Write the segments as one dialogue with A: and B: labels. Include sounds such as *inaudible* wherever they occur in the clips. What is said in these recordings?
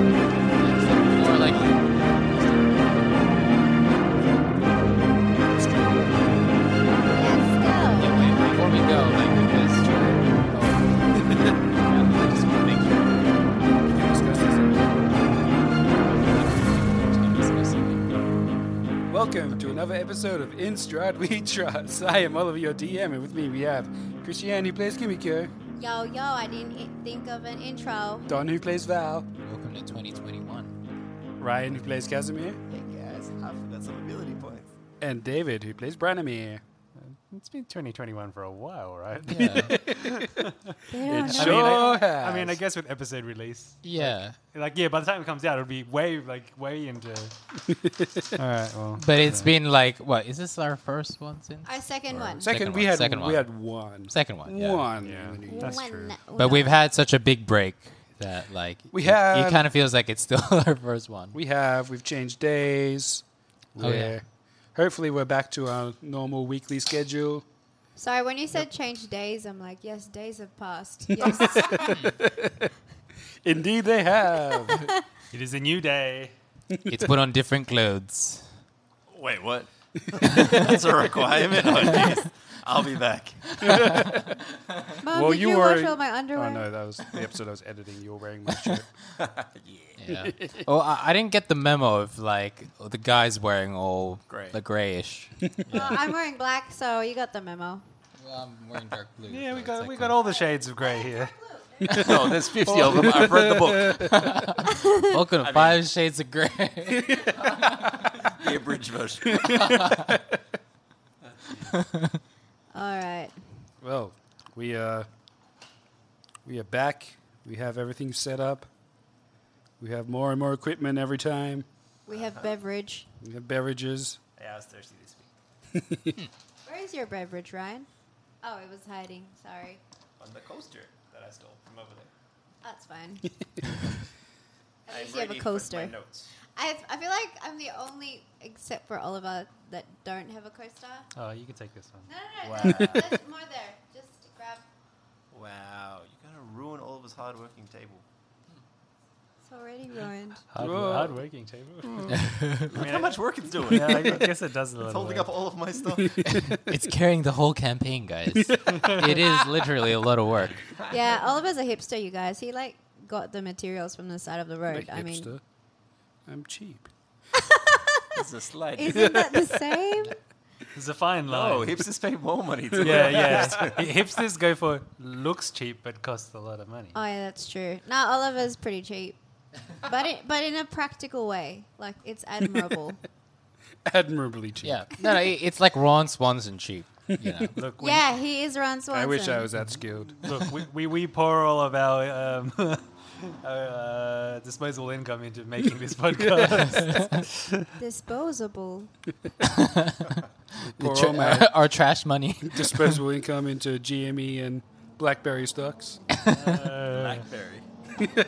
A: More like yeah, wait, before we go, like because yeah, I *laughs* just want to make sure we can discuss this. in- discuss it.
B: Welcome to another episode of In Stride We Trust. *laughs* I am Oliver, your DM, and with me we have Christiane, who plays Kimiko,
C: Yo, yo, I didn't i- think of an intro.
B: Don, who plays Val,
A: Welcome to 2021.
B: Ryan, who plays Casimir,
D: Hey guys, I forgot some ability points.
B: and David, who plays Branimir. It's been 2021 for a while, right?
A: *laughs*
B: *laughs*
A: Yeah,
C: Yeah,
B: Sure
E: I,
B: has.
E: I mean, I guess with episode release,
A: yeah,
E: like yeah, by the time it comes out, it'll be way like way into. All right, well,
A: but it's been like what? Is this our first one since?
C: Our second one.
B: Second,
A: Second
B: we
A: one,
B: had
A: second
B: we
A: one.
B: had one.
A: Second one, yeah.
B: One.
E: Yeah. That's
C: One.
E: true.
A: But we've had such a big break that like
B: We
A: it-
B: had-
A: It kind of feels like it's still *laughs* our first one.
B: We have. We've changed days.
A: Oh,
B: We're-
A: yeah.
B: Hopefully, we're back to our normal weekly schedule.
C: Sorry, when you said change days, I'm like, yes, days have
B: *laughs*
C: passed. Yes.
B: Indeed, they have.
E: it is a new day.
A: it's put on different clothes.
D: Wait, what? *laughs* That's a requirement. Oh, jeez. I'll be back.
C: Mom,
B: Well,
C: did
B: you
C: you,
B: were-
C: wash all my
B: oh
C: underwear?
B: no, that was the episode I was editing. You were wearing my shirt.
A: Yeah. oh, I, I didn't get the memo of like the guys wearing all
D: Grey.
A: the grayish.
C: Well,
B: *laughs*
C: I'm wearing black, so you got the memo.
A: well, I'm wearing dark blue.
E: *laughs* Yeah, we got we got all the shades of grey here.
D: No, there's 50 of them. I've read the book,
A: *laughs* Welcome to Five Shades of *laughs* Grey.
D: the *laughs* abridged version.
C: All right.
B: Well, we uh, we are back. We have everything set up. We have more and more equipment every time.
C: We
B: Uh-huh.
C: have beverage.
B: We have beverages.
E: Yeah, I was thirsty this week.
C: Where is your beverage, Ryan? Oh, it was hiding. Sorry.
E: On the coaster that I stole from over there.
C: That's
B: *laughs*
C: fine. At least you have a coaster.
E: notes.
C: I, I feel like I'm the only, except for Oliver, that don't have a coaster.
E: Oh, you can take this one.
C: No, no, no. There's, there's more there. Just grab.
D: Wow, you're going to ruin all of his hard-working table.
C: It's already ruined.
E: Hard,
B: Whoa.
E: hard working table. I mean,
D: How
E: I-
D: much work it's doing.
E: Yeah, *laughs* I guess it does a little.
D: It's holding
E: work.
D: up all of my *laughs* stuff.
A: it's carrying the whole campaign,
E: *laughs*
A: guys. it is literally a lot of work.
D: *laughs*
C: yeah, Oliver's a hipster, you guys. He like got the materials from the side of the road.
B: Like
C: I mean,
B: hipster. I'm cheap.
D: It's a slide.
C: isn't that
B: *laughs*
C: the same?
E: It's a fine line.
D: *laughs* Oh, hipsters pay more *laughs* money.
E: *laughs*
D: To
E: yeah, *laughs* yeah. Hipsters go for looks cheap but costs a lot of money.
C: Oh yeah, that's true. No, Oliver's pretty cheap, but it, but in a practical way, like
B: *laughs*
C: it's admirable.
B: Admirably cheap.
A: Yeah. No, no, it- it's like Ron Swanson
E: *laughs*
A: cheap. You know.
E: Look, we,
C: yeah, he is Ron Swanson.
B: I wish I was that skilled.
E: look, we, we, we pour all of our, um, *laughs* our uh, disposable income into
C: *laughs*
E: making this podcast.
B: *laughs*
C: disposable.
B: Pour
A: Tra-
B: all my
A: *laughs* our trash
E: *laughs*
A: money.
B: disposable income into GME and BlackBerry stocks.
D: Blackberry.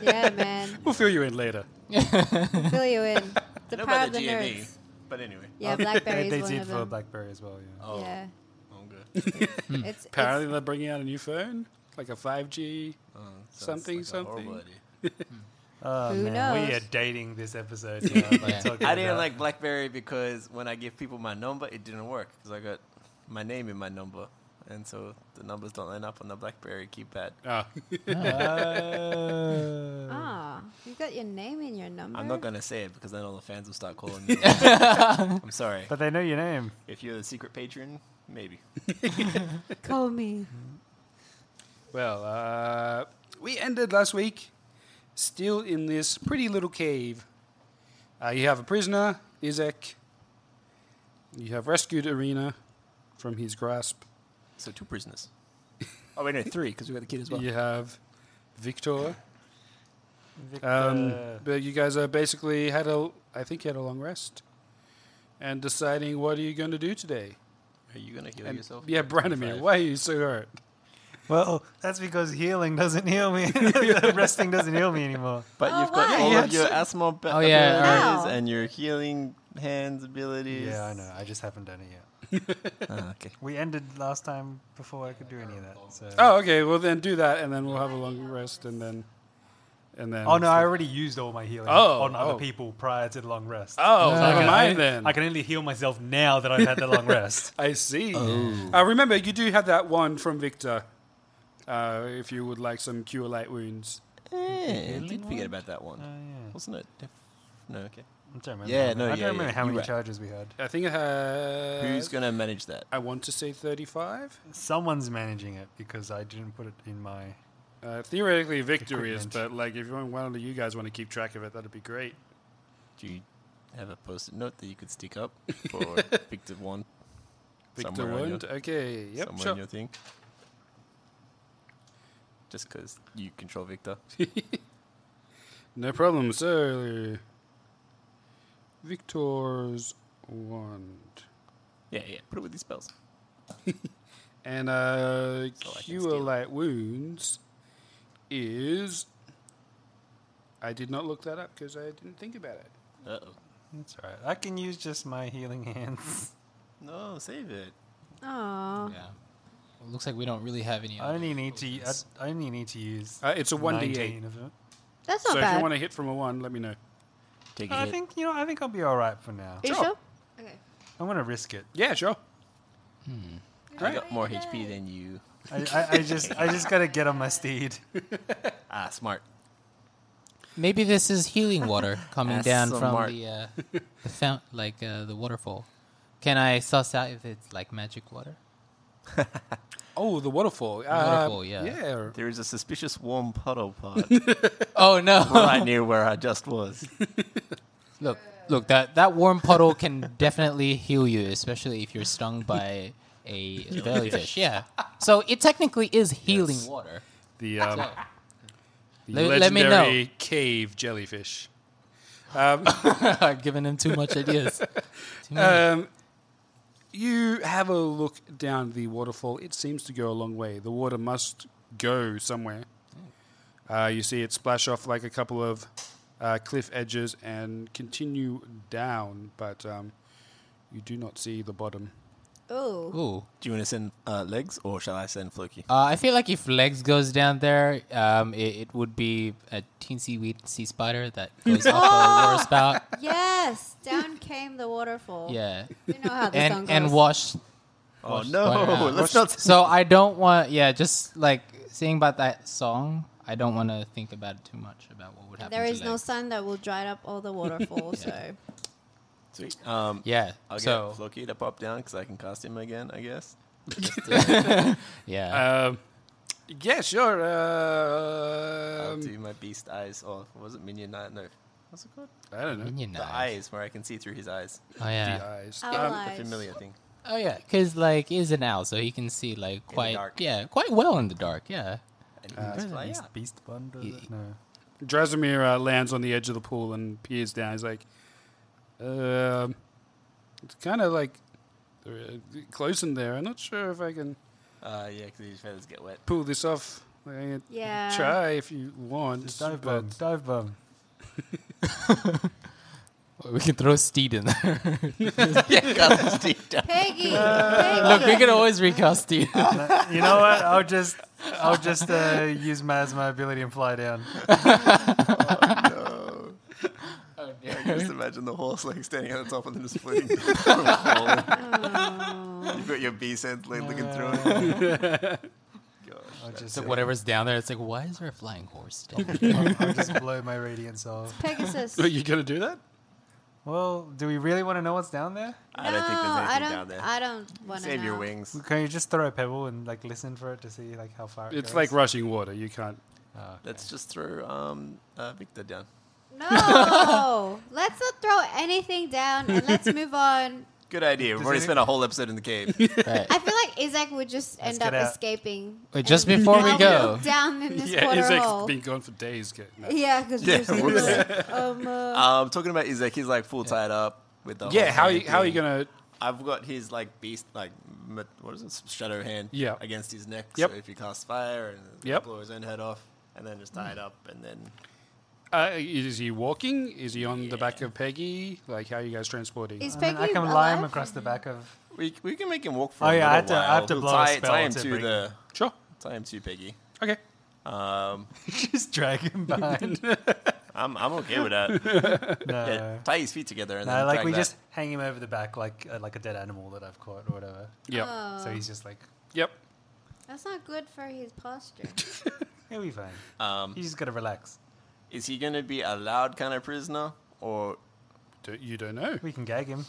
C: Yeah, man.
B: We'll fill you in later.
C: Fill you
B: *laughs*
C: in. The
D: I know
C: power
D: about
C: of
D: the E?
C: the
D: GME,
C: nerds.
D: but anyway.
B: Oh.
C: Yeah,
E: they
C: Blackberry's
E: *laughs* they
C: one
E: did
C: of
E: for
C: them.
E: BlackBerry as well. Yeah.
D: Oh,
B: *laughs*
C: yeah,
D: I'm *laughs* good.
C: it's,
B: Apparently
C: it's
B: they're bringing out a new phone, like a 5G. Something,
D: Oh, Sounds like a horrible
B: something.
D: idea.
E: Oh,
C: Who
E: man, We are
C: knows?
E: dating this episode. Now, like,
A: Yeah.
E: talking
D: I didn't
E: about-
D: like BlackBerry because when I give people my number, it didn't work because I got my name in my number, and so the numbers don't line up on the BlackBerry keypad.
B: Ah,
E: Uh,
C: ah, you got your name in your number.
D: I'm not gonna say it because *laughs* then all the fans will start calling me. I'm sorry.
E: but they know your name.
D: If you're the secret patron, Maybe.
C: Call me.
B: Well, uh, we ended last week still in this pretty little cave. Uh, you have a prisoner, Izek. You have rescued Arena from his grasp.
D: So two prisoners. Oh wait, no, three because we got the kid as well.
B: You have Victor.
E: Victor.
B: Um, but you guys are basically had a, I think you had a long rest, and deciding what are you going to do today.
D: Are you gonna heal
B: And-
D: yourself?
B: yeah, Branimir, why are you so hurt?
E: well, that's because healing doesn't heal *laughs* me. Resting doesn't heal me anymore.
D: But
C: Oh,
D: you've got
C: why?
D: all
E: Yeah,
D: of your asthma ba-
A: Oh, yeah,
C: alright.
D: abilities and your healing hands abilities.
E: Yeah, I know. I just haven't done it yet.
D: Ah, *laughs* okay.
E: We ended last time before I could do any of that. So.
B: Oh, okay. Well, then do that, and then we'll have a long rest, and then, and then.
E: Oh no! I already used all my healing
B: Oh,
E: on other
B: oh.
E: people prior to the long rest.
B: Oh,
E: So
B: never
E: I can-
B: mind then.
E: I can only heal myself now that I've had the long rest.
B: I see. Uh, remember, you do have that one from Victor. Uh, if you would like some cure light wounds.
D: Yeah, I did forget about that one.
E: yeah.
D: Wasn't it? Def- no, okay.
E: I don't remember.
D: Yeah,
E: how many-
D: no,
E: I don't
D: yeah,
E: remember
D: yeah,
E: how
D: you're
E: many
D: right.
E: charges we had.
B: I think it has.
D: Who's gonna manage that?
B: I want to say 35.
E: Someone's managing it because I didn't put it in my.
B: Uh, theoretically, Victor is,
E: Equipment.
B: but like if one one of you guys want to keep track of it, that'd be great.
D: Do you have a post-it note that you could stick up for *laughs* Victor One?
B: Victor
D: somewhere on your-
B: Wund. Okay. Yep.
D: somewhere
B: Sure.
D: in your thing. Just because you control *laughs* Victor.
B: No problem. So, Victor's wand.
D: Yeah, yeah. Put it with these spells.
B: And uh,
D: So I can
B: cure
D: steal.
B: light wounds is. I did not look that up because I didn't think about it.
D: Uh oh.
E: That's all right. I can use just my healing *laughs* hands.
D: No, save it.
C: Aww.
A: Yeah. Well, looks like we don't really have any.
E: I
A: other
E: only need to.
A: options.
E: I, I only need to use.
B: Uh, it's a 1d8.
E: 19 of it.
C: That's not
B: So if
C: bad.
B: you want to hit from a one, let me know.
D: Take a
E: I
D: hit.
E: think you know. I think I'll be all right for now.
C: Are you
B: Sure.
C: sure? Okay.
E: I'm gonna risk it.
B: Yeah, sure.
D: I got more HP than you.
E: I, I,
B: *laughs*
E: I just. I just gotta get on my steed.
D: Ah, smart.
A: Maybe this is healing
E: *laughs*
A: water coming
D: Ask
A: down
D: some
A: from
D: Mark.
A: the, uh, the fount, like uh, the waterfall. Can I suss out if it's like magic
E: *laughs*
A: water?
B: Oh, the waterfall. Uh,
A: Waterfall, yeah.
B: Yeah.
D: There is a suspicious warm puddle *laughs* part
A: Oh no! *laughs*
D: right near where I just was.
A: Look, look that that warm puddle can definitely heal you, especially if you're stung by a jellyfish. Yeah, so it technically is healing water.
B: The, um, the
A: Le-
B: legendary
A: let me know.
B: cave jellyfish.
A: I've given him too much ideas. *laughs* Too many.
B: Um, you have a look down the waterfall. It seems to go a long way. The water must go somewhere. Uh, you see it splash off like a couple of uh, cliff edges and continue down, but um, you do not see the bottom.
C: Oh.
A: Ooh.
D: Do you want to send uh, legs or shall I send Floki?
A: Uh, I feel like if legs goes down there, um, it, it would be a teensy weed sea spider that goes up a water spout. *laughs*
C: Yes. Down came the waterfall.
A: Yeah,
C: You know how the song
A: and
C: goes.
A: and wash
D: Oh
A: Why
D: no,
A: not?
D: let's not.
A: So I don't want, yeah, just like seeing about that song, I don't want to think about it too much about what would happen.
C: There
A: to
C: is no
A: Lex.
C: sun that will dry up all the
A: *laughs*
C: waterfall. So
D: Sweet. Um,
A: Yeah.
D: I'll get
A: so
D: Floki to pop down because I can cast him again, I guess. Uh,
A: yeah,
B: Um, yeah, sure.
D: I'll
B: Um,
D: do my beast eyes, or was it minion eye? No, what's it called?
B: I don't know.
A: Minion
D: The
A: eyes.
D: eyes, where I can see through his eyes.
A: Oh
B: The
A: yeah.
B: eyes. Um,
D: The
C: allies.
D: familiar thing.
A: Oh yeah, because like he's an owl, so he can see like quite
D: dark.
A: yeah quite well in the dark. Yeah.
D: And he can just fly
E: Beast,
D: out.
E: beast bond. does it? No.
B: Drasimir uh, lands on the edge of the pool and peers down. He's like, um, it's kind of like they're, uh, close in there. I'm not sure if I can
D: Uh, yeah, because his feathers get wet.
B: pull this off. I can
C: Yeah.
B: Try if you want.
E: Dive
B: but
E: bomb. Dive bomb.
A: We can throw steed in there. *laughs*
C: Peggy.
D: *laughs* Uh,
A: Look, we can always recast steed.
E: You know what? I'll just. I'll just uh, use my as my ability and fly down.
D: *laughs* Just imagine the horse like standing on the top and then *laughs*
C: *laughs*
D: just floating. You've got your bee scent like looking through it. *laughs*
E: I'll just,
A: So whatever's down there, it's like, why is there a
D: *laughs*
A: flying horse? down there?
E: I'll, I'll just blow my radiance off.
C: Pegasus.
B: Are you gonna do that?
E: Well, do we really want to know what's down there?
D: I don't think there's
C: No,
D: anything
C: I don't,
D: down there.
C: I don't want to
D: Save
C: know.
D: your wings.
E: Can you just throw a pebble and like listen for it to see like how far? It
B: It's
E: goes?
B: like rushing water.
C: *laughs*
B: You can't.
D: Let's just throw um, uh, Victor down. *laughs*
C: No, let's not throw anything down and let's move on.
D: Good idea. We've already
E: any-
D: spent a whole episode in the *laughs* cave.
A: Right.
C: I feel like Isaac would just end
E: get
C: up
E: out.
C: escaping.
A: Wait, just
C: and
A: before we
C: I'll
A: go.
C: walk down in this
B: Yeah,
C: water
B: Isaac's
C: hole.
B: been gone for days. Get, no.
C: Yeah, because
D: Yeah,
C: we're still
D: whoops.
C: like, um, uh,
A: *laughs*
D: um, talking about Isaac, he's like full tied up with the.
B: Yeah,
D: whole
B: how are
D: hand
B: you, how are you
D: thing.
B: gonna?
D: I've got his like beast, like m- what is it, shadow hand?
B: Yeah.
D: against his neck.
B: Yep.
D: So if he casts fire and
B: Yep.
D: blow his own head off, and then just tie it up, and then
B: Uh, is he walking? Is he on the back of Peggy? Like, how are you guys transporting?
C: is
E: I, mean,
C: Peggy
E: I can lie him
C: alive?
E: across the back of. *laughs*
D: we we can make him walk for.
E: Oh,
D: a
E: yeah, I
D: little
E: have to- I have
D: while.
E: to
D: We'll
E: blow a
D: tie,
E: spell
D: tie him
E: to
D: to
E: bring
D: the
B: sure.
D: tie him to Peggy.
C: Uh.
B: Okay.
D: Um,
E: just drag
B: *laughs*
E: him behind.
D: I'm I'm okay with that.
E: *laughs* no.
D: Yeah, tie his feet together and
E: No,
D: then
E: like
D: drag
E: we
D: that.
E: just hang him over the back like uh, like a dead animal that I've caught or whatever.
B: Yep.
E: So he's just like,
B: Yep.
C: That's not good for his posture.
E: he'll be fine.
D: Um,
E: He's just gotta relax.
D: is he gonna be a loud kind of prisoner or?
B: Do, you don't know.
E: We can gag him.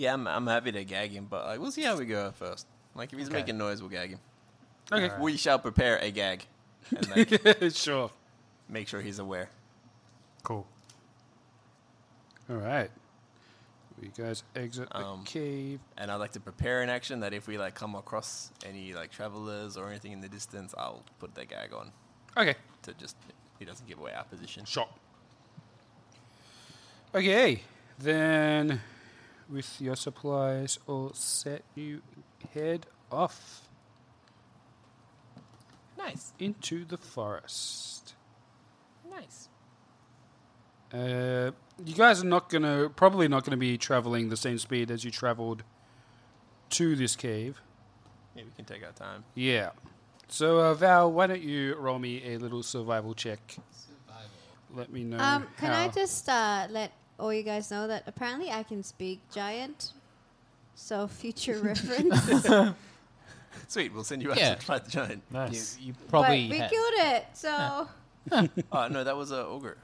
D: Yeah, I'm I'm happy to gag him, but like we'll see how we go first. Like if he's
E: Okay.
D: making noise, we'll gag him.
B: Okay.
D: We shall prepare a gag and like,
B: *laughs* sure.
D: make sure he's aware.
E: Cool.
B: All right. You guys exit
D: Um,
B: the cave.
D: and I'd like to prepare an action that if we like come across any like travelers or anything in the distance, I'll put that gag on
B: Okay.
D: to just he doesn't give away our position.
B: Sure. Okay. Then, with your supplies all set, you head off
D: Nice,
B: into the forest.
D: nice.
B: Uh, you guys are not gonna, probably not gonna be traveling the same speed as you traveled to this cave.
D: Yeah, we can take our time. *laughs*
B: Yeah. So, uh, Val, why don't you roll me a little survival check? Survival. Let me know.
C: Um, can I
B: Mm, how-
C: just uh, let all you guys know that apparently I can speak giant, so future reference.
D: Sweet, we'll send you out
A: Yeah.
D: to fight the giant.
E: Nice.
A: You, you
C: but
A: probably
C: we
A: had-
C: killed it, so
D: Oh no, that was a ogre,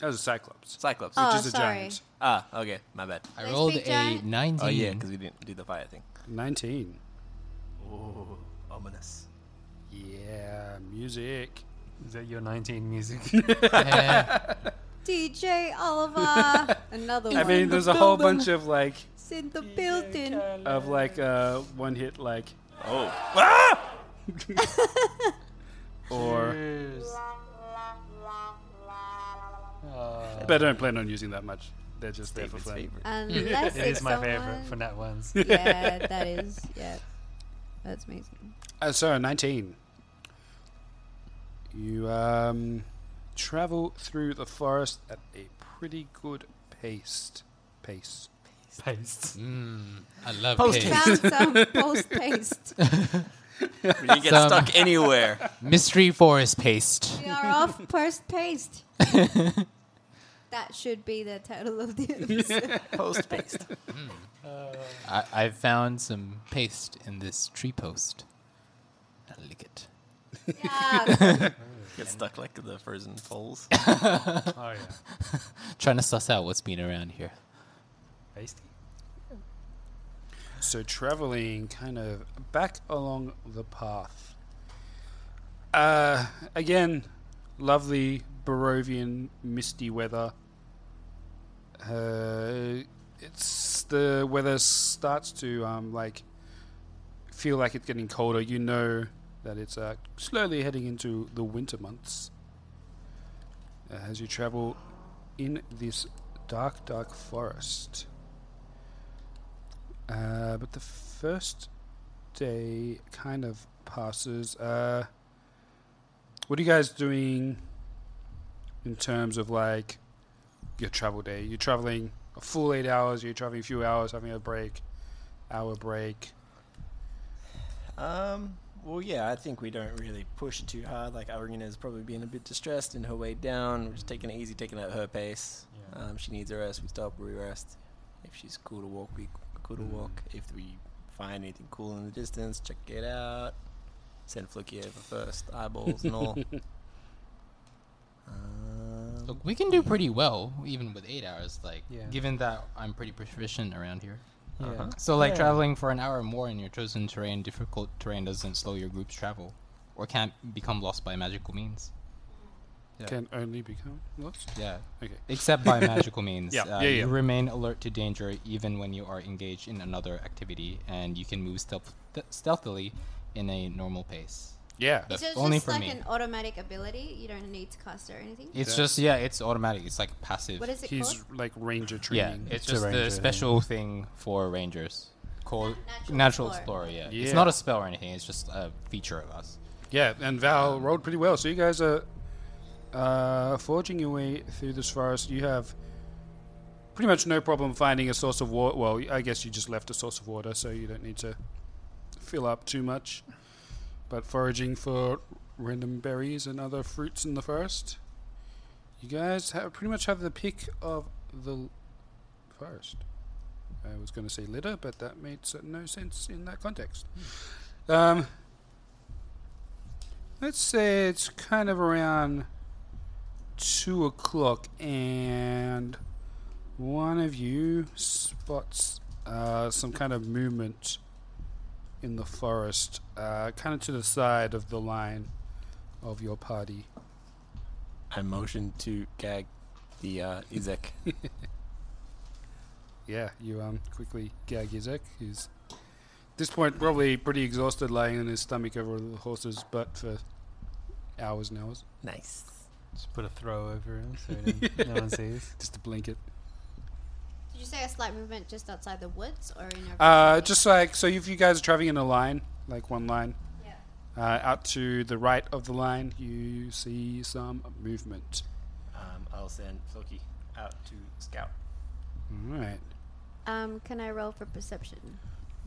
B: That was a Cyclops.
D: cyclops.
C: Oh,
B: Which is
C: sorry.
B: a giant.
D: Ah, okay, my bad.
A: I
C: Nice
A: rolled
C: big
A: a
C: giant.
A: 19.
D: Oh yeah, because we didn't do the fire thing.
B: 19.
D: Oh, ominous.
A: *laughs*
B: Yeah, music.
E: Is that your 19
D: *laughs*
E: music?
A: Yeah.
C: DJ Oliver, another
B: I
C: one.
B: mean, there's a whole bunch of like,
C: It's in the building.
B: of like, uh, one hit like, Ah!
D: Oh,
C: *laughs*
B: or.
E: Cheers.
B: But I don't plan on using that much. They're just there for
D: David's
B: fun.
D: favorite.
C: Unless
E: *laughs* It
C: it's
E: is my
C: someone...
E: favorite for Nat
D: *laughs*
E: ones.
C: yeah, that is. Yeah, that's amazing.
B: Uh, so, 19. You um, travel through the forest at a pretty good pace. Pace.
D: *laughs*
E: Paste.
A: I love
D: Post
A: it.
C: Found some post paste.
D: We didn't get
A: Some- *laughs*
D: stuck anywhere.
A: Mystery forest paste.
C: We are off post paste. that should be the title of the episode.
D: Post paste.
A: I, I found some paste in this tree post. I lick it.
C: yeah.
D: Get stuck like the frozen poles.
E: Oh yeah.
A: Trying to suss out what's been around here.
E: Pasty.
B: So traveling kind of back along the path. Uh, again, lovely Barovian misty weather. Uh, it's the weather starts to um, like feel like it's getting colder. You know that it's uh, slowly heading into the winter months. Uh, as you travel in this dark, dark forest. Uh, but the first day kind of passes. Uh, what are you guys doing in terms of like your travel day? You're traveling a full eight hours, you're traveling a few hours, having a break, hour break.
D: Um. Well, yeah, I think we don't really push too hard. Like Irina is probably being a bit distressed in her way down. We're just taking it easy, taking it at her pace.
E: Yeah.
D: Um, she needs a rest. We stop. We rest. If she's cool to walk, we cool to walk. If we find anything cool in the distance, check it out. *laughs* Send Flicky over first, eyeballs and all. um,
A: Look, we can do pretty well even with eight hours. Like,
E: Yeah.
A: given that I'm pretty proficient around here. Uh-huh.
E: Yeah.
A: So, like, traveling for an hour or more in your chosen terrain, difficult terrain doesn't slow your group's travel, or can't become lost by magical means.
B: Can only become lost.
A: Yeah.
B: Okay.
A: Except
E: *laughs*
A: by magical means.
B: Yeah,
A: Uh,
B: yeah, yeah.
A: You remain alert to danger even when you are engaged in another activity, and you can move stealth- stealthily in a normal pace.
B: Yeah.
C: So it's
A: Only
C: just
A: for
C: like
A: me.
C: an automatic ability. You don't need to cast it or anything.
A: It's just, yeah, it's automatic. It's like passive.
C: What is it
B: He's
C: called?
B: like ranger
A: Yeah,
B: training.
A: it's
E: It's a
A: just
E: ranger
A: the
E: thing.
A: special thing for rangers called
C: Natural
A: Natural,
C: Explorer.
A: Explorer. yeah. It's
B: Yeah.
A: not a spell or anything, it's just a feature of us.
B: Yeah, and Val rolled pretty well. So you guys are uh, forging your way through this forest. You have pretty much no problem finding a source of water. Well, I guess you just left a source of water, so you don't need to fill up too much. But foraging for random berries and other fruits in the forest, you guys have pretty much have the pick of the l- forest. I was going to say litter, but that made s- no sense in that context. Um, Let's say it's kind of around two o'clock, and one of you spots uh, some kind of movement in the forest, uh, kind of to the side of the line of your party.
D: I motion to gag the uh, *laughs* Izek.
B: Yeah, you um quickly gag Izek, who's at this point probably pretty exhausted, laying on his stomach over the horse's butt for hours and hours.
D: nice.
E: Just put a throw over him so
D: *laughs*
E: he don't- no one sees.
B: Just a blanket.
C: Did you say a slight movement just outside the woods or in a?
B: Uh, just like so, if you guys are traveling in a line, like one line,
C: Yeah.
B: uh, out to the right of the line, you see some movement.
D: Um, I'll send Floki out to scout.
B: All right,
C: Um, can I roll for perception?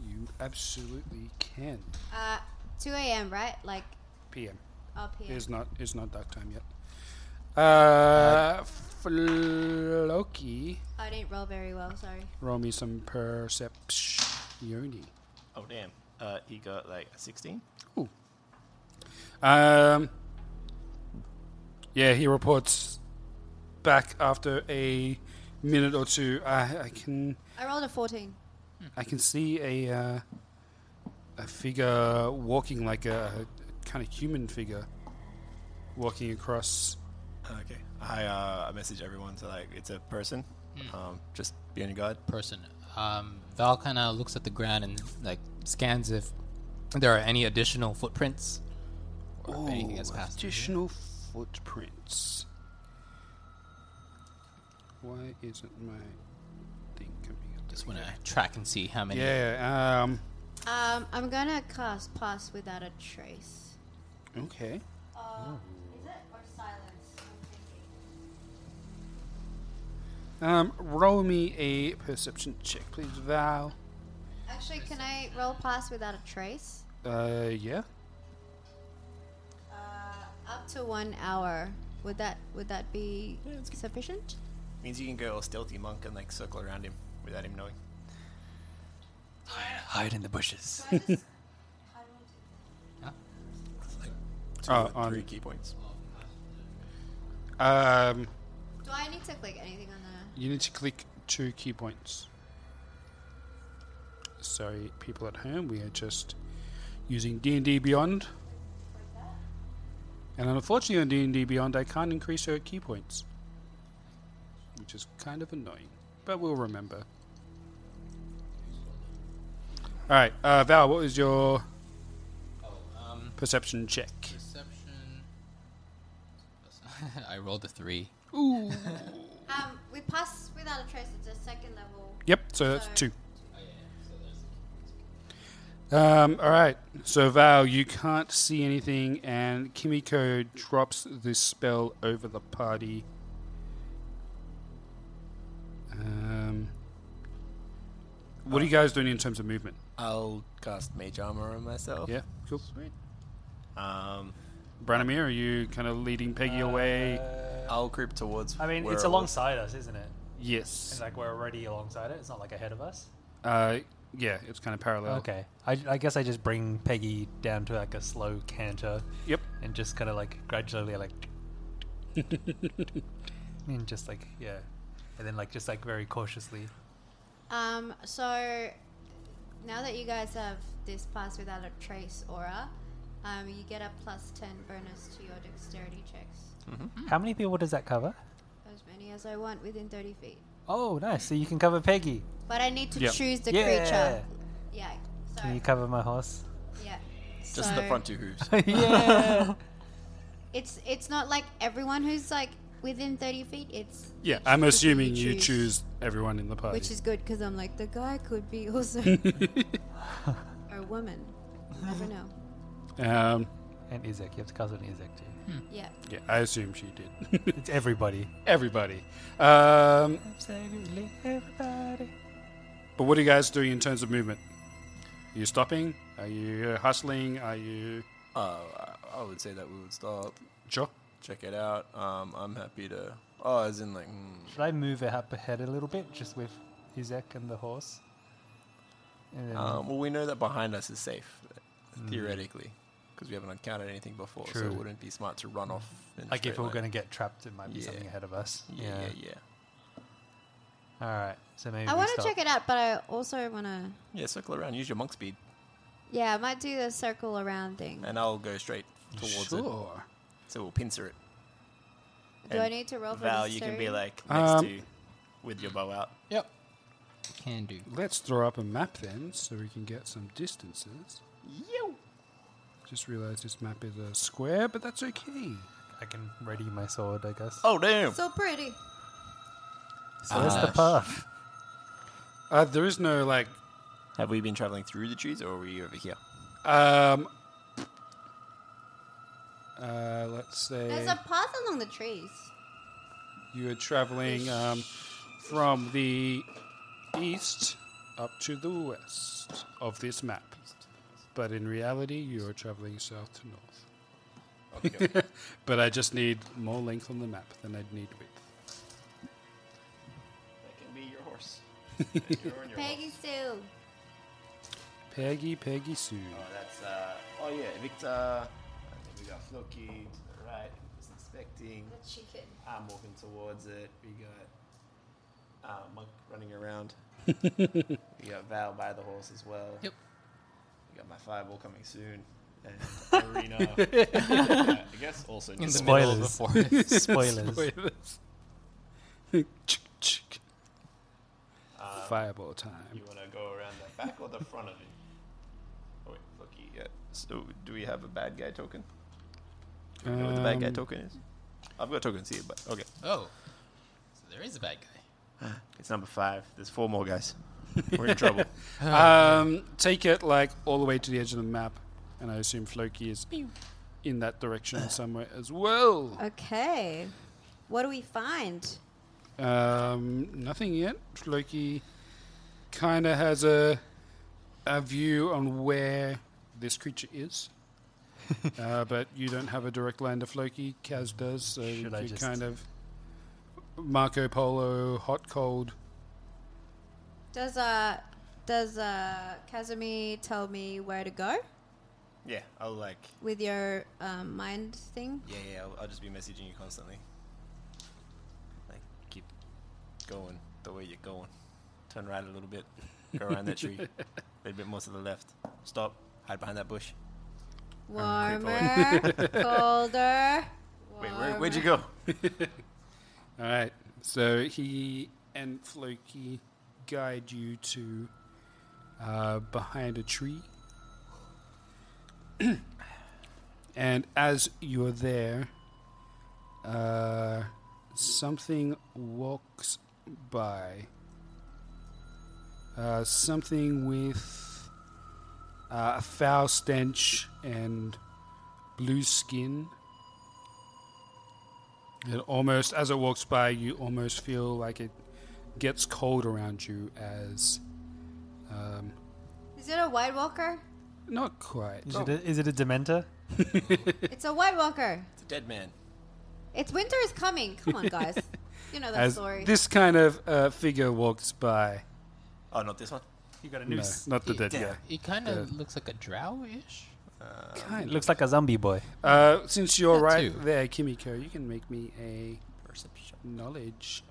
B: you absolutely can.
C: Uh, 2 a.m. Right? Like
B: PM.
C: up here.
B: It's not. It's not dark time yet. Uh, Floki,
C: I didn't roll very well. Sorry.
B: roll me some perception.
D: Oh damn. Uh, he got like a 16.
B: Ooh. Um. Yeah, he reports back after a minute or two. I, I can.
C: I rolled a 14.
B: I can see a uh, a figure walking like a, kind of human figure walking across.
D: Oh, Okay. I uh, I message everyone to like it's a person.
B: Hmm.
D: Um, just be on your guard.
A: Person. Um, Val kind of looks at the ground and, like, scans if there are any additional footprints or if anything has passed. through here.
B: additional footprints. Why isn't my thing coming up?
A: Just want to track and see how many.
B: Yeah. Um.
C: Um, I'm gonna cast pass without a trace.
B: Okay.
C: Is it or silence?
B: Um. Roll me a perception check, please, Val.
C: Actually, can I roll pass without a trace?
B: Uh. Yeah.
C: Up to one hour. Would that would that be sufficient?
D: Means you can go all stealthy monk and like circle around him without him knowing. Hide in the bushes. Two
B: Oh,
D: or
B: on-
D: three key points.
B: Um.
C: Do I need to click anything on the?
B: You need to click two key points. Sorry, people at home, we are just using D&D Beyond. And unfortunately on D&D Beyond, I can't increase your key points. Which is kind of annoying, but we'll remember. Alright, uh, Val, what was your perception check?
A: Perception. *laughs* I rolled a three.
C: Um, we pass without a trace. It's a second level.
B: Yep, so that's
C: So-
B: two. Um, all right. So Val, you can't see anything, and Kimiko drops this spell over the party. Um, what are you guys doing in terms of movement?
D: I'll cast mage armor on myself.
B: Yeah, cool. Sweet.
D: Um,
B: Branimir, are you kind of leading Peggy away?
D: I'll creep towards.
E: I mean,
D: where
E: it's
D: I was.
E: alongside us, isn't it? It's
B: yes.
E: like we're already alongside it. It's not like ahead of us.
B: Uh, yeah, it's kind of
D: Oh.
B: parallel.
E: Okay. I, I guess I just bring Peggy down to like a slow canter
B: Yep.
E: *laughs* and just kind of like gradually like mean, just like yeah, and then like just like very cautiously.
C: Um, so now that you guys have this pass without a trace aura, um, you get a plus 10 bonus to your dexterity checks.
D: Mm.
E: How many people does that cover?
C: As many as I want within 30 feet.
E: Oh, nice. So you can cover Peggy.
C: But I need to
B: Yep.
C: choose the
E: Yeah.
C: creature. Yeah. So,
E: Can you cover my horse?
C: yeah.
F: Just
C: so
F: the front two
B: *laughs*
F: hooves.
E: *laughs* yeah.
C: It's it's not like everyone who's like within 30 feet. It's
B: Yeah, I'm assuming you
C: choose.
B: choose everyone in the party.
C: which is good because I'm like the guy could be also a woman. You Never know.
B: um,
E: *laughs* and Izek, you have to cast on Izek too.
C: Yeah.
B: yeah, I assume she
D: Hmm.
B: did. *laughs*
E: It's everybody.
B: everybody. Um,
E: Absolutely everybody.
B: but what are you guys doing in terms of movement? Are you stopping? Are you hustling? Are you.
D: Uh, I- I would say that we would stop,
B: Sure.
D: check it out. Um, I'm happy to. Oh, as in like, hmm,
E: Should I move it up ahead a little bit, just with Izek and the horse? And then
D: um, well, we know that behind us is safe, theoretically, because we haven't encountered anything before. So
E: True.
D: it wouldn't be smart to run off. In
E: like if
D: straight
E: we're
D: line.
E: gonna get trapped, it might be
D: Yeah.
E: something ahead of us.
D: Yeah, yeah, yeah.
E: All right. So maybe
C: I
E: we
C: want to
E: stop.
C: check it out, but I also want to.
D: Yeah, circle around. Use your monk speed,
C: Yeah, I might do the circle around thing.
D: and I'll go straight towards it.
B: Sure.
D: So we'll pincer it.
C: Do I
D: and
C: need to roll for
D: Val,
C: this
D: you can be
C: story?
D: like next
B: Um,
D: to, with your bow out.
A: Yep. Can do.
B: Let's throw up a map then so we can get some distances.
D: Yo.
B: Just realized this map is a square, but that's okay.
E: I can ready my sword, I guess.
D: Oh damn!
C: So pretty.
E: so where's *laughs* the path?
B: Uh, there is no like.
D: Have we been traveling through the trees, or are we over here?
B: Um, uh, let's say.
C: There's a path along the trees.
B: You are traveling um, from the east up to the west of this map. But in reality, you are traveling south to north. *laughs* but I just need more length on the map than I'd need width.
D: That can be your horse.
C: Peggy Sue.
B: Peggy, Peggy Sue.
D: Oh, that's uh. Oh yeah, Victor. I think we got Floki to the right. He was expecting.
C: The chicken.
D: I'm walking towards it. We got uh, Monk running *laughs* around. we got Val by the horse as well.
A: Yep.
D: We got my fireball coming soon. *laughs* And Arena. uh, I guess also.
A: In
D: needs
A: the
D: to-
A: middle of the
E: Spoilers.
A: forest.
B: *laughs*
E: Spoilers.
B: Chick, chick. Fireball time.
D: You want to go around the back or the front of it? Oh wait, Floki. Yeah. So do we have a bad guy token? Do we know what the bad guy
B: Um,
D: token is? I've got tokens here, but okay.
A: Oh. So there is a bad guy.
D: It's number five. There's four more *laughs* guys. We're in trouble.
B: Um, take it like all the way to the edge of the map, and I assume Floki is in that direction somewhere as well.
C: Okay. What do we find?
B: Um, nothing yet. Floki kind of has a a view on where this creature is,
E: *laughs*
B: uh, but you don't have a direct line to Floki. Kaz does, so
E: Should I
B: you
E: just-
B: kind of Marco Polo hot cold.
C: Does uh does uh Casimir tell me where to go
D: *laughs* yeah, I'll like.
C: with your um, mind thing?
D: Yeah, yeah. I'll, I'll just be messaging you constantly. Like, keep going the way you're going. Turn right a little bit. Go around
B: *laughs*
D: that tree. A little bit more to the left. Stop. Hide behind that bush.
C: Warmer,
B: *laughs*
C: colder.
D: Wait, where, where'd you go?
B: All right. So he and Floki guide you to uh, behind a tree. *clears throat* and as you're there, uh, something walks by. Uh, something with uh, a foul stench and blue skin. It almost, as it walks by, you almost feel like it gets cold around you as. Um,
C: Is it a White Walker?
B: not quite.
E: Is, it a, is it a Dementor?
C: It's a White Walker.
D: It's a dead man.
C: It's winter is coming. Come on,
B: *laughs*
C: guys. You know that
B: As
C: story.
B: this kind of uh, figure walks by.
D: Oh, not this one.
E: You got a
B: No, not the dead guy.
A: It kind of looks like a drow-ish.
B: Kind
E: It looks like a zombie boy.
B: Uh, since you're
A: That
B: right
A: too.
B: there, Kimiko, you can make me a
D: Perception.
B: knowledge.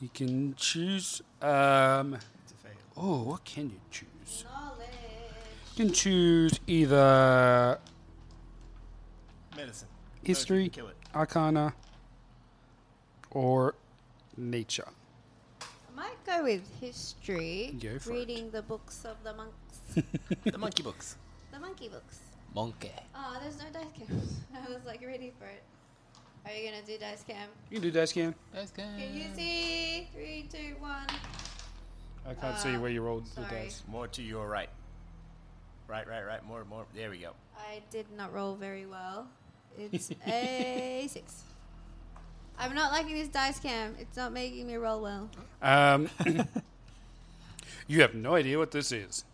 B: You can choose. Um, oh, what can you choose?
C: Knowledge.
B: You can choose either
D: Medicine.
B: history,
D: Kill it.
B: arcana, or nature.
C: I might go with history.
B: Go for it.
C: reading the books of the monks.
D: The monkey books.
C: the monkey books.
A: Monkey.
C: Oh, there's no dice cam. *laughs* I was like ready for it. Are you gonna do dice cam?
B: You can do dice cam.
A: That's good.
C: Can
B: Mm.
C: you see? Three, two, one.
B: I can't see where you rolled the
C: sorry.
B: dice.
D: More to your right. Right, right, right. More, more. There we go.
C: I did not roll very well.
E: *laughs*
C: It's a six. I'm not liking this dice cam. It's not making me roll well.
B: Um,
D: *laughs*
B: you have no idea what this is.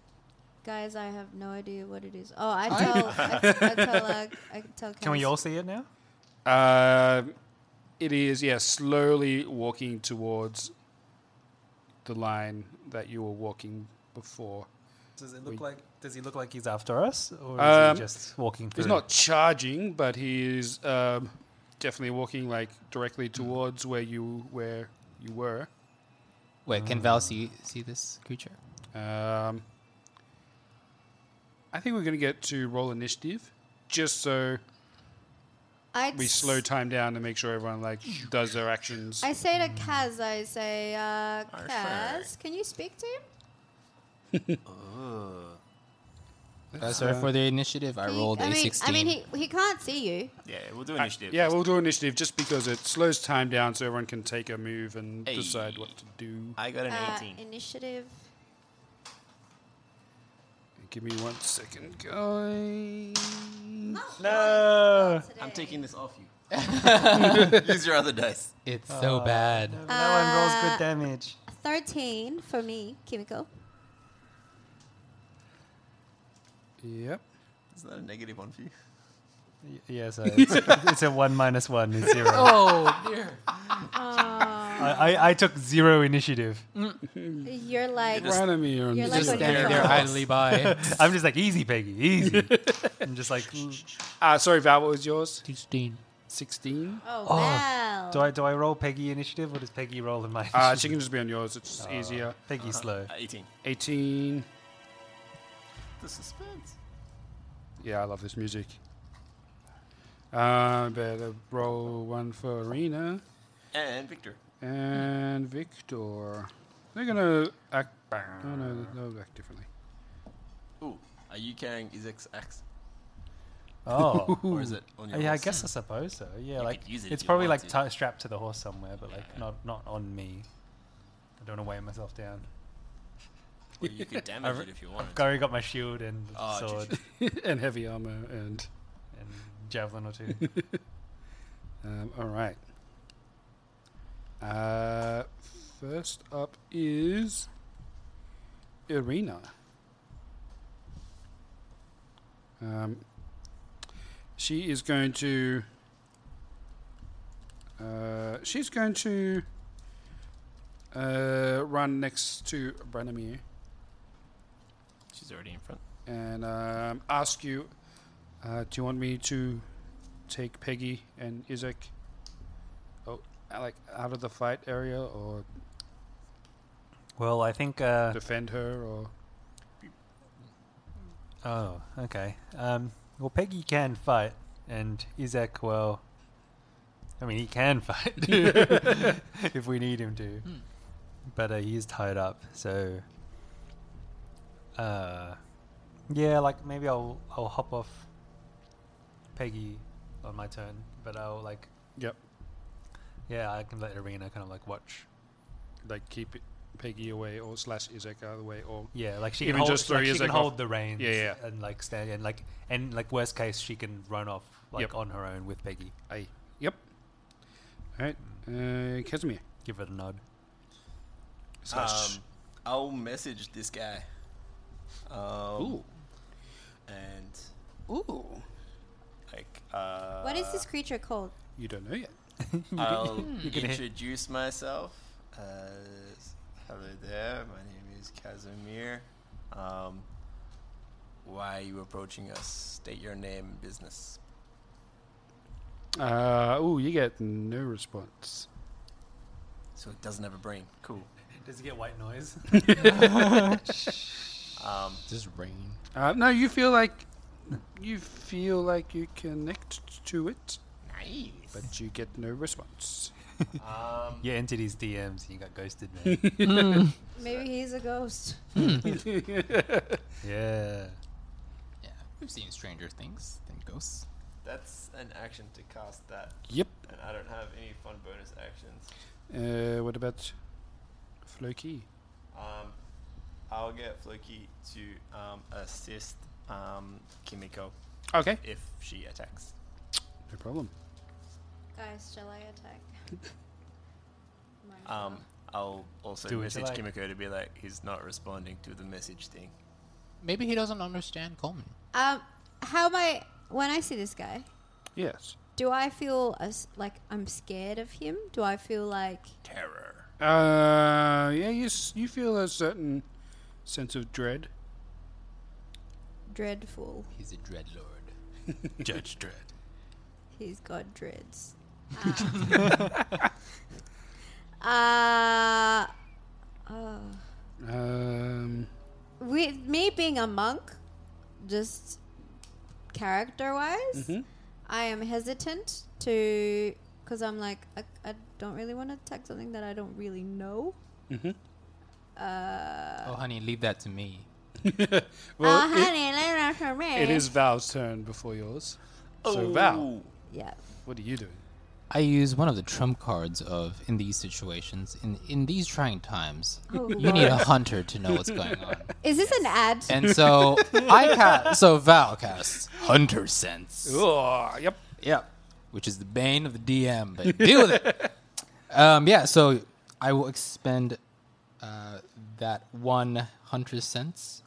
C: Guys, I have no idea what it is. Oh, I tell, I, I tell, uh, I tell.
E: Can we
C: Cass.
E: all see it now?
B: Uh, it is, yeah, slowly walking towards the line that you were walking before.
E: Does it look like? Does he look like he's after us, or is
B: Um,
E: he just walking through?
B: He's not charging, but he is um, definitely walking like directly towards where you where you were.
A: Wait, can Val see see this creature?
B: Um, I think we're going to get to roll initiative, just so
C: I'd
B: we
C: s-
B: slow time down to make sure everyone like does their actions.
C: I say to Kaz, I say, uh,
D: Arthur.
C: Kaz, can you speak to him?
A: Uh, sorry for the initiative. I
C: He-
A: rolled
C: I
A: a
C: mean,
A: sixteen.
C: I mean, he, he can't see you.
D: Yeah, we'll do initiative.
B: Uh, Yeah, we'll do initiative just because it slows time down, so everyone can take a move and
D: Hey.
B: decide what to do.
D: I got an
C: Uh,
D: 18.
C: initiative.
B: Give me one second, guys.
E: No.
D: I'm taking this off you.
B: *laughs*
D: *laughs* Use your other dice.
A: it's uh, so bad.
E: No one rolls good damage. *laughs*
C: 13 for me, Kimiko.
B: Yep.
D: Is that a negative one for you?
E: Y- Yeah, so it's, it's a one minus one is zero.
A: Oh dear.
E: I, I, I took zero initiative.
C: You're like,
B: Randomly on
C: You're
B: the-
C: like
A: Just
C: a
A: standing there
C: girl.
A: idly by. *laughs*
E: I'm just like easy, Peggy, *laughs* easy. I'm just like, mm.
B: Ah, sorry, Val, what was yours?
A: Sixteen.
B: 16.
C: oh, wow.
E: do I do I roll Peggy initiative or does Peggy roll in my?
B: Ah,
E: initiative?
B: she can just be on yours, it's just easier.
E: Peggy's slow.
D: Uh, 18.
B: 18.
D: The suspense.
B: Yeah, I love this music. Uh, better roll one for Arena
D: And Victor.
B: and Victor. They're gonna act. Oh no, they'll act differently. *laughs*
D: Ooh, are you carrying Isaac's axe?
E: Oh.
D: *laughs* Or is it on your
E: Yeah, I
D: horse? Hmm.
E: guess I suppose so. Yeah,
D: You
E: like
D: could use it
E: it's
D: if you
E: probably
D: want
E: like
D: to.
E: ti strapped to the horse somewhere, but like not not on me. I don't want to weigh myself down.
D: Or you
E: *laughs*
D: could damage it if you wanted.
E: I've already got my shield and
D: Ah, gee, *laughs*
E: sword
D: gee.
B: and heavy armor and.
E: and javelin or two.
D: *laughs*
B: Um, all right. Uh, first up is Irina. Um, she is going to. Uh, she's going to uh, run next to Branimir
D: She's already in front.
B: and um, ask you, uh, do you want me to take Peggy and Isaac, oh, uh, like out of the fight area or
E: well, I think. Uh,
B: defend her or?
E: oh, okay. Um, well, Peggy can fight, and Isaac, well, I mean, he can *laughs* fight if we need him to,
B: Hmm.
E: but uh, he is tied up. So, uh, yeah, like maybe I'll I'll hop off Peggy on my turn, but I'll like
B: Yep,
E: yeah, I can let Arena kind of like watch.
B: like keep it- Peggy away or slash Isaac out of the way or.
E: Yeah, like she
B: Even
E: can hold,
B: just throw
E: like she
B: Isaac
E: can
B: off.
E: hold the reins.
B: Yeah, yeah.
E: and like stand and like and like worst case, she can run off like
B: Yep.
E: on her own with Peggy.
B: I yep. All right, uh, Casimir.
E: Give it a nod.
B: Slash.
D: Um, I'll message this guy. Um, And,
B: ooh.
E: *laughs*
D: like, uh,
C: What is this creature called?
B: You don't know yet.
D: I'll
E: *laughs* hit-
D: introduce myself as hello there. My name is Casimir. Um, why are you approaching us? State your name, and business.
B: Uh, ooh, you get no response.
D: So it doesn't have a brain. Cool.
E: Does it get white *laughs* noise?
D: Um,
A: Just rain.
B: Uh, no, you feel like you feel like you connect to it,
D: nice.
B: but you get no response.
E: You entered his DMs and you got ghosted, *laughs* man.
C: Maybe he's a ghost.
E: yeah.
A: Yeah, we've seen stranger things than ghosts.
D: That's an action to cast that,
B: Yep.
D: and I don't have any fun bonus actions.
B: Uh, what about Floki?
D: Um, I'll get Floki to um, assist um, Kimiko
B: Okay,
D: if she attacks.
B: no problem.
C: Guys, shall I attack? Might as
D: Um,
C: well.
D: I'll also
E: Do what you
D: message
E: like.
D: Kimiko to be like, he's not responding to the message thing.
A: Maybe he doesn't understand Coleman.
C: Um, how am I? When I see this guy,
B: Yes.
C: do I feel as like I'm scared of him? Do I feel like
D: Terror.
B: Uh, yeah, you s- you feel a certain sense of dread.
C: dreadful?
A: He's a dreadlord.
E: *laughs* Judge Dredd.
C: He's got dreads. Um, uh, oh.
B: Um,
C: with me being a monk, just character wise, I am hesitant to because I'm like I, I don't really want to attack something that I don't really know. Uh,
A: oh, honey, leave that to me.
B: well,
A: Uh,
C: oh,
B: it,
C: honey, let it out for me.
B: it is Val's turn before yours. So Val,
C: Yeah.
B: what are you doing?
A: I use one of the trump cards of in these situations, in in these trying times,
C: *laughs* Oh,
A: you need a
C: Lord.
A: hunter to know what's
C: *laughs*
A: going on.
C: Is this an ad?
A: And so I cast, so Val casts Hunter Sense.
B: Oh, yep.
A: Yep. Which is the bane of the DM, but deal with
B: *laughs*
A: it. Um, yeah, so I will expend uh, that one hunter's sense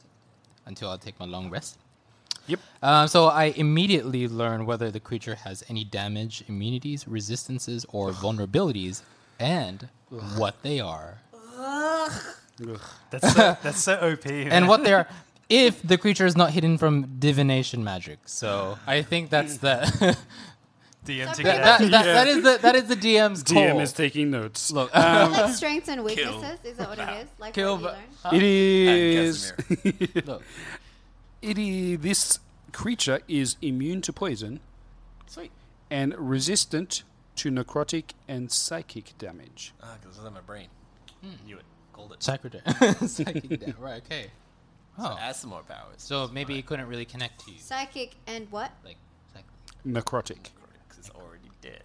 A: until I take my long rest.
B: Yep.
A: Um, so I immediately learn whether the creature has any damage, immunities, resistances,
B: *sighs*
A: or vulnerabilities, and what they are.
E: That's *laughs* so, that's so OP. Man.
A: And what they
B: *laughs*
A: are. If the creature is not hidden from divination magic, so I think that's
B: *laughs*
A: the *laughs*
E: DM
C: Stop
E: to
C: it.
A: that, that,
E: get
A: that is the that is the DM's
B: DM
A: call.
B: is Um, taking notes.
A: *laughs* Look,
C: like strengths and weaknesses? Is that what it is? Like
A: Kill
C: what you
A: the-
C: learn?
B: It is.
D: Casimir.
A: look.
B: It is. This creature is immune to poison
D: Sweet.
B: and resistant to necrotic and psychic damage.
D: Ah, because it's on my brain.
A: Hmm.
D: Knew it. Called
A: *laughs*
D: it.
A: Psychic Psychic down. Right. Okay. Oh.
D: Add some more powers.
A: So maybe it couldn't really connect to you.
C: Psychic and what?
A: Like, psych-
B: Necrotic.
D: Because it's already dead.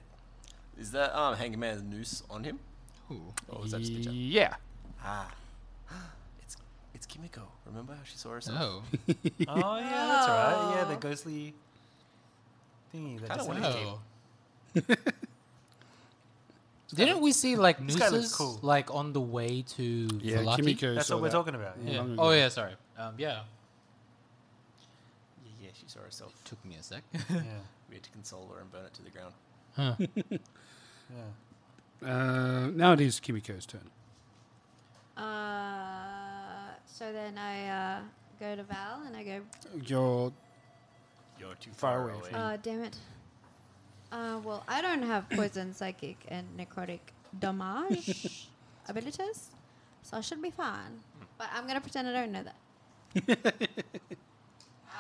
D: Is that um, Hangman's noose on him?
A: who?
D: Or was that just picture?
B: Yeah.
D: Ah. It's, it's Kimiko. Remember how she saw herself?
A: Oh.
E: Oh yeah, that's right. Yeah, the ghostly thingy. That
D: Kinda
E: doesn't-
D: wanna-
A: *laughs* Oh. Didn't we see like
E: guy looks
A: nooses
E: cool.
A: like on the way to
B: Yeah, uh,
A: Velaki?
B: Kimiko
E: that's
B: saw
E: what we're
B: that.
E: talking about. Yeah.
A: Yeah.
B: long
A: Oh
B: ago.
A: yeah, sorry. Um, yeah,
D: Yeah, yeah, she saw herself.
A: took me a sec.
E: *laughs* yeah.
D: We had to console her and burn it to the ground.
B: Uh, now it is Kimiko's turn.
C: Uh, so then I uh, go to Val and I go,
B: Your
D: You're too
B: Far
D: far,
B: away
D: away.
B: from-
C: oh, damn it. Uh, well, I don't *coughs* have poison, psychic, and necrotic *laughs* damage abilities, so I should be fine. But I'm going to pretend I don't know that. *laughs* um,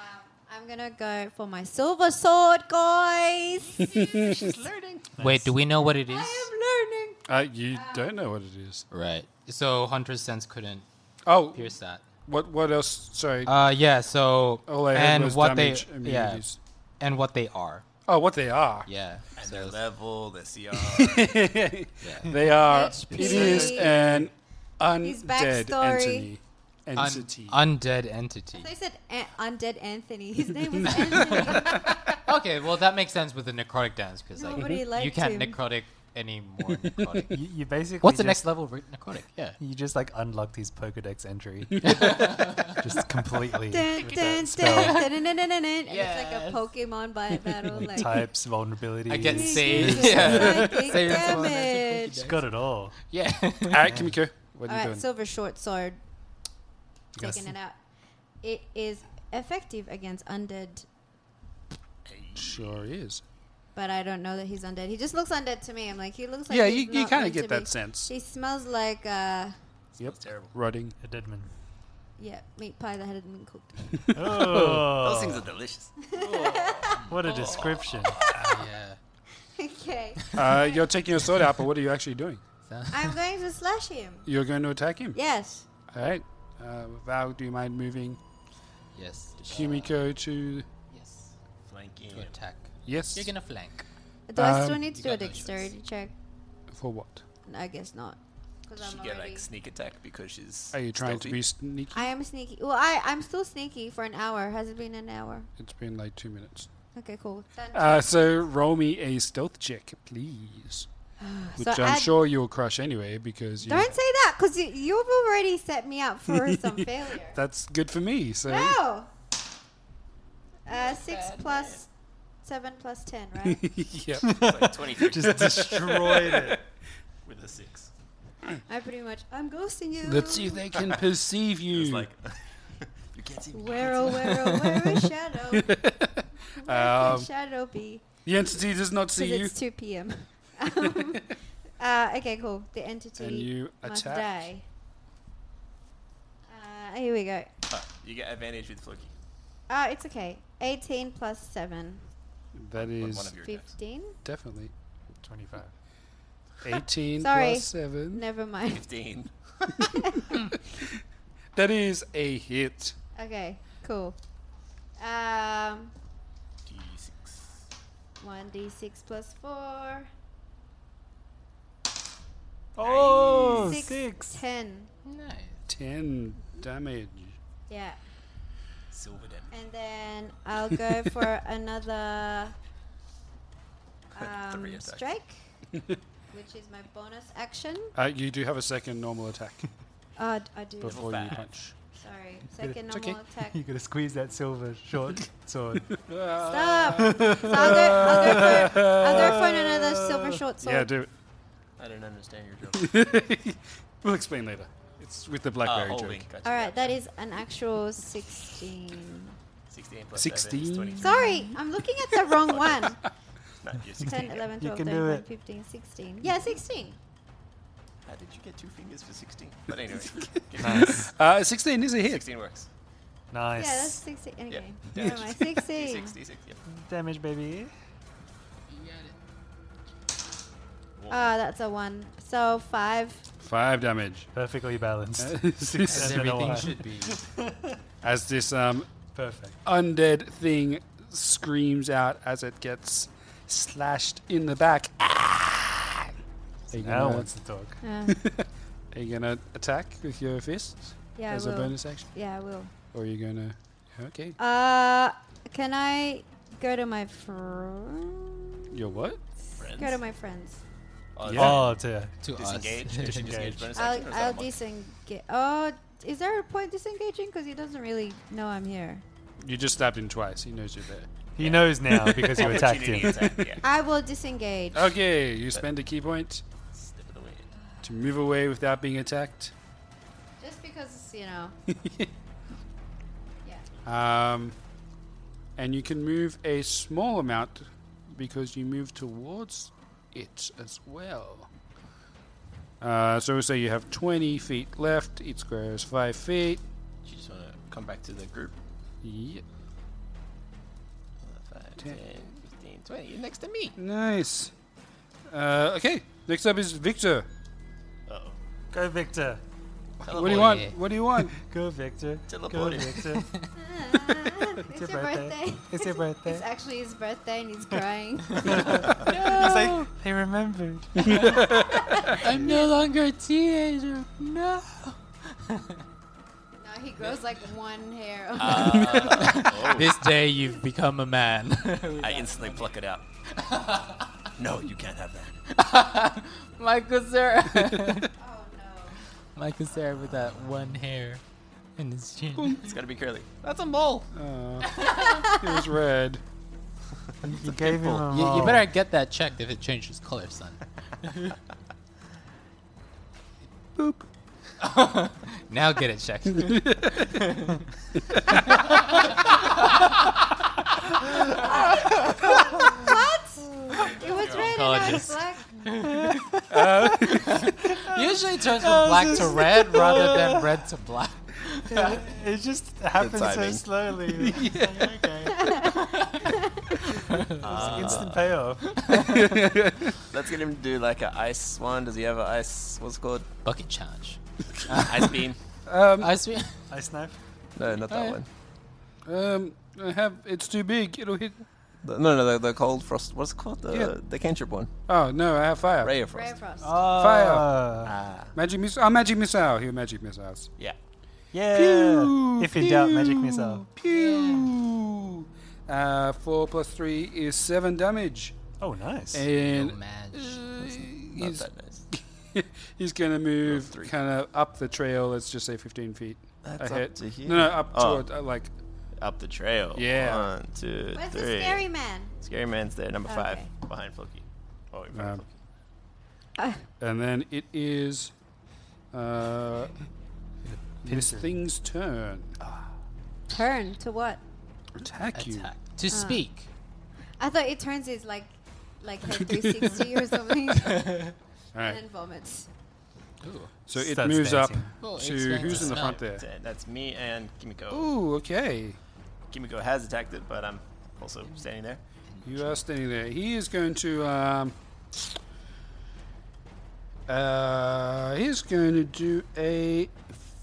C: I'm going to go for my silver sword, guys. *laughs* She's learning.
A: *laughs* Wait, do we know what it is?
C: I am learning.
B: uh, you don't know what it is.
A: Right. So Hunter's sense couldn't
B: Oh,
A: Uh, pierce that.
B: what what else? Sorry,
A: Uh, yeah. So
B: all I had
A: and
B: was
A: what they
B: damage
A: yeah,
B: immunities.
A: and what they are.
B: Oh, what they are?
A: Yeah.
D: And
A: so
D: their
A: it's-
D: level, their CR.
B: *laughs* They are.
C: HP.
B: It is an
C: His
B: undead
C: backstory.
B: entity.
A: Un-
B: Entity.
A: undead entity.
C: They said a- undead Anthony. His name was Anthony.
A: Okay, well that makes sense with the necrotic dance because like
C: Nobody
A: you
C: liked
A: can't
C: him.
A: necrotic any *laughs* more necrotic.
E: You, you basically.
A: What's the
E: just-
A: next level of re- *laughs* necrotic? Yeah.
E: You just like unlocked his Pokedex *laughs* entry, just *laughs* completely
C: dun, dun,
E: with that
C: dun,
E: spell
C: dun, dun, dun, dun, dun, dun.
A: Yes.
C: And it's like a Pokemon by battle. Like,
E: types, vulnerabilities.
A: I get
C: Jesus,
A: saved.
C: psychic damage.
E: She's got it all.
A: Yeah.
B: All right, Kimiko,
C: All
B: what are you
C: right,
B: doing?
C: silver short sword.
E: gotta
C: Taking
E: sn-
C: it out. It is effective against undead.
B: sure is.
C: but I don't know that he's undead. He just looks undead to me. I'm like, he looks like
B: Yeah,
C: he's
B: you- you
C: not
B: kinda
C: meant
B: get
C: to
B: that
C: be.
B: sense.
C: He smells like uh,
B: Yep.
D: terrible.
B: Rotting.
E: A dead man.
C: yeah, meat pie that hadn't been cooked. *laughs*
D: Those
E: Oh,
D: things are delicious.
E: what a description.
A: yeah.
C: okay,
B: *laughs* Uh, you're taking your sword out, but what are you actually doing?
C: I'm going to slash him.
B: You're going to attack him.
C: Yes.
B: All right. Uh, Val, do you mind moving
A: Yes.
B: Kimiko to?
A: Yes.
D: Flanking.
A: To attack.
B: Yes.
A: You're gonna flank.
C: Do I still
B: Um,
C: need to
A: you
C: do a
A: got no choice.
C: dexterity check?
B: For what?
C: No, I guess not. Because
D: She
C: I'm
D: get
C: already.
D: like sneak attack because she's.
B: Are you trying to
D: stealthy.
B: be sneaky?
C: I am sneaky. Well, I I'm still sneaky for an hour. Has it been an hour?
B: It's been like two minutes.
C: Okay, cool. Then-
B: Uh, so roll me a stealth check, please.
C: *sighs*
B: Which
C: So
B: I'm
C: add-
B: sure you'll crush anyway because you.
C: Don't say that, because you, you've already set me up for
B: *laughs*
C: some failure.
B: That's good for me. So *laughs*
C: No. Uh, six plus seven plus ten, right?
B: *laughs* yep.
D: It's like 23
E: Just destroyed it.
D: with a six.
C: I pretty much I'm ghosting you.
B: Let's see if they
C: *laughs*
B: can perceive you.
D: It's like *laughs* you can't see me.
C: Where oh where oh where is shadow? Where can
B: *laughs* um,
C: shadow be?
B: the entity does not
C: Because
B: see you,
C: it's two
B: *laughs*
C: p.m. um, uh, okay, cool. The entity
B: and you
C: must
B: attack.
C: die. Uh, here we go.
D: Ah, you get advantage with Floki.
C: Uh, it's okay. 18 plus 7.
B: That
D: One-
B: is
D: One of your attacks.
C: 15?
B: definitely
E: 25.
C: *laughs*
B: 18
C: Sorry.
B: plus 7.
C: Never mind.
D: 15.
B: That is a hit.
C: Okay, cool. Um,
D: D6.
C: 1d6 plus 4.
E: Oh,
C: Six,
E: six.
C: 10.
A: Nice.
B: 10 damage.
C: Yeah.
D: Silver damage.
C: And then I'll go for another um,
D: Three attacks.
C: strike, which is my bonus action.
B: Uh, you do have a second normal attack
C: Uh, I do.
B: before you punch.
C: Sorry. Second
B: It's okay.
C: normal attack.
E: You gotta squeeze that silver short sword.
C: Stop! So I'll go, I'll, go for, I'll go for another silver short sword.
B: Yeah, do it.
D: I don't understand *laughs* your joke.
B: We'll explain later. It's with the blackberry
D: uh,
B: joke.
D: holding. Gotcha,
C: All right, that
D: gotcha.
C: is an actual 16.
D: 16 plus 16.
B: 16.
D: 23.
C: Sorry, I'm looking at the wrong one.
D: No, you're 16.
C: *laughs* 10, 11,
E: *laughs* You
C: 12,
E: can do
C: 13,
E: it.
C: 15, 16. Yeah, 16.
D: How did you get two fingers for 16? But anyway.
E: nice.
B: Uh, 16 is a hit.
D: 16 works.
C: Yeah,
E: Nice.
C: that's 16.
D: Yeah.
C: Okay.
D: Damage.
C: Never
E: *laughs*
C: mind. 16.
D: D6, D6, yep.
E: Damage, baby.
C: Oh, that's a 1. So 5.
B: 5 damage. *laughs*
E: Perfectly balanced.
A: As
E: I don't
A: everything
E: know why.
A: should
D: *laughs*
A: be.
B: As this um,
E: Perfect.
B: undead thing screams out as it gets slashed in the back. Ah! Are you
E: Now
B: gonna-
E: wants to talk.
C: Uh,
B: are you going to attack with your fists
C: yeah,
B: as
C: I
B: a
C: will.
B: bonus action?
C: Yeah, I will.
B: Or are you going to. Okay.
C: Uh, can I go to my friends?
B: Your what?
D: Friends.
C: Go to my friends.
D: Oh,
B: Yeah.
E: Oh, dear.
A: To us. *laughs*
D: Disengage. Disengage. Bonus
C: I'll,
D: action or is that
C: I'll
D: a monk?
C: disengage. Oh, is there a point disengaging? Because he doesn't really know I'm here.
B: You just stabbed him twice. He knows you're there.
E: He knows now because you attacked
D: Opportunity
E: him.
D: attack, yeah.
C: I will disengage.
B: Okay, you spend a key point
D: Slip of the wind.
B: to move away without being attacked.
C: Just because, you
E: *laughs*
C: know. yeah.
B: Um, and you can move a small amount because you move towards it as well. Uh, so, say you have 20 feet left, it squares 5 feet.
D: Do you just want to come back to the group?
B: Yep.
D: Uh, 5,
B: Ten.
D: 10, 15, 20. You're next to me.
B: Nice. Uh, okay, next up is Victor.
D: Uh-oh.
E: Go, Victor.
B: What do you want? What do you want?
E: Go, Victor. Go,
D: Teleported.
E: Victor.
C: it's,
E: your
C: your birthday.
E: birthday. *laughs* It's your
C: *laughs*
E: birthday.
C: it's actually his birthday and he's
E: *laughs*
C: crying.
E: It's like, they remembered.
A: I'm no longer a teenager. No.
C: no, he grows like one hair.
E: Ah.
A: This day you've become a man. *laughs*
D: I instantly pluck it out. *laughs* no, you can't have that.
A: Michael Sarah.
C: *laughs* oh no.
A: *laughs* Michael Sarah with that one hair in his chin.
D: It's got to be curly. That's a mole.
B: It was red.
E: You gave him a
A: You, you
E: mole.
A: better get that checked if it changes color, son. *laughs* Boop. *laughs* now get it *laughs* checked.
C: What?
A: turns from black to red rather *laughs* than red to black.
E: *laughs* It just happens so
D: timing.
E: slowly. okay. Instant payoff.
D: Let's get him to do like an ice one. Does he have an ice? What's it *laughs* called?
A: Bucket charge.
D: ice beam. Oh,
A: I *laughs* see.
E: Ice knife.
D: No, not that one.
B: Um, I have. It's too big. It'll hit.
D: The- no, no, the, the cold frost. What's it called? The
B: Yeah.
D: the cantrip one.
B: Oh no, I have fire.
D: Ray of
C: Ray of Frost.
D: frost.
E: Fire.
B: Magic missile. Oh, magic missile. Here, magic missiles.
D: Yeah.
E: yeah. if in doubt, magic missile.
B: Pew. Uh, four plus three is seven damage,
E: Oh, nice.
B: and
A: Magic.
D: Not
B: he's,
D: that *laughs* nice.
B: *laughs* he's gonna move
D: three.
B: kind of up the trail. Let's just say fifteen feet.
D: That's
B: ahead.
D: up to here.
B: No, no, up
D: Oh.
B: toward uh, like
D: Up the trail.
B: Yeah.
D: One, two,
C: Where's
D: three.
C: the scary man?
D: Scary man's there, number five,
C: Okay.
D: behind Floki. Oh, in front of
B: Um,
D: Floki.
B: And then it is uh, this thing's turn.
C: Turn to what?
B: Attack, you.
A: Attack. To speak.
C: I thought it turns his like, like head 360 or something, and
B: All right.
C: then vomits.
B: So it
E: Starts
B: moves
E: dancing.
B: up
A: Cool,
B: to
A: expands
B: who's in the
A: its
B: front
A: mouth.
B: there?
D: That's it. That's me and Kimiko.
B: Ooh, okay.
D: Kimiko has attacked it, but I'm also standing there.
B: You are standing there. He is going to. Um, uh, he's going to do a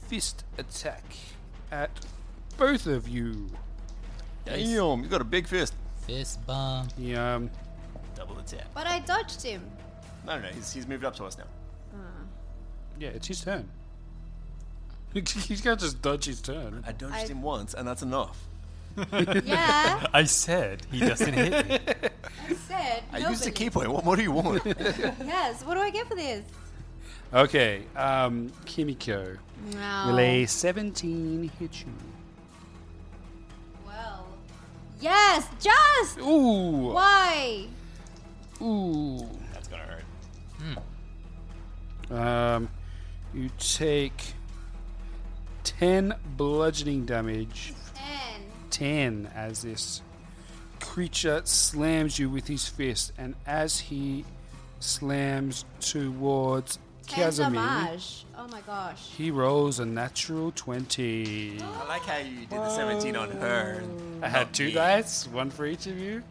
B: fist attack at both of you.
D: Damn, you got a big fist.
A: Fist bump.
B: He, um,
D: Double attack.
C: But I dodged him.
D: No, no, no, he's, he's moved up to us now.
B: yeah, it's his turn. *laughs* He's going to just dodge his turn.
D: I dodged
C: I-
D: him once, and that's enough.
C: Yeah,
E: I said he doesn't hit me.
C: I said.
D: I
C: no
D: used a
C: belief.
D: key point. What more do you *laughs* want?
C: Yes. What do I get for this?
B: Okay, um, Kimiko.
C: No.
B: Will a 17 hit you?
C: Well. Yes. Just.
B: Ooh!
C: Why?
B: Ooh!
D: that's gonna hurt.
B: Um, you take 10 bludgeoning damage.
C: Ten.
B: 10 as this creature slams you with his fist, and as he slams towards
C: Ten
B: Casimir,
C: damage. Oh my gosh.
B: he rolls a natural 20.
D: I like how you did the 17 on her.
B: I had two dice, one for each of you.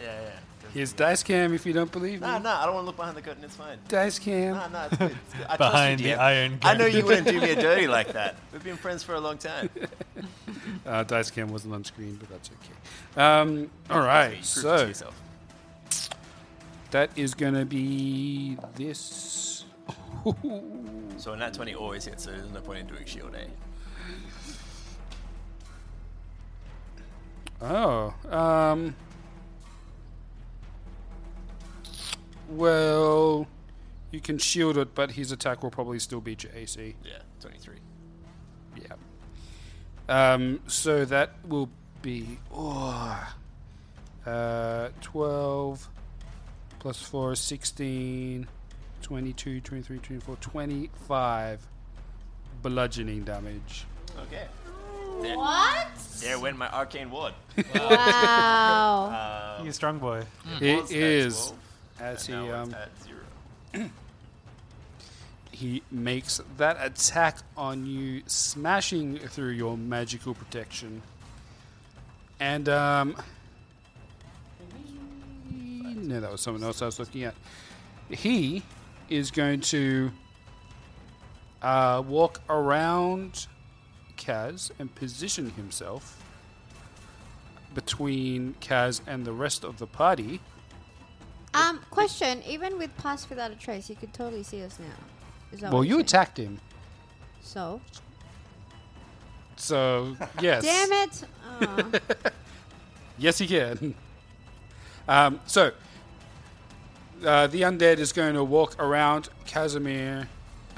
D: Yeah, yeah.
B: Here's dice cam if you don't believe me.
D: Nah, nah, I don't want to look behind the curtain. It's fine.
B: Dice cam.
D: Nah, nah, it's good. It's good. I
E: Behind
D: trust you,
E: the
D: DM.
E: iron
D: I know
E: curtain.
D: you wouldn't do me a dirty like that. We've been friends for a long time.
B: Uh, dice cam wasn't on screen, but that's okay. Um, all right, so that is going to be this.
D: So a nat 20 always hits, oh, so there's no point in doing shield, eh?
B: Oh, um, well, you can shield it, but his attack will probably still beat your AC.
D: Yeah, 23.
B: Yeah. Um, so that will be oh, uh, 12 plus 4 is 16, 22, 23, 24, 25 bludgeoning damage.
D: Okay. There,
C: What?
D: there went my arcane ward.
C: Wow.
E: You strong boy.
B: It is
D: 12,
B: as he
D: now it's
B: um,
D: at zero.
B: he makes that attack on you, smashing through your magical protection. And um, no, that was someone else I was looking at. He is going to uh, walk around Kaz and position himself between Kaz and the rest of the party.
C: Um. Question. Even with pass without a trace, you could totally see us now. Is that
B: Well,
C: what you're
B: you
C: saying?
B: attacked him,
C: So.
B: so yes.
C: Damn it. Oh.
B: Yes, he can. *laughs* Um, so, uh, the undead is going to walk around Casimir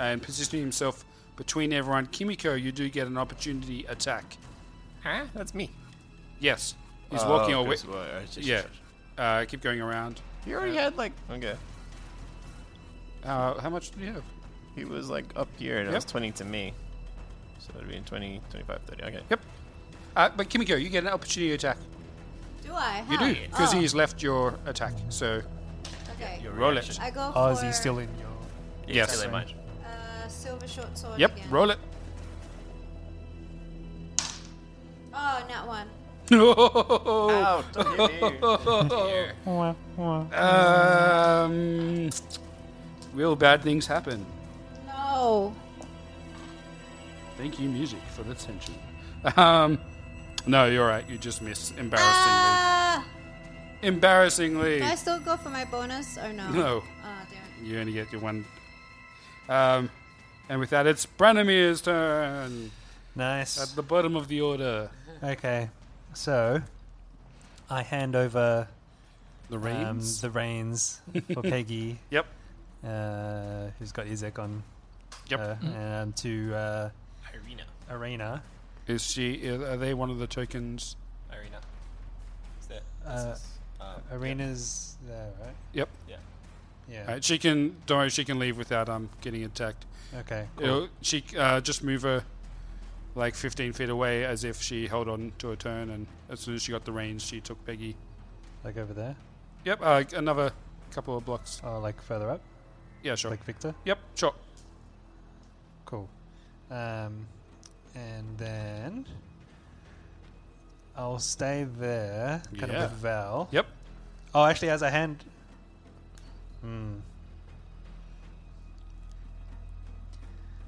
B: and position himself between everyone. Kimiko, you do get an opportunity attack.
D: Huh? That's me.
B: Yes, he's walking
D: Oh,
B: away.
D: Chris, well, I just-
B: Yeah, uh, keep going around.
D: You already had like. Okay.
B: Uh, how much do you have?
D: He was like up here, and it was
B: Yep.
D: 20 to me. So it'd be 20, 25, 30. Okay.
B: Yep. Uh, but Kimiko, you get an opportunity attack.
C: do I?
B: You
C: How?
B: do because
C: Oh,
B: he's left your attack. So
C: Okay.
D: Your
B: Roll it.
D: reaction.
C: I go
E: Oh,
C: for.
E: is he still in your.
D: Yeah,
B: Yes.
D: it's really much.
C: Uh, silver short sword.
B: Yep,
C: again.
B: roll it. *laughs*
C: Oh, not one.
D: *laughs* Ow, don't hit me.
B: um, real bad things happen.
C: No.
B: Thank you, music, for the tension. Um, no, you're right. You just miss embarrassingly.
C: Ah!
B: embarrassingly.
C: Can I still go for my bonus or no?
B: No.
C: Oh, damn it.
B: You only get your one. Um, and with that, it's Branimir's turn at
E: Nice.
B: the bottom of the order.
E: Okay. So, I hand over
B: The
E: um,
B: reins.
E: the reins
B: *laughs*
E: for Peggy,
B: yep.
E: uh, who's got Izek on
B: Yep.
E: her, and to uh,
D: Mm. Irina.
E: Arena.
B: Is she? Are they one of the tokens?
D: Irina. Is that?
E: Uh,
D: this is- um, yeah,
E: Arena's there, right?
B: Yep.
D: Yeah.
E: Yeah.
B: Alright, she can. Don't worry. She can leave without um getting attacked.
E: Okay. Cool.
B: It'll- She uh, just move her like 15 feet away, as if she held on to a turn, and as soon as she got the reins, she took Peggy.
E: Like over there?
B: Yep. Uh, another couple of blocks.
E: Or like further up?
B: Yeah. Sure.
E: Like Victor?
B: yep. Sure.
E: Cool. Um, and then I'll stay there, kind
B: Yeah.
E: of with Val.
B: Yep.
E: Oh, actually, as a hand. Hmm.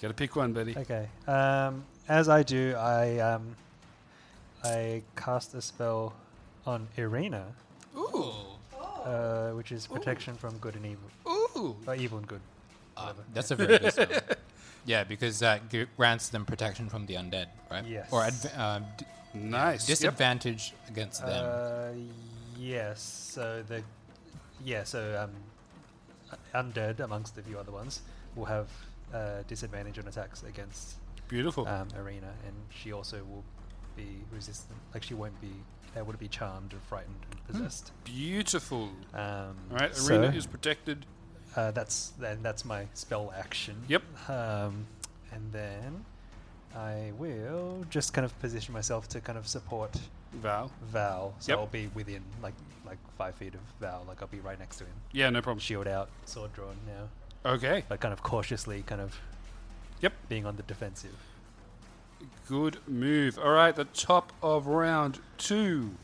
B: Gotta pick one, buddy.
E: okay. Um, as I do, I um, I cast a spell on Irina,
A: Ooh.
E: uh, which is protection from good and evil,
B: Ooh.
E: or evil and good.
A: Uh, that's a very good spell. *laughs* Yeah, because that g- grants them protection from the undead, right? Or
E: Yes.
A: adv- uh, d-
B: Nice. Yep.
A: disadvantage against them.
E: Uh, yes. So the yeah. So um, undead amongst the few other ones will have uh, disadvantage on attacks against
B: Beautiful.
E: um, Arena, and she also will be resistant. Like she won't be able to be charmed and frightened and possessed.
B: Beautiful.
E: Um,
B: Hmm. All right.
E: so,
B: Arena is protected.
E: Uh, that's then. That's my spell action.
B: Yep.
E: Um, and then I will just kind of position myself to kind of support
B: Val.
E: Val, so
B: Yep.
E: I'll be within like like five feet of Val, like I'll be right next to him.
B: Yeah. No problem.
E: Shield out, sword drawn now,
B: Okay.
E: like kind of cautiously, kind of
B: Yep.
E: being on the defensive.
B: Good move. All right, the top of round two.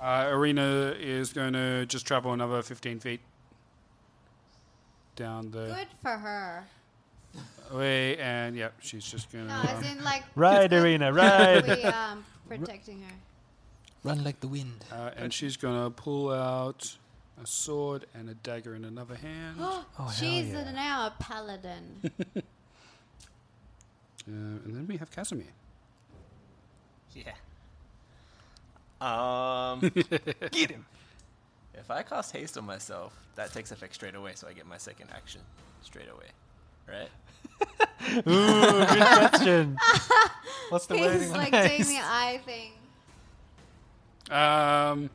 B: Uh, Arena is going to just travel another 15 feet down the
C: Good for her.
B: way, and yep, she's just going
C: No,
B: to.
C: as in like *laughs*
E: *laughs* Ride,
C: good
E: Arena,
C: that
E: ride.
C: we um protecting
B: *gasps*
C: her.
A: Run like the wind.
B: Uh, and she's going to pull out a sword and a dagger in
C: *gasps*
B: another hand. uh,
E: hell
C: She's
E: yeah.
C: now a paladin.
B: *laughs* and then we have Casimir.
D: *laughs*
B: *laughs*
D: Um, get him. If I cast haste on myself, that takes effect straight away, so I get my second action straight away, right?
E: Question. What's the
C: He's
B: *laughs*
E: wording?
C: like doing the eye thing.
B: Um,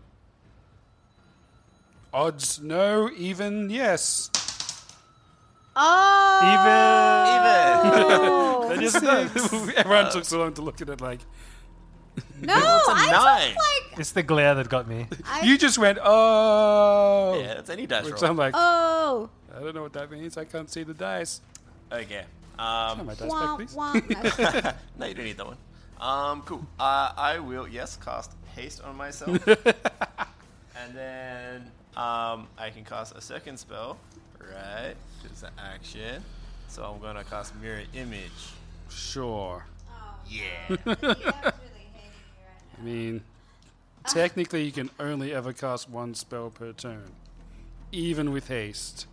B: odds no, even yes. *laughs*
C: Oh,
E: Even.
D: Even
C: *laughs*
B: Everyone took so long to look at it like.
C: no, I
D: nine.
C: just like
E: It's the glare that got me.
C: I,
B: You just went, oh.
D: yeah, that's any dice
B: Which
D: roll.
B: I'm like,
C: oh.
B: I don't know what that means. I can't see the dice.
D: Okay.
B: Turn
D: Um,
B: my dice back,
C: Wah,
B: please.
C: wah.
B: *laughs*
C: That's-
D: no, you don't need that one. Um, cool. Uh, I will yes cast haste on myself, and then um, I can cast a second spell, right? It's an action, so I'm gonna cast mirror image.
B: Sure.
D: Yeah.
C: Leo's really hating me right now.
B: I mean,
C: Ah.
B: Technically, you can only ever cast one spell per turn, even with haste.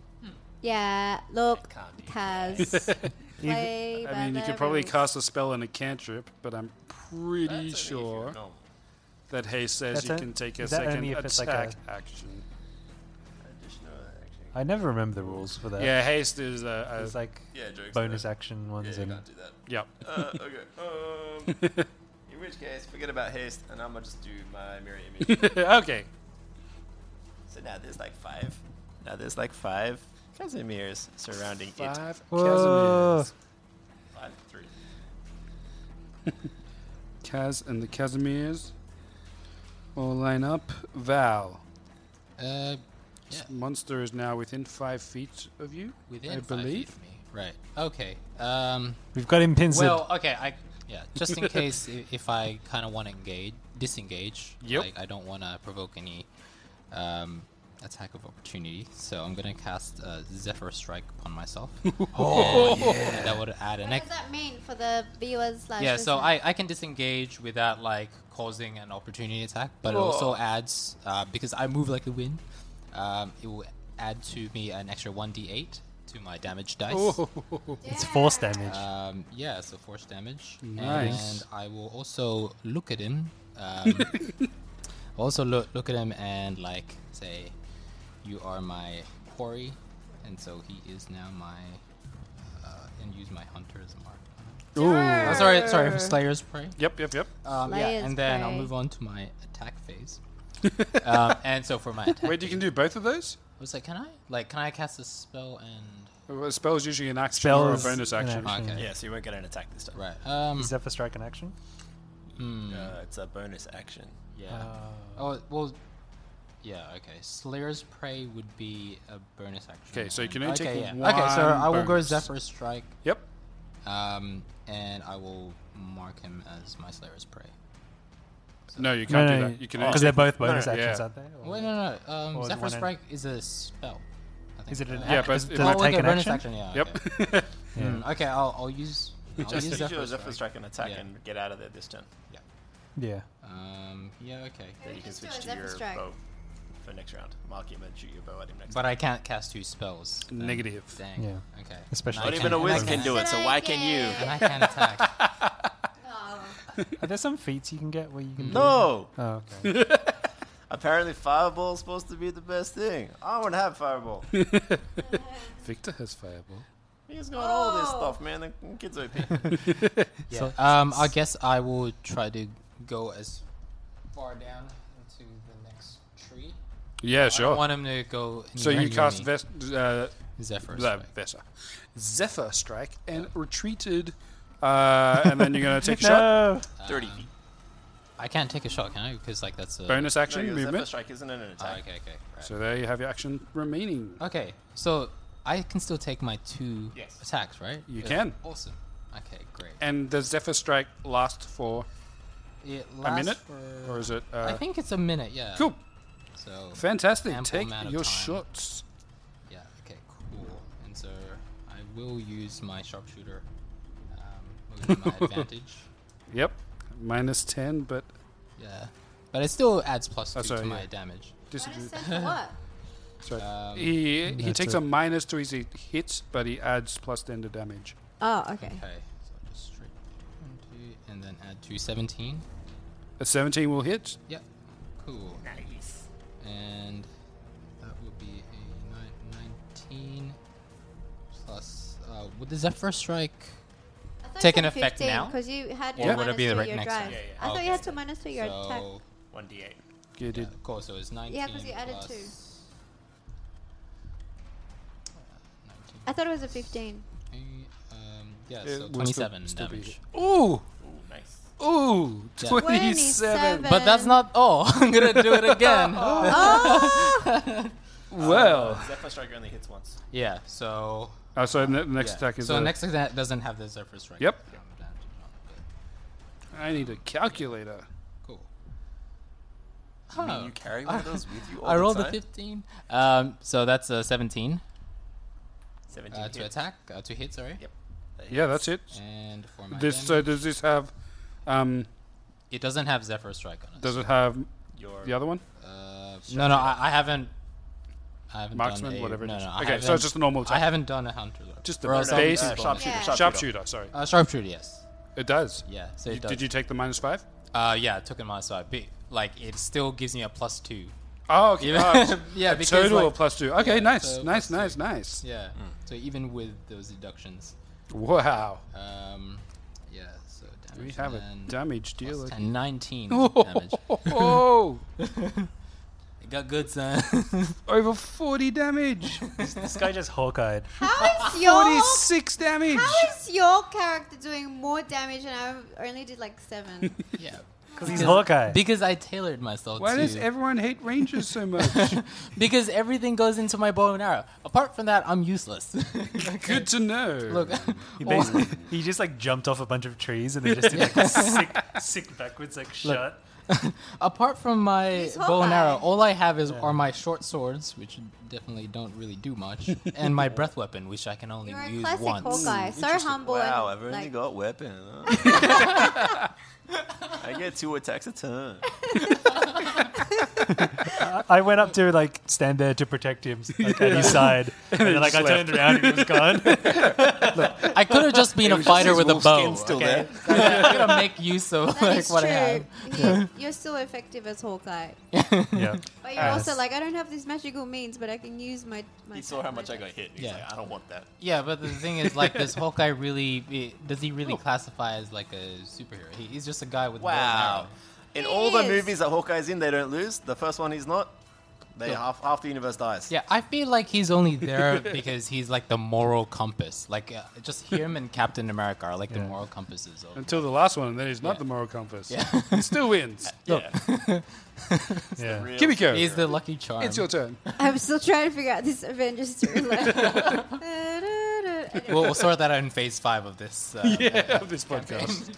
C: Yeah, look, Kaz.
B: *laughs*
C: play
B: I
C: by
B: mean, you
C: the
B: could probably
C: rules.
B: cast a spell in a cantrip, but I'm pretty sure
D: No,
B: that haste says
E: That's
B: you
E: on-
B: can take a
E: is that
B: second
E: only if it's
B: attack
E: like a-
B: action.
D: additional action.
E: I never remember the rules for that.
B: Yeah, haste is uh, a.
E: There's
B: a
E: like
D: Yeah, jokes.
E: bonus
D: action.
E: action ones
D: Yeah, you
E: and
D: can't do that.
B: yep. *laughs*
D: Uh, okay. Um, in which case, forget about haste, and I'm gonna just do my mirror image.
B: okay.
D: so now there's like five. Now there's like five Casimirs surrounding it.
B: Five
E: Whoa.
B: Casimirs.
D: Five, three.
B: Kaz and the Casimirs all line up. Val.
A: Uh, yeah,
B: Monster is now within five feet of you.
A: within
B: I
A: five
B: believe.
A: feet of me. Right. Okay. Um.
E: we've got him pincered.
A: Well, okay. I yeah. Just in case i- if I kind of want to engage, disengage.
B: Yep.
A: Like I don't want to provoke any um, attack of opportunity, so I'm gonna cast uh, Zephyr Strike upon
B: *laughs*
A: myself. *laughs* oh yeah. That would add an
C: What does
A: extra.
C: that mean for the viewers? Slash
A: Yeah, so
C: listeners?
A: I, I can disengage without like causing an opportunity attack, but it also adds uh, because I move like the wind. Um, it will add to me an extra one d8 to my damage dice.
E: it's force damage.
A: Um, yeah, so force damage.
B: Nice.
A: And I will also look at him.
B: *laughs*
A: Um, also look look at him and like say, you are my quarry, and so he is now my uh, and use my hunter as a mark. Oh, sorry, sorry for Slayer's prey.
B: Yep, yep, yep.
A: Um, yeah,
C: Slayer's
A: and then I'll
C: prey.
A: move on to my attack
B: *laughs*
A: phase. um, and so for my attack,
B: Wait, you can do both of those?
A: I was like, can I like can I cast a spell and
B: Well, a spell is usually an action
E: Spells
B: or a bonus
E: an
B: action.
E: action.
A: okay
D: Yeah, so you won't get an attack this time.
A: right um
E: Zephyr strike an action.
D: Uh, it's a bonus action.
A: Yeah. oh well. Yeah. Okay. Slayer's prey would be a bonus action.
B: Okay, so you can
A: and-
B: only
A: okay,
B: take
A: yeah. Okay, so
B: one
A: I will go
B: bonus.
A: Zephyr Strike,
B: Yep.
A: um, and I will mark him as my Slayer's prey.
B: No, you can't do
E: No, no, Oh.
B: that. You can only
E: because
B: take-
E: they're both bonus
B: no,
E: actions,
B: yeah.
E: aren't they? Or-
A: Wait, no, no. Um,
B: Oh,
E: Or is
A: Zephyr
E: one an-
A: Strike is a spell. I think.
E: Is it an
A: Uh,
E: act-
B: but
E: does,
B: it-
E: does
A: oh,
E: it
A: okay,
E: take an
A: bonus
E: action?
A: action. Yeah.
B: Yep. *laughs*
A: Okay.
E: *laughs*
A: Mm, okay. I'll I'll use.
B: Oh,
A: I'll
D: Just
A: use
D: use
A: Zephyr
D: your Zephyr
A: Strike.
D: Strike and attack
A: Yeah.
D: and get out of there this turn.
E: Yeah.
A: Um. Yeah. Okay.
C: Maybe
D: Then you can
C: just do
D: switch
C: a
D: to
C: Zephyr
D: your
C: strike.
D: bow for next round. Mark him and shoot your bow at him next.
A: But
D: time.
A: I can't cast two spells. then.
B: Negative.
A: Dang.
E: Yeah.
A: Okay.
E: Especially
A: And I
E: I
D: not even
A: can-
D: a
A: and I
D: whiz
A: can-
D: can do it. So
C: Said I
D: why can you?
C: did.
A: And I can attack.
E: Are there some feats you can get where you can? do-
D: No.
E: Oh, okay.
D: Apparently, fireball's supposed to be the best thing. I want to have
A: *laughs*
D: fireball.
B: Victor has fireball.
D: He's got all this
C: Oh.
D: stuff, man. The kids
A: *laughs*
D: are people.
A: Yeah. Um, I guess I will try to go as far down into the next tree.
B: Yeah, sure.
A: I want him to go.
B: so you
A: anywhere near
B: cast Ves- uh,
A: me. Zephyr.
B: blah,
A: Strike.
B: Vesa. Zephyr Strike and retreated. Uh, and then you're going
A: *laughs*
B: to take a shot.
E: No.
D: Thirty feet.
A: I can't take a shot, can I? Because like that's a.
B: Bonus
D: No,
B: action,
D: your Zephyr
B: movement.
D: strike isn't an
A: Ah,
D: attack.
A: okay. Okay. Right.
B: So there you have your action remaining.
A: okay. So I can still take my two
D: Yes.
A: attacks, right?
B: You
A: Yeah.
B: can.
A: Awesome. Okay. Great.
B: And the Zephyr Strike lasts for
A: It
B: a
A: lasts
B: minute?
A: for-
B: Or is it. Uh,
A: I think it's a minute. Yeah.
B: Cool.
A: So.
B: Fantastic.
A: Ample
B: Take
A: amount of
B: your
A: time.
B: shots.
A: Yeah, okay, cool. And so I will use my sharpshooter um, with
B: *laughs*
A: my advantage.
B: Yep. Minus 10, but
A: Yeah. But it still adds plus two
B: Oh, sorry,
A: to my
B: yeah.
A: damage.
B: disadvantage.
C: Bonus for what?
B: Sorry.
A: Um,
B: he he
E: That's
B: takes
E: a-
B: a minus to his hits, but he adds plus 10 to damage.
C: Oh, okay.
A: Okay, so just straight 20 and then add to 17.
B: A 17 will hit.
A: Yep, cool. Nice. And that will be a nine, 19 plus. Uh, would the Zephyr Strike.
C: I thought you
A: Take an
C: said
A: effect
C: 15,
A: now?
C: Because you had
A: Or
C: your
A: would it
C: minus
A: be the
C: three
A: right
C: your
A: next
C: drive.
A: one? Yeah, yeah.
C: I thought
A: Okay.
C: you had to minus three your attack.
A: So.
D: One d eight.
B: Get it.
A: Of course, so it's 19.
C: Yeah, 'cause you added
A: plus-
C: two.
A: 19
C: I thought it was a 15.
A: Um, yeah,
B: It
A: so
B: will still-
A: 27
B: still be
A: damage.
B: Ooh,
D: Ooh, nice.
B: ooh,
A: Yeah.
B: 27.
A: But that's not all. *laughs* I'm going to do it
C: *laughs*
A: again.
C: Oh.
B: Well.
D: Zephyr strike only hits once.
A: Yeah, so.
B: Oh, so the next
A: yeah.
B: attack is
A: so
B: a-
A: next attack doesn't have the Zephyr Strike.
B: Yep.
A: Um, damage on it, but
B: I need a calculator.
A: Cool.
D: You mean
A: Oh.
D: you carry one of those with
A: *laughs*
D: you all
A: I
D: the
A: rolled a
D: time?
A: 15. Um, so that's a 17
D: Seventeen
A: uh, to
D: hits.
A: attack. Uh, to hit, sorry.
D: Yep. That
B: Yeah,
D: hits.
B: that's it.
A: And for my
B: This
A: damage-
B: so does this have um
A: it doesn't have Zephyr Strike on it.
B: does it have
D: your
B: The other one?
A: Uh, no, no, I, I haven't. I haven't
B: Marksman,
A: done a,
B: whatever it
A: No,
B: is.
A: no, I
B: Okay, so it's
A: haven't-
B: just a
A: I
B: normal attack.
A: haven't done a hunter though.
B: Just the
A: Or else I'll
B: base-
A: be
B: Uh,
A: bonus.
D: sharpshooter.
C: Yeah.
D: Sharpshooter.
B: Sharpshooter, sorry.
A: Uh, sharpshooter, yes.
B: It does.
A: Yeah. So it
B: You-
A: does.
B: Did you take the minus five?
A: Uh, yeah, I took it minus five. But, like, it still gives me a plus two. *laughs*
B: Oh, okay.
A: Even-
B: Oh,
A: yeah,
B: a
A: because,
B: total
A: like-
B: of plus two. Okay, nice,
A: so
B: nice, nice, nice.
A: Yeah. So even with those deductions,
B: Wow,
A: um, yeah. So damage.
B: we have a
A: then
B: damage
A: plus
B: dealer.
A: 10, *laughs* 19 damage.
B: Oh,
A: It got good, son. *laughs*
B: over forty damage.
E: This guy just Hawkeyed.
C: How is your
B: Forty-six damage.
C: how is your character doing more damage and I only did like seven?
A: yeah.
E: Because he's Hawkeye.
A: Because I tailored myself
B: Why
A: to.
B: does everyone hate rangers so much?
A: *laughs* because everything goes into my bow and arrow. Apart from that, I'm useless. *laughs*
B: Good to know.
A: Look,
E: He basically he just like jumped off a bunch of trees and they just did like a sick, sick backwards like shot.
A: apart from my
C: He's
A: bow and
C: Hawkeye.
A: arrow, all I have is are my short swords, which definitely don't really do
B: *laughs*
A: much, and my breath weapon, which I can only
C: You're a
A: use
C: classic
A: once.
C: Hawkeye, so
D: Hmm. Interesting.
C: humble.
D: Wow,
C: and,
D: I've only
C: like,
D: got weapon.
A: *laughs*
D: huh? I get two attacks a turn.
E: I went up to like stand there to protect him like, at his side, *laughs* and then like I
B: just
E: turned around and he was gone.
A: I could have just been a fighter with a bow.
D: still
A: okay?
D: there. *laughs*
A: I'm gonna make use of
C: that
A: like
C: is
A: what I
C: true.
A: have.
C: You- *laughs* You're still effective as Hawkeye,
E: *laughs* yeah, *laughs*
C: but you're
E: Yes.
C: also like I don't have these magical means, but I can use my. my
D: He saw how much I got hit. and He's
A: Yeah.
D: like, I don't want that.
A: Yeah, but the thing is, like,
B: *laughs*
A: does Hawkeye really? i- Does he really classify as like a superhero? He, he's just a guy with a bow and
D: Wow.
A: arrow.
D: In
C: He
D: all the
C: is.
D: movies that Hawkeye's in, they don't lose. The first one he's not. They
A: Look.
D: half half the universe dies.
A: Yeah, I feel like he's only
B: *laughs*
A: there because he's like the moral compass. Like, uh, just him and Captain America are like the moral compasses. Of,
B: Until the last one, and then he's not
A: Yeah.
B: the moral compass. *laughs* He still wins.
E: yeah.
D: Real.
B: Kimiko,
A: he's the lucky charm.
B: it's your turn. *laughs*
C: I'm still trying to figure out this
D: *laughs*
C: Avengers storyline. *laughs* Da-da-da.
A: We'll, we'll sort that out in phase five of this. Uh,
B: *laughs* yeah, of this podcast.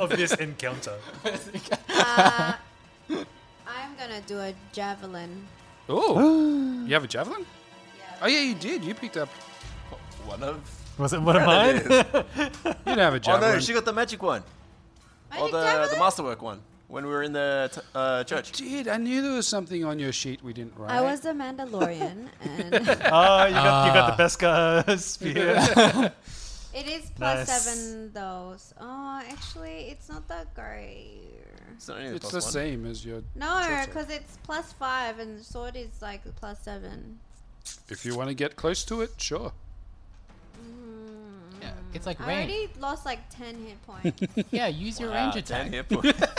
E: of this encounter.
C: Uh, I'm gonna do a javelin.
B: Oh, *gasps* you have a javelin?
C: Yeah.
B: Oh yeah, you did. You picked up.
D: One of.
E: Was it one of mine?
B: You didn't have a
D: Oh
B: javelin.
D: no, she got the magic one. Or
C: Magic
D: Oh, the,
C: javelin?
D: the masterwork one. When we were in the t- uh, church.
B: Did I knew there was something on your sheet we didn't write?
C: I was a Mandalorian,
D: *laughs*
C: and *laughs*
E: Oh, you got you got the best uh, *laughs* spear.
C: it is plus
E: Nice.
C: seven though. s- Oh, actually, it's not that great.
D: It's, not really
B: It's
D: plus
B: the
D: one.
B: same as your.
C: No,
B: Short sword.
C: because it's plus five, and sword is like plus seven.
B: If you want to get close to it, sure.
A: yeah, it's like
C: Mm, I
A: range.
C: already lost like ten hit points.
A: Yeah, use your
D: Wow,
A: range
D: 10
A: attack.
D: hit
A: *laughs*
D: points.
C: what?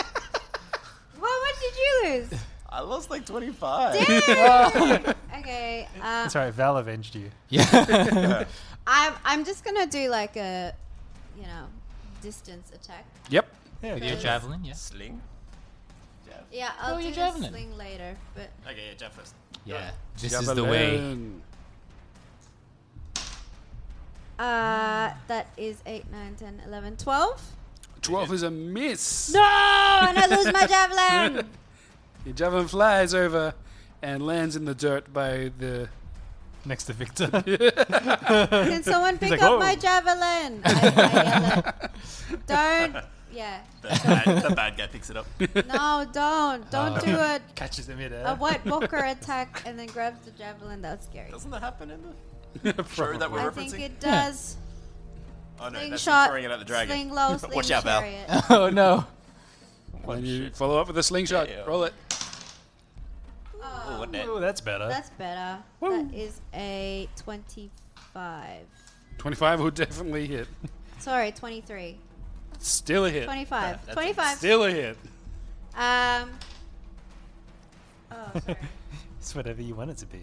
C: What did you lose? *laughs*
D: I lost like 25.
C: Okay. Uh,
E: That's right. Val avenged you.
B: *laughs*
C: I'm I'm just gonna do like a, you know, distance attack.
B: Yep.
E: Yeah,
A: Your javelin, yeah.
D: Sling? Jav.
C: Yeah, I'll
A: Oh,
C: do
A: you're
C: the
A: javelin.
C: sling later, but
D: Okay, yeah, Jav first.
A: Yeah, this is the way.
B: Javelin.
C: Uh, that is 8, 9, 10, 11, *laughs* 12.
B: 12 is a miss.
C: No! Oh, And I lose my javelin!
B: The javelin flies over and lands in the dirt by the.
E: next to *laughs* Victor.
C: *laughs* Can someone pick
E: like,
C: up
E: "Whoa."
C: my *laughs* javelin? I, I yell it. Don't. Yeah.
D: The bad, the bad guy picks it *laughs* up.
C: No, *laughs* don't. Don't do a,
E: Catches
C: *laughs*
E: him
C: a
E: midair.
C: white walker attack and then grabs the javelin. That's scary.
D: Doesn't that
A: *laughs*
D: happen in the show that we're
C: I
D: referencing?
C: think it does.
D: oh no,
C: Sling
D: that's
C: shot,
D: throwing it at the dragon.
C: sling low, sling
D: *laughs* Watch out, Val.
C: chariot.
A: oh no.
B: And you follow up with a slingshot.
D: Yeah.
B: Roll it.
D: Oh, what net?
E: Oh, that's better.
C: That's better. That is a 25.
B: 25 will definitely hit.
C: Sorry, 23.
B: Still a hit.
C: 25.
D: That's a
C: 25.
B: Still a hit.
C: Um. Oh, sorry.
E: it's whatever you want it to be.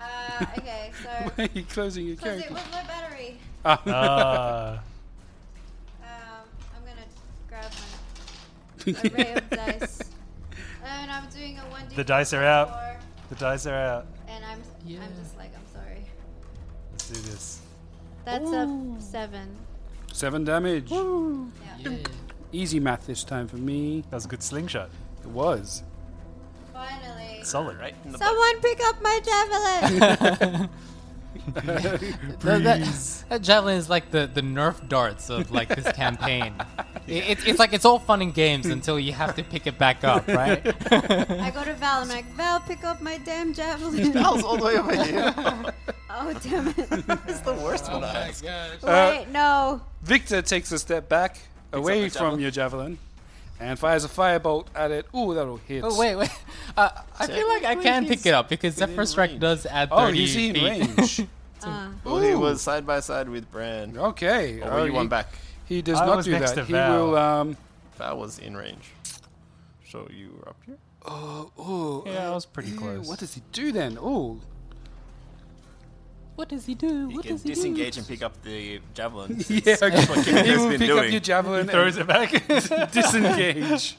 C: uh, okay, so.
B: Why are you closing your
C: Because it
B: character?
C: was my battery.
B: *laughs*
E: Ah, *laughs*
C: Um, I'm gonna grab my array
B: *laughs*
C: of dice. And I'm doing a 1D.
E: The dice are out. the dice are out.
C: And I'm, I'm just like, I'm sorry.
E: Let's do this.
C: That's a 7.
B: Seven damage. Easy math this time for me.
E: That was a good slingshot.
B: It was.
C: Finally.
E: Solid.
D: Right in the butt.
C: Someone pick up my
A: *laughs*
C: javelin!
A: That, that- that javelin is like the, the Nerf darts of like this campaign. It, it's like it's all fun and games until you have to pick it back up, right?
D: *laughs*
C: I go to Val. I'm like, Val, pick up my damn javelin.
D: *laughs* *laughs* Val's all the way over here.
C: oh damn it! *laughs*
D: It's the worst one I ask.
C: Wait, no.
B: Victor takes a step back away
D: the
B: from
D: javelin.
B: your javelin and fires a firebolt at it. Ooh, that'll hit.
A: Oh wait, wait. Uh, I feel like I can pick it up because Zephyr Strike
D: range.
A: does add thirty
B: Oh, he's in
A: feet.
B: *laughs* range.
D: Well, he was side by side with Bran. Oh,
B: Okay.
D: were
B: oh, he,
D: you one back?
B: He does
E: I
B: not
E: was
B: do
E: next
B: that.
E: to
B: He
E: Val.
B: will. Um,
D: Val was in range. So you were up here?
B: ooh,
E: Yeah, I was pretty
B: ooh,
E: close.
B: what does he do then? Ooh,
A: What does he do?
D: He
A: what
D: can
A: does he
D: disengage and pick up the javelin.
A: *laughs*
D: since
B: *laughs* yeah.
D: that's what Kingdom
B: he
D: has
B: will
D: been
B: pick up
D: doing.
B: your javelin
E: Throws it *laughs*
B: *laughs*
E: back.
B: and disengage.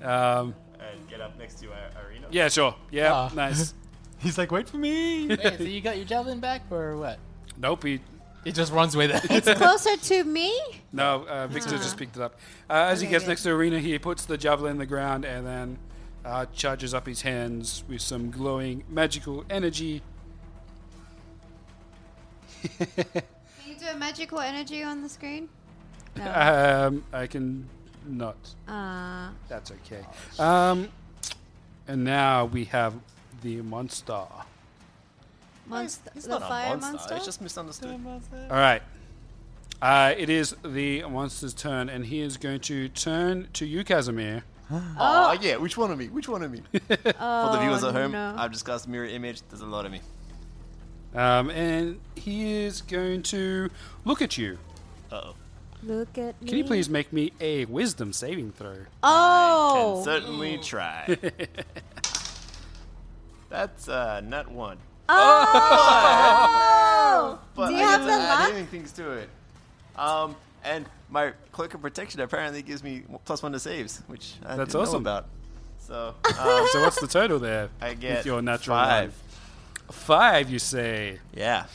B: Um,
D: and get up next to our arena.
B: yeah, sure. Yeah,
A: Ah.
B: nice.
E: He's like, wait for me.
A: do? *laughs* Wait, so you got your javelin back or what?
B: Nope. He,
A: It just runs with it. *laughs*
C: It's closer to me.
B: no, uh, Victor
C: *laughs*
B: just picked it up. Uh, as he
C: Okay,
B: gets
C: good.
B: next to Arena, he puts the javelin in the ground and then uh, charges up his hands with some glowing magical energy.
C: Can you do a magical energy on the screen?
B: Um, I can not.
C: Uh,
B: That's okay. Um, and now we have the monster. All
C: monster.
D: He's
C: the Oh.
D: not
C: fire
D: a monster. It's just misunderstood.
B: right. Uh, it is the monster's turn, and he is going to turn to you, Casimir.
D: Oh, yeah. Which one of me? Which one of me? *laughs* For the viewers at home,
C: Oh, no.
D: I've just cast mirror image. There's a lot of me.
B: Um, and he is going to look at you.
D: Uh oh.
C: Look at me.
B: Can you please make me a wisdom saving throw?
D: Can
C: Oh. *laughs*
D: certainly try. That's uh, not one.
C: Oh.
D: But
C: Do you
D: I
C: have
D: get
C: the
D: to add
C: luck?
D: anything things to it. Um, and my cloak of protection apparently gives me plus one to saves, which I
B: That's
D: didn't
B: awesome.
D: know about.
C: *laughs*
D: So um,
B: So what's the total there?
D: I
B: with
D: get
B: your natural
D: five.
B: one? Five, you say.
D: Yeah.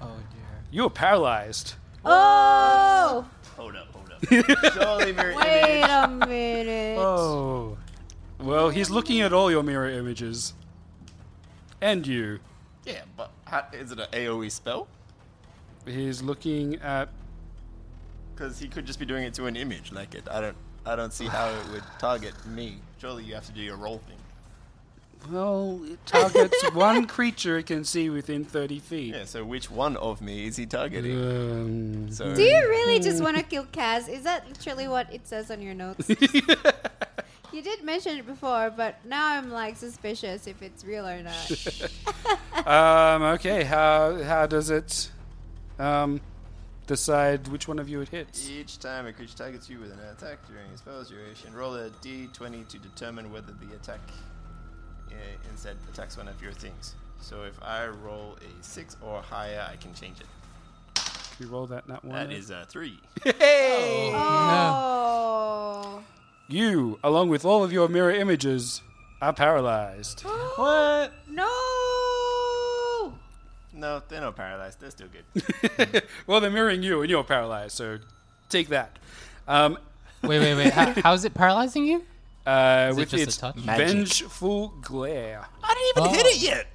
A: oh dear.
B: You are paralyzed.
C: Oh.
D: Hold up, hold up. *laughs* Surely mirror
C: Wait
D: image.
C: a minute.
E: Oh,
B: Well, he's looking at all your mirror images, and you.
D: Yeah, but how, is it an AOE E spell?
B: He's looking at
D: Because he could just be doing it to an image. Like it, I don't, I don't see how it would target me. Surely you have to do your roll thing.
B: Well, it targets one creature it can see within 30 feet.
D: Yeah. So which one of me is he targeting?
B: Um,
D: So
C: Uh, Do you really just want to kill Kaz? Is that literally what it says on your notes? you did mention it before, but now I'm like suspicious if it's real or not.
B: um, okay, how, how does it um, decide which one of you it hits?
D: Each time a creature targets you with an attack during a spell's duration, roll a d20 to determine whether the attack uh, instead attacks one of your things. So if I roll a 6 or higher, I can change it.
B: You roll that nat one.
D: That is a 3.
C: Oh.
B: You, along with all of your mirror images, are paralyzed.
E: what?
C: No.
D: No, they're not paralyzed. They're still good.
B: well, they're mirroring you, and you're paralyzed, so take that. Um,
A: Wait, wait, wait. How, how is it paralyzing you?
B: uh,
A: it
B: with
A: just a
B: its
A: touch? Magic.
B: vengeful glare.
D: I didn't even
A: Oh.
D: hit it yet.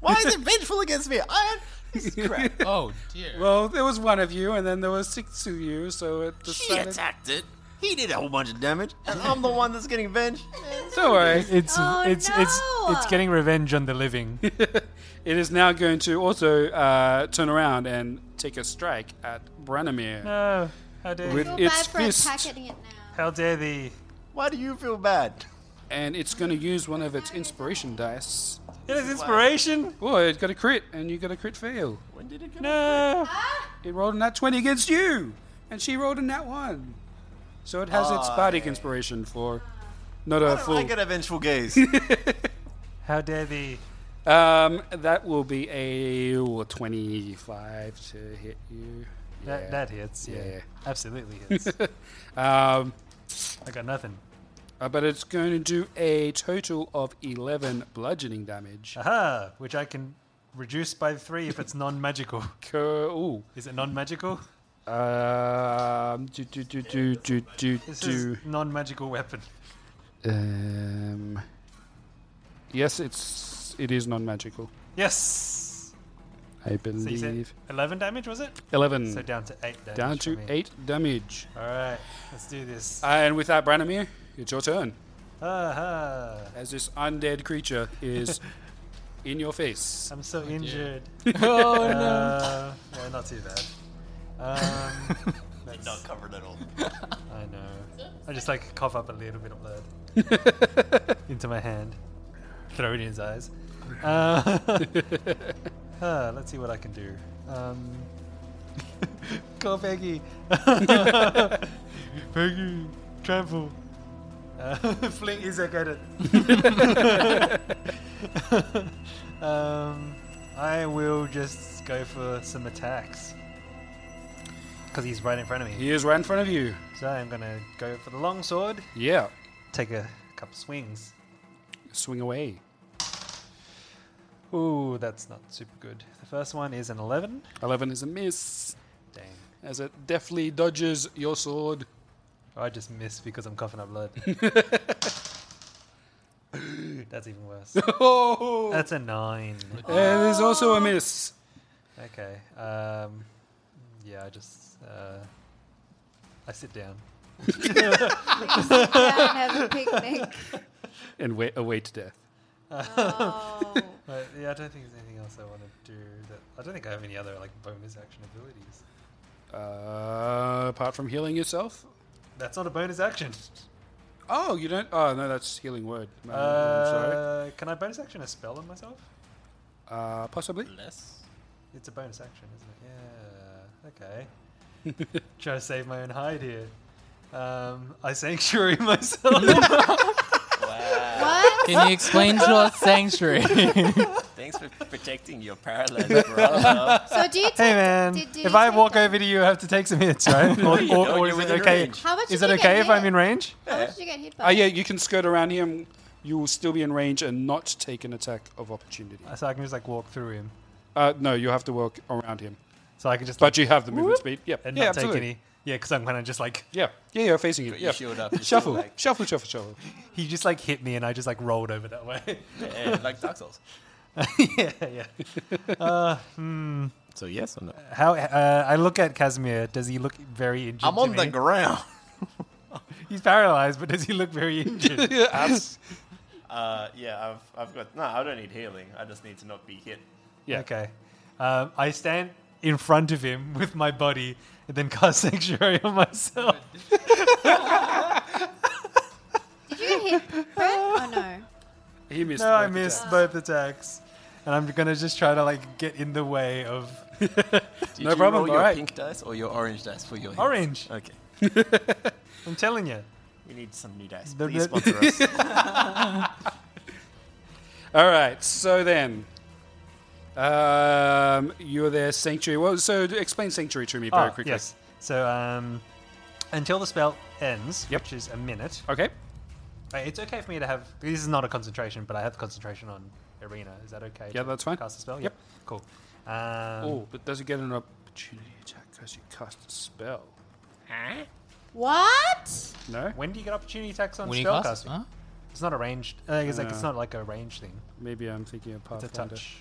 D: Why is it vengeful against me? I this is crap.
A: Oh dear.
B: Well, there was one of you, and then there was six of you, so it
D: She
B: decided.
D: attacked it. He did a whole bunch of damage, and I'm the one that's getting venged.
B: Don't worry.
E: It's
C: Oh,
E: it's it's
C: no.
E: it's getting revenge on the living.
B: *laughs* It is now going to also uh, turn around and take a strike at Branimir.
E: no, Uh, how dare
B: With-
E: you?
C: Feel
B: It's
C: bad for
B: fist.
C: attacking it now.
E: How dare thee?
D: Why do you feel bad?
B: And it's going to use one of its inspiration dice.
E: It is inspiration.
B: Oh, it got a crit, and you got a crit fail.
D: When did it come?
B: Ah.
E: No.
B: It rolled a nat 20 against you, and she rolled a nat 1. So it has its
D: Ah,
B: bardic inspiration for not a
D: I don't
B: full.
D: like a vengeful gaze.
E: How dare thee?
B: Um, that will be a ooh, 25 to hit you.
E: That
B: Yeah.
E: that hits. Yeah,
B: Yeah. *laughs*
E: absolutely hits.
B: Um,
E: I got nothing.
B: uh, but it's going to do a total of 11 bludgeoning damage.
E: Aha! Which I can reduce by three if it's non-magical. *laughs*
B: Co- ooh.
E: Is it non-magical?
B: Um, do do do do do do
E: This
B: do.
E: is non-magical weapon.
B: Um, yes, it's it is non-magical.
E: Yes.
B: I
E: So you said
B: believe.
E: 11 damage, was it?
B: 11.
E: So down to 8 damage.
B: Mm. down
E: for
B: to Ah.
E: me.
B: 8 damage. Uh,
E: Alright, let's do this.
B: and with that, Branimir, it's your turn.
E: Aha.
B: As this undead creature is in your face.
E: I'm so injured.
A: *laughs* Oh no.
E: Uh, well, not too bad. Um, that's-
D: Not covered at all.
E: I know. I just like cough up a little bit of blood into my hand, throw it in his eyes. Uh, *laughs* uh, let's see what I can do. Um, *laughs* go, Peggy. Peggy, trample. Uh, *laughs* fling Izek at it. um, I will just go for some attacks. Because he's right in front of me.
B: He is right in front of you.
E: So I'm gonna go for the long sword.
B: Yeah.
E: Take a couple swings.
B: Swing away.
E: Ooh, that's not super good. The first one is an 11.
B: 11 is a miss.
E: Dang.
B: As it deftly dodges your sword.
E: I just missed because I'm coughing
B: *laughs*
E: up blood. *laughs* that's even
B: *laughs*
E: worse.
B: Oh!
E: That's a nine.
B: And there's also a miss.
E: Okay. Um, yeah, I just uh, I sit down.
C: Down, have a picnic.
B: And wait, await death.
C: Oh.
E: But, yeah, I don't think there's anything else I want to do. That I don't think I have any other like bonus action abilities.
B: Uh, apart from healing yourself?
E: That's not a bonus action.
B: Oh, you don't? Oh, no, that's healing word. Uh, I'm sorry.
E: Uh, can I bonus action a spell on myself?
B: Uh, possibly.
D: Less.
E: It's a bonus action, isn't it? Yeah. Okay. *laughs* Try to save my own hide here. Um, I sanctuary *laughs* myself.
C: What?
A: Can you
D: *laughs*
A: explain to us sanctuary?
D: Thanks for protecting your paralyzed *laughs* brother.
C: So do you take,
E: hey man,
C: did- do you
E: if I
C: take
E: walk
C: the-
E: over to you, I have to take some hits, *laughs* right? or
D: you
E: or-
D: don't,
E: or
D: you're
E: is it
D: within
E: okay?
D: range.
C: How much
E: Is
C: did
E: it
C: you get
E: okay if I'm
C: hit?
E: in range? *laughs*
C: How much did you get hit
D: Oh,
C: by?
B: Uh, yeah, you can skirt around him. You will still be in range and not take an attack of opportunity.
E: Uh, So I can just like walk through him.
B: Uh, no, you have to work around him.
E: So I can just like,
B: But you have the movement speed. Yep.
E: and
B: yeah,
E: not
B: absolutely.
E: take any. Yeah, because I'm kind of just like
B: Yeah, yeah, yeah, facing him.
D: But you
B: Yeah. *laughs*
D: showed up, you
B: Shuffle,
D: feel like-
B: shuffle, shuffle, shuffle.
E: he just like hit me, and I just like rolled over that *laughs* way.
D: yeah, eh, like Dark Souls.
E: yeah, yeah.
D: So yes or no?
E: How uh, I look at Casimir, does he look very injured?
D: I'm
E: to
D: on the
E: me?
D: ground.
E: He's paralyzed, but does he look very
B: *laughs*
E: injured?
D: Uh, yeah, I've, I've got. No, I don't need healing. I just need to not be hit.
B: Yeah.
E: Okay. Um, I stand in front of him with my body and then cast *laughs* Sanctuary on myself.
C: Did you get hit, Brett? Oh no.
B: He missed.
E: No, I
B: both
E: missed
B: attacks.
E: both attacks. And I'm gonna just try to like get in the way of
D: Did
B: No
D: you
B: problem,
D: Roll your
B: alright.
D: pink dice or your orange dice for your
E: *laughs*
D: hits?
E: Orange.
D: Okay.
E: I'm telling you.
D: We need some new dice.
E: The
D: Please
E: red-
D: sponsor us.
B: All right. So then, um, you're there, sanctuary. Well, so d- explain sanctuary to me very
E: Ah,
B: quickly.
E: yes. So um, until the spell ends,
B: Yep.
E: which is a minute.
B: Okay.
E: uh, It's okay for me to have. This is not a concentration, but I have concentration on arena. Is that okay?
B: Yeah,
E: to
B: that's fine.
E: Cast a spell.
B: Yep.
E: Yeah. Cool. Um,
B: oh, but does it get an opportunity attack because you cast a spell?
C: What?
B: No.
E: When do you get opportunity attacks on
A: when you
E: spell
A: cast,
E: casting?
A: huh?
E: It's not a ranged. Uh, it's like it's
B: No.
E: not like a range thing.
B: Maybe I'm thinking of
E: It's a
B: Pathfinder.
E: touch.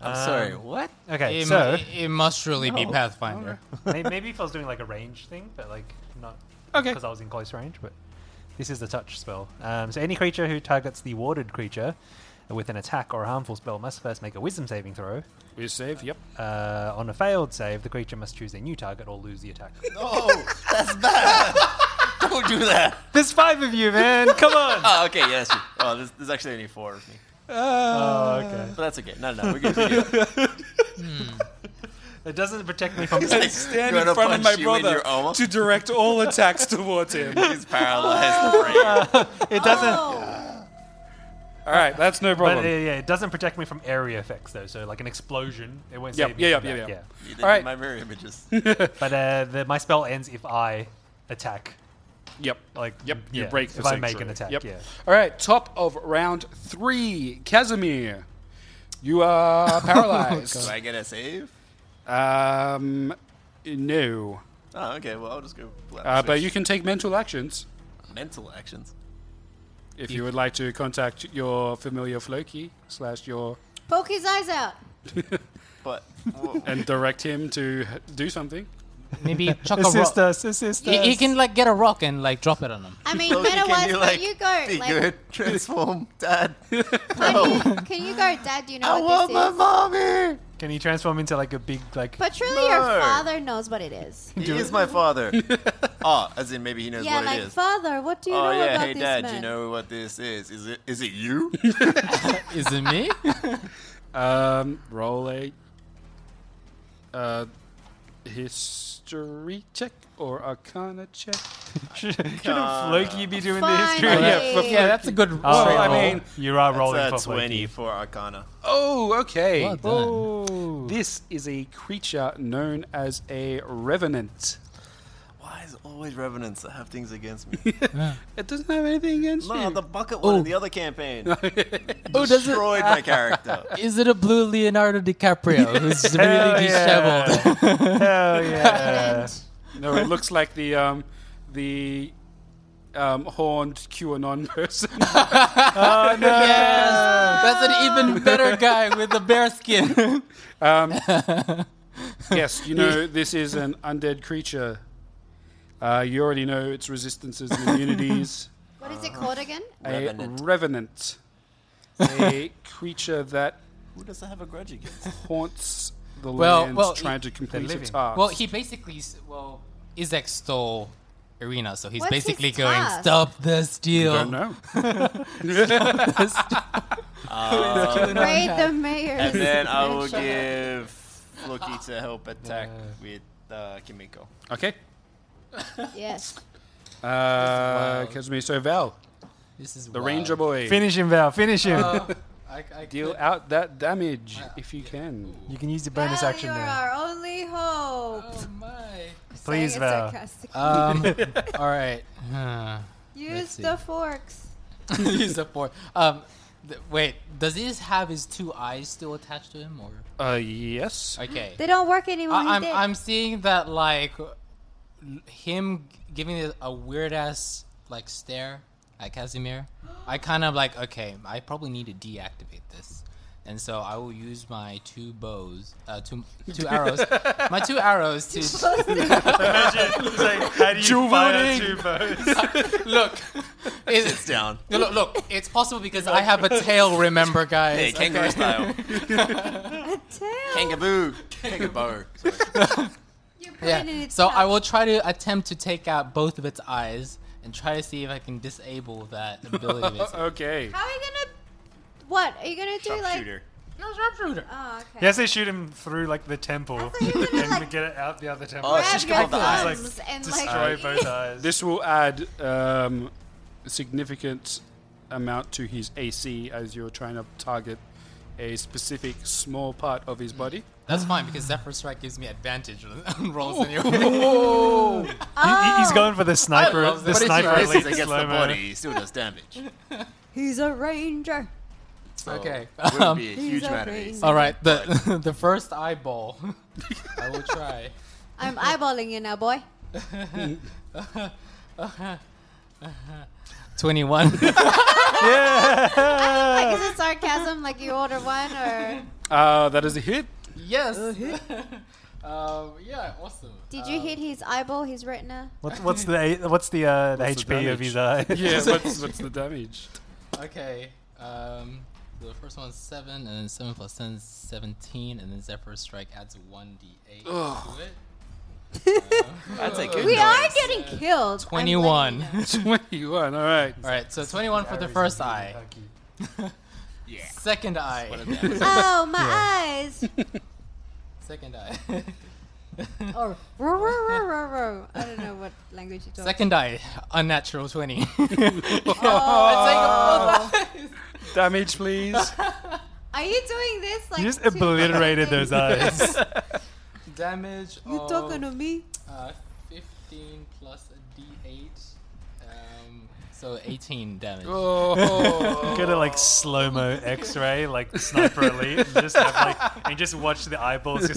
D: I'm
E: Um,
D: sorry. What?
E: Okay,
A: it,
E: so
A: mu- it must really be Pathfinder.
E: may- maybe if I was doing like a range thing, but like not
B: Okay.
E: because I was in close range. But this is the touch spell. Um, so any creature who targets the warded creature with an attack or a harmful spell must first make a Wisdom saving throw.
B: We save.
E: *laughs*
B: Yep.
E: Uh, on a failed save, the creature must choose a new target or lose the attack.
D: Oh, that's bad. *laughs* don't do that.
E: *laughs* There's five of you, man. Come on.
D: Oh, okay. Yes. Yeah, oh, there's, there's actually only four of me,
E: *laughs* oh, okay.
D: but that's okay. No, no,
B: *laughs*
D: we're good. We're good.
E: It doesn't protect me *laughs* from.
B: Stand
D: Gonna
B: in front of
D: punch
B: my
D: you in your
B: brother
D: armor.
B: to direct all attacks towards him.
D: *laughs*
B: *laughs*
D: He's paralyzed. brain.
E: It doesn't.
C: Oh.
B: All right, that's no
E: But uh,
B: problem.
E: yeah, it doesn't protect me from area effects though. So like an explosion, it won't
B: Yep,
E: save me.
B: yeah,
E: from
B: yeah,
E: that,
B: yeah, yeah.
D: You did
B: All right.
D: My
B: *laughs*
D: mirror images.
E: But uh, the, my spell ends if I attack.
B: yep.
E: Like
B: Yep, you
E: yeah,
B: break the
E: if I make an
B: sanctuary.
E: attack.
B: Yep.
E: Yeah.
B: All right, top of round three, Casimir. You
E: *laughs* Oh,
B: are paralyzed.
D: Do I get a save?
B: um, no,
D: Oh, okay. Well, I'll just go.
B: uh, but you can take mental actions
D: mental actions.
B: if you would like to contact your familiar Floki slash your.
C: Poke his eyes out.
B: *laughs*
D: But w-
B: and direct him to do something.
A: Maybe chuck a
E: Assist
G: uh,
A: rock.
E: us, assist
A: He,
E: us.
A: he can like get a rock and like drop it on him.
C: I mean,
D: Loki,
C: meta
D: can
C: wise,
D: you
C: but
D: like
C: you go.
D: be
C: like,
D: good? *laughs* Transform,
B: *laughs*
D: Dad.
C: Honey, can you go, Dad? You know
D: I
C: what
D: want
C: this
D: my
C: is.
D: mommy.
E: Can he transform into like a big like?
C: But truly, your
D: No.
C: father knows what it is.
D: He is my
B: *laughs*
D: father. oh, as in maybe he knows
C: yeah,
D: what
C: like
D: it is.
C: father, what do you
D: oh
C: know
D: yeah,
C: about
D: hey
C: this
D: Dad,
C: man?
D: you
C: *laughs*
D: know what this is? Is it is
B: *laughs*
D: it you?
A: Is it
C: *laughs*
A: me?
B: Um, roll a uh, history check or arcana check.
E: should not Loki be doing the
C: Fine.
E: history?
C: Oh,
E: Yeah.
C: yeah.
A: yeah, that's a good.
E: Oh,
B: Well,
A: straight
B: I
A: roll.
B: mean-
E: you are rolling
D: That's a
E: for Loki.
D: twenty for Arcana.
B: Oh, okay.
A: Well done.
E: Oh,
B: This is a creature known as a revenant.
D: Why is it always revenants that have things against
A: *laughs*
D: me?
B: It doesn't have anything against
D: no,
B: you.
D: the bucket one
A: Ooh.
D: in the other
A: *laughs*
D: campaign
A: oh, does it?
D: destroyed my
A: *laughs*
D: character.
A: Is it a blue Leonardo DiCaprio who's really
E: yeah.
A: disheveled?
E: hell yeah!
B: no, it looks like the um, the um, horned
A: *laughs*
B: QAnon *laughs* person.
E: oh no!
A: Yes, that's an even better guy with the bear skin.
B: yes, you know this is an undead creature. Uh, you already know its resistances and immunities.
A: *laughs*
C: What is it called
D: *laughs*
C: again?
B: a
D: Revenant.
B: revenant, a creature that
D: Who does that have a grudge against?
B: haunts the
A: Well,
B: lands
A: well,
B: trying to
A: he-
B: complete
E: living.
B: its task.
A: well, he basically s- well, Izek stole Arena, so he's
C: What's his
A: basically going
C: task?
A: stop the steal.
B: don't know.
C: Raid the mayor.
A: *laughs*
D: And then
C: *laughs*
D: I will give Loki to help attack with uh,
A: *laughs*
D: Kimiko.
B: Okay,
C: Yes.
B: uh, Kazumi. So Val,
A: This is
B: the
A: wild.
B: Ranger boy,
E: Finish him, Val. Finish him.
C: Oh.
A: I, I
B: deal
A: could-
B: out that damage if you can.
E: you can use your bonus
C: Val,
E: action
C: you're
E: now.
C: our only hope.
A: Oh my.
C: Saying
E: Please,
C: it
E: Val.
C: sarcastically.
A: Um, all right. Huh.
C: Use
A: see.
C: the forks.
A: *laughs* He's a four. Um, th- wait. Does he have his two eyes still attached to him, or
B: Uh, yes.
A: okay?
C: They don't work anymore.
A: I, I'm
C: he did.
A: I'm seeing that like him giving it a weird ass like stare at Casimir. I kind of like okay. I probably need to deactivate this, and so I will use my two bows, uh, two two arrows, my two arrows to
E: How do you fire two *laughs*
A: look. It's,
D: It's down.
A: look, look, it's possible because I have a tail. Remember, guys.
D: Hey,
A: *laughs*
D: kangaroo style.
C: Tell.
D: Kangaroo. Kangaroo.
C: You're
A: Yeah.
C: pointing it
A: So I
C: out.
A: will try to attempt to take out both of its eyes and try to see if I can disable that ability. of its-
B: Uh, Okay.
C: How are you gonna? What are you gonna do? Like,
D: Shooter.
C: oh, okay.
E: He has to shoot him through like the temple
C: thought you were gonna,
E: and
C: like,
E: get it out the other temple.
D: Oh, it's
C: Grab
D: just
C: your
D: called the eyes.
E: Like,
C: thumbs and
E: Destroy
C: like.
E: both eyes.
B: This will add um, significant amount to his AC as you're trying to target a specific small part of his body.
A: That's fine because Zephyr Strike gives me advantage on *laughs* rolls anyway.
E: He- he's going for the
A: I
E: sniper.
A: love
E: The
A: this.
D: But
E: sniper
D: it's
E: elite
D: racist against the
E: slow-mo.
D: body. He still does damage.
A: *laughs*
C: He's a ranger.
D: So
A: Okay. *laughs* Um,
D: It would be a
C: He's
D: huge
C: a
D: amount of
C: ranger.
D: AC.
A: All right. The *laughs* the first eyeball. *laughs* I will try.
C: I'm eyeballing you now, boy.
A: Twenty one. Uh.
C: Like, is it sarcasm? Like you order one or?
B: Uh, that is a hit.
A: yes. *laughs* um, yeah. Awesome.
C: Did you hit his eyeball, his retina?
E: What, what's the a- what's the uh, the
B: What's the
E: HP of
B: damage?
C: *laughs*
E: his
B: *laughs*
E: eye?
A: *laughs*
B: Yeah, what's, what's the damage?
A: Okay. Um, the first one's seven, and then seven plus ten is seventeen, and then Zephyr Strike adds one d eight to it.
D: That's a good
C: We are
D: noise.
C: getting killed. I'm letting you
A: 21.
C: know.
A: *laughs*
B: 21, all right.
A: All right, so 21 for the first eye. *laughs* Second eye.
C: Oh my eyes!
A: *laughs* Second eye. *laughs*
C: Or row, row, row, row, row. I don't know what language you talk.
A: Second eye. Unnatural 20. oh,
B: Damage, *laughs* please.
C: Are you doing this? Like
E: You just
C: to-
E: obliterated those eyes.
A: *laughs* Damage.
C: You talking to me?
A: uh, 15 plus a d8. Um, so 18 damage.
B: Oh,
E: Go to like slow mo X ray, like sniper elite, and just have like and just watch the eyeballs just
C: How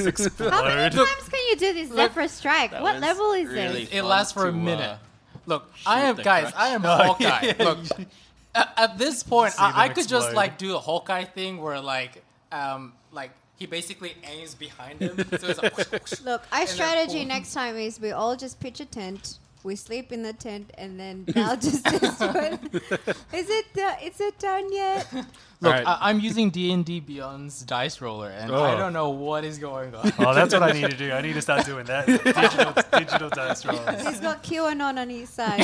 C: many *laughs*
E: explode.
C: times can you do this Zephyr Strike? What
D: was
C: level is
D: really-
C: this?
A: It lasts for a
D: To, uh,
A: minute. Look, I am,
D: the
A: guys,
D: crutch.
A: I am Hawkeye. Look, a- at this point,
E: See them
A: I, I could just
E: explode.
A: like do a Hawkeye thing where like, um, like, he basically aims behind him. So *laughs* it's like,
C: *laughs* Look, our
A: And they're
C: strategy
A: full.
C: next time is we all just pitch a tent. We sleep in the tent, and then *laughs* Val just says, to it, "Is it? Uh, is it done yet?"
A: Look,
B: Alright.
A: I- I'm using D and D Beyond's dice roller, and
B: Oh.
A: I don't know what is going on. *laughs*
E: Oh, that's what I need to do. I need to start doing that. Digital, digital dice rolls.
C: He's got QAnon on his *laughs* side.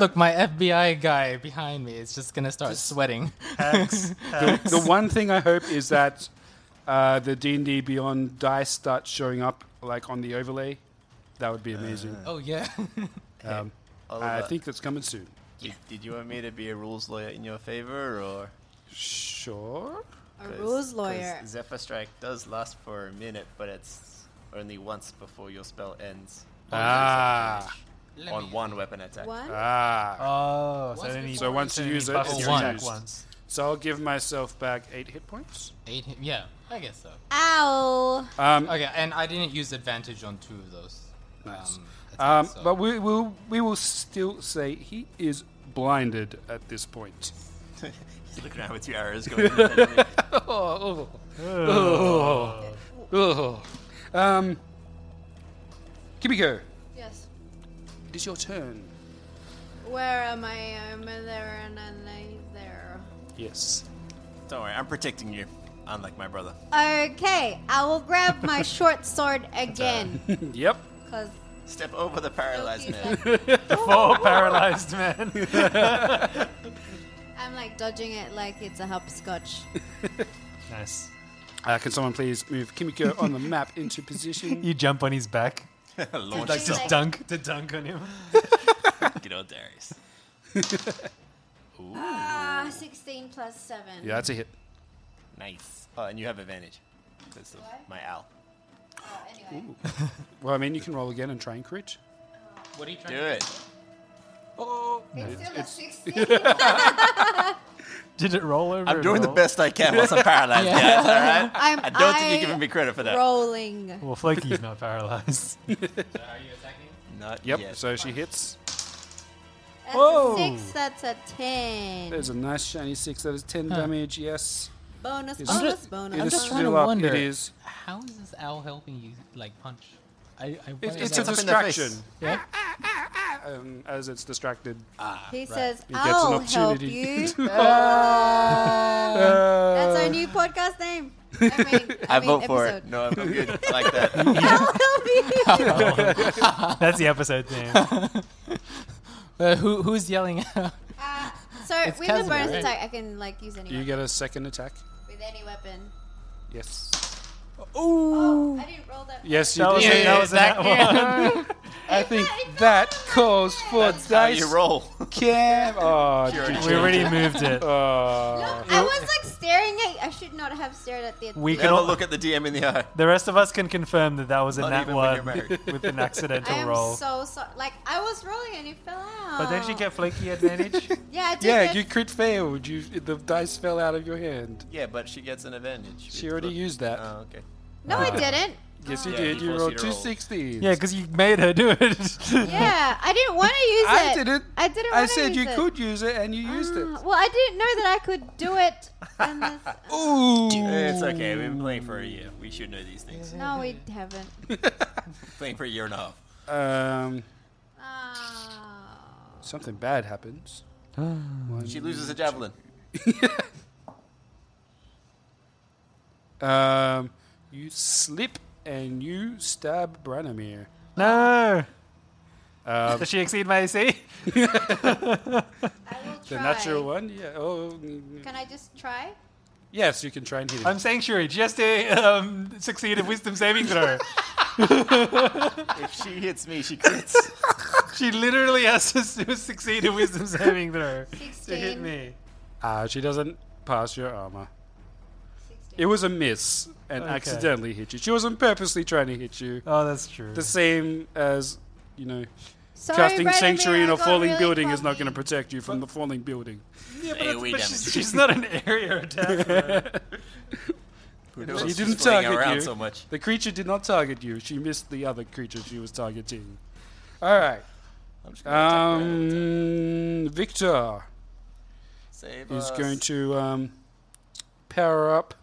A: Look, my FBI guy behind me is just gonna start sweating.
E: Hacks. hacks.
B: the one thing I hope is that uh, the D and D Beyond dice start showing up like on the overlay. That would be amazing.
A: *laughs* Oh yeah. *laughs*
B: um,
D: Oliver,
B: Uh, I think that's coming soon.
D: did, did you want me to be a rules lawyer in your favor, or
B: Sure.
C: A
D: 'cause-
C: rules
D: 'cause
C: lawyer.
D: Zephyr Strike does last for a minute, but it's only once before your spell ends.
B: Ah.
A: Let
D: On
A: me-
D: one weapon attack.
C: One.
E: Uh,
B: Ah.
E: Oh, so
A: Once
E: only
A: before- So
B: once
E: so
B: you
E: only
B: use it,
E: buffs
A: it's
E: your attack
B: used.
E: once.
B: So I'll give myself back eight hit points.
A: Eight. hit- Yeah, I guess so.
C: Ow!
B: Um,
A: Okay, and I didn't use advantage on two of those. attacks,
B: Nice. um,
A: so-
B: but we will we will still say he is blinded at this point.
D: He's looking around with two arrows going. independently.
B: Oh. Ugh. Oh. Um, Kibiko,
C: Yes.
B: it is your turn.
C: Where am I? I'm there and I'm there.
B: Yes.
D: Don't worry, I'm protecting you, unlike my brother.
C: Okay, I will grab my short
E: *laughs*
C: sword again.
B: Yep.
C: Because
D: Step over the paralyzed man.
E: Four paralyzed men.
C: I'm like dodging it like it's a hopscotch.
E: nice.
B: Uh, can someone please move *laughs* Kimiko on the map into position?
E: You jump on his back.
C: *laughs*
D: Launch
E: Like
C: yourself.
E: just dunk to dunk on him.
D: Get out, Darius.
C: Ah, 16 plus 7.
B: Yeah, that's a hit.
D: Nice. Oh, and you have advantage. That's the-
C: What?
D: my owl.
C: Oh, anyway.
B: Well, I mean, you can roll again and try and crit.
A: what are you trying
D: Do
A: to
D: it.
C: It's still a
B: *laughs*
C: 16.
E: Did it roll over?
D: I'm
E: at
D: doing the
E: all?
D: best I can whilst I'm paralyzed, guys, alright?
C: I'm
D: I *laughs* don't think
C: I-
D: you're giving me credit for that.
C: Rolling.
E: Well, Flaky's not paralyzed.
D: *laughs*
A: do? Are you attacking?
D: Not
B: Yep.
D: yet.
B: So she hits.
C: That's
E: Whoa.
C: a 6, that's a 10.
B: There's a nice shiny six. That is ten damage. Yes.
C: bonus, bonus,
A: I'm
B: It's-
C: Oh, bonus.
B: It is
A: just trying to
B: still up.
A: wonder.
B: It is.
A: How is this owl helping you like punch? I, I
B: It,
A: worry
B: it's a
A: about-
D: up
A: *laughs*
D: in their face.
B: distraction.
A: Yeah.
B: Ah, ah, ah, ah, um, as it's distracted.
C: *laughs* he says,
B: He gets
C: I'll
B: an opportunity. *laughs*
C: help you.
B: Uh,
C: That's our new podcast name. I
B: *laughs*
C: mean, I,
D: I,
C: mean
D: vote for it.
C: episode.
D: *laughs* No, I'm I'm good. I like that.
C: I'll help
B: *laughs*
C: you.
E: Oh. That's the episode name.
A: Uh, who who's yelling?
C: uh, so
A: It's
C: with a
A: Casimir,
C: bonus
A: right?
C: attack, I can like use any
B: you
C: weapon.
B: get a second attack.
C: with any weapon.
B: Yes.
C: Oh, I didn't roll that.
B: Yes, you
E: That was,
B: did.
E: it, that was that, one.
B: I think that calls for
D: How
B: dice
D: you roll.
B: cam. Oh,
E: *laughs* we already moved
D: *laughs*
E: it.
B: uh,
C: I was like staring at. I should not have stared at the.
E: We can
D: Never
E: all,
D: look at the DM in the eye.
E: the rest of us can confirm that that was a
D: Not
E: nat
D: even when you're
E: one
D: married.
E: with an
C: I
E: accidental
C: am
E: roll.
C: so sorry. Like I was rolling and it fell out.
E: but then she get flaky advantage.
C: Yeah, I did
B: yeah,
C: get-
B: you crit failed. You the dice fell out of your hand.
D: Yeah, but she gets an advantage.
B: She already used that.
D: Oh, okay.
C: no, I didn't.
B: *laughs* yes, you
C: Oh.
D: Yeah,
B: did.
D: he
B: You
D: forced
B: rolled
D: you to
B: two
D: roll.
B: sixties.
E: *laughs* yeah, because you made her do it. *laughs*
C: Yeah, I didn't want to use it.
B: I didn't.
C: I didn't.
B: I
C: wanna
B: said
C: use
B: you
C: it.
B: could use it, and you used it.
C: Ah, Well, I didn't know that I could do
B: *laughs*
C: it. And this,
D: It's okay. We've been playing for a year. We should know these things.
C: no, we haven't.
D: Playing for a year and a half.
B: Um,
C: Oh.
B: something bad happens.
D: She loses a javelin.
B: Um, you slip and you stab Branimir.
E: no.
C: *laughs*
B: Um,
E: Does she exceed my AC?
C: I will try.
B: the natural one. Yeah. Oh. mm,
C: Can I just try?
B: Yes, you can try and hit him.
E: I'm Sanctuary. Just a um, succeed a wisdom saving throw.
D: If she hits me, *laughs* she crits.
E: she literally has to su- succeed a wisdom saving throw to hit
C: 16.
E: me.
B: Ah, she doesn't pass your armor.
C: 16.
B: It was a miss and
E: Okay.
B: accidentally hit you. She wasn't purposely trying to hit you.
E: Oh, that's true.
B: The same as, you know,
C: Sorry,
B: casting
C: Branimir,
B: sanctuary in
C: I
B: a
C: got
B: falling
C: really
B: building is not
C: cocky.
B: going to protect you from the falling building. *laughs*
D: AoE
E: But
D: damage.
E: she's, she's not an area *laughs* attacker.
D: Who knows?
B: She
D: She's
B: didn't
D: playing
B: target
D: around
B: you.
D: so much.
B: The creature did not target you. She missed the other creature she was targeting. All right.
D: I'm just gonna attack her.
B: Um, Victor
D: Save
B: is
D: us.
B: going to um, power up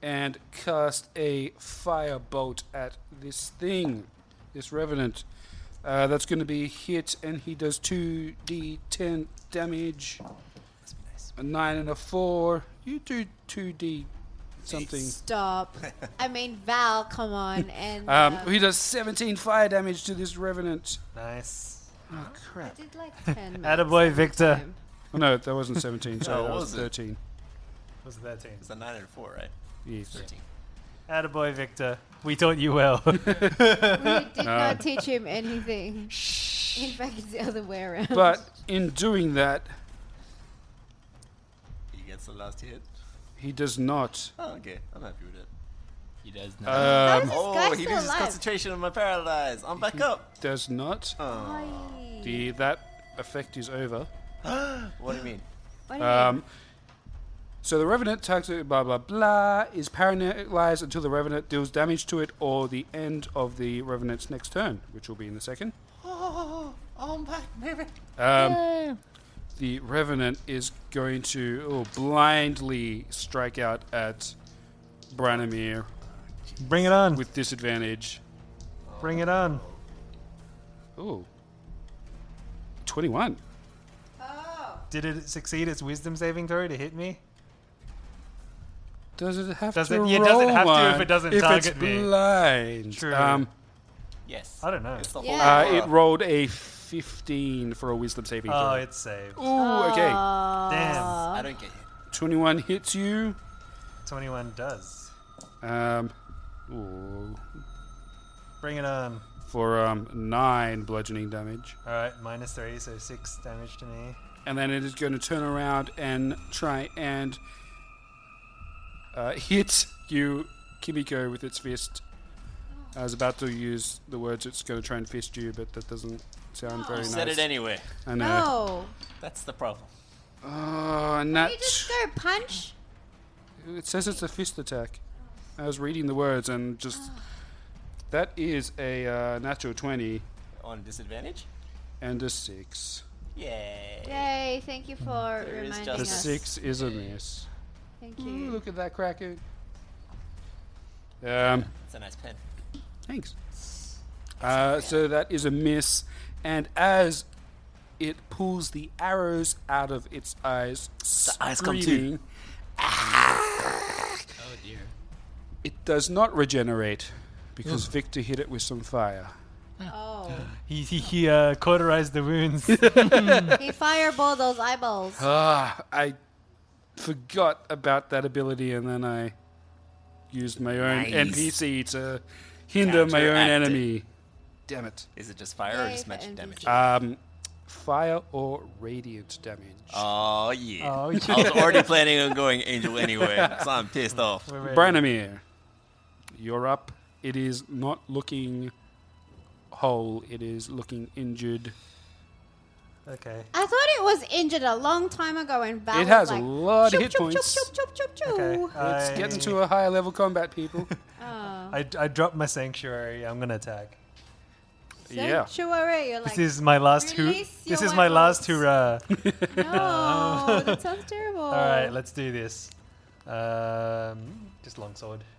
B: and cast a firebolt at this thing, this revenant. Uh, that's going to be a hit, and he does 2d10 damage. A 9 and a 4. You do 2d something. *laughs*
C: Stop. I mean, Val, come on. And
B: Um,
C: uh,
B: he does 17 fire damage to this revenant.
E: Nice.
B: Oh, crap.
C: did
B: *laughs*
C: like 10 minutes
E: Attaboy,
C: last
E: Victor.
C: time.
B: Oh, no, that wasn't
D: *laughs*
B: 17. Sorry,
D: No,
B: that
D: what
B: was
D: was it?
B: 13.
E: was 13.
D: It's a 9 and 4, right?
B: Yes.
D: 13.
E: Attaboy, Victor. We taught you *laughs* well.
C: We did not teach him anything. In fact, it's the other way around.
B: But in doing that,
D: He gets the last hit.
B: he does not.
D: Oh, okay. I'm happy with it.
A: He does not.
C: How is *laughs*
B: Uh,
C: this guy
D: Oh, he
C: still
D: loses
C: alive?
D: concentration on my paralyze. I'm back up.
B: does not.
C: Oh. Why?
B: The, that effect is over.
D: What do you mean?
C: Why do you
B: Um, so the revenant targets blah blah blah is paralyzed until the revenant deals damage to it or the end of the revenant's next turn, which will be in the second.
D: Oh, I'm back, baby.
B: Um, the revenant is going to oh, blindly strike out at Branimir
E: Bring it on.
B: with disadvantage.
E: Bring it on.
B: Ooh. 21.
E: Did it succeed its wisdom saving throw to hit me?
B: Does it have
E: Does
B: to
E: it-
B: roll
E: yeah, does it have to if
B: one?
E: it doesn't
B: if it's
E: target me?
B: blind.
E: True.
B: Um,
D: Yes.
E: I don't know.
D: It's the whole
C: Yeah.
B: uh,
D: world.
B: it rolled a 15 for a wisdom saving throw.
E: Oh, it's saved.
B: Ooh, okay.
E: Damn.
D: I don't get hit.
B: 21 hits you.
E: 21 does.
B: Um, ooh,
E: Bring it on.
B: for um, 9 bludgeoning damage.
E: All right, minus 3, so 6 damage to me.
B: And then it is going to turn around and try and uh, hit you, Kimiko, with its fist. I was about to use the words it's going to try and fist you, but that doesn't sound very
D: You
B: nice.
D: said it anyway.
B: I know.
C: No.
D: That's the problem.
B: Oh,
C: Can
B: nat.
C: you just go punch?
B: It says it's a fist attack. I was reading the words and just. That is a uh, natural 20
D: On disadvantage?
B: and a 6.
D: Yay.
C: Yay, thank you for
D: There is
C: reminding
D: just-
B: The
C: us.
D: Yes.
B: 6 is a miss.
C: Thank
B: Ooh,
C: you.
B: look at that kraken. Um,
D: It's a nice pen.
B: thanks. Uh, so that is a miss, and as it pulls the arrows out of its eyes,
D: eyes come to-
B: screaming, "Ah!"
A: oh dear.
B: it does not regenerate because Victor hit it with some fire.
C: Oh.
E: He, he, he uh, cauterized the wounds.
C: he fireballed those eyeballs.
B: Ah, I forgot about that ability, and then I used my own
D: Nice.
B: NPC to hinder my own
D: Counteract it.
B: enemy. Damn it.
D: Is it just fire or
C: Yay
D: just
C: for
D: magic
C: NPC.
D: damage?
B: Um, fire or radiant damage.
D: Oh, yeah.
E: Oh,
D: I was already *laughs* planning on going
E: *laughs*
D: angel anyway, so I'm pissed off.
E: We're ready.
B: Branimir, you're up. It is not looking whole. It is looking injured.
E: Okay.
C: I thought it was injured a long time ago and Val
B: It
C: was
B: has a
C: like,
B: lot of
C: "Choop,
B: hit
C: choop,
B: points."
C: choop, choop, choop, choop,
E: Okay.
C: choop."
B: Let's
E: I,
B: get into a higher level combat, people.
C: Oh.
E: I, I dropped my sanctuary. I'm going to attack.
B: yeah.
C: Sanctuary, you're like,
E: This is my last hoo.
C: Release your
E: This is my last
C: weapons.
E: hoorah.
C: no, that sounds terrible.
E: All right, let's do this. Um, just longsword.
C: *laughs*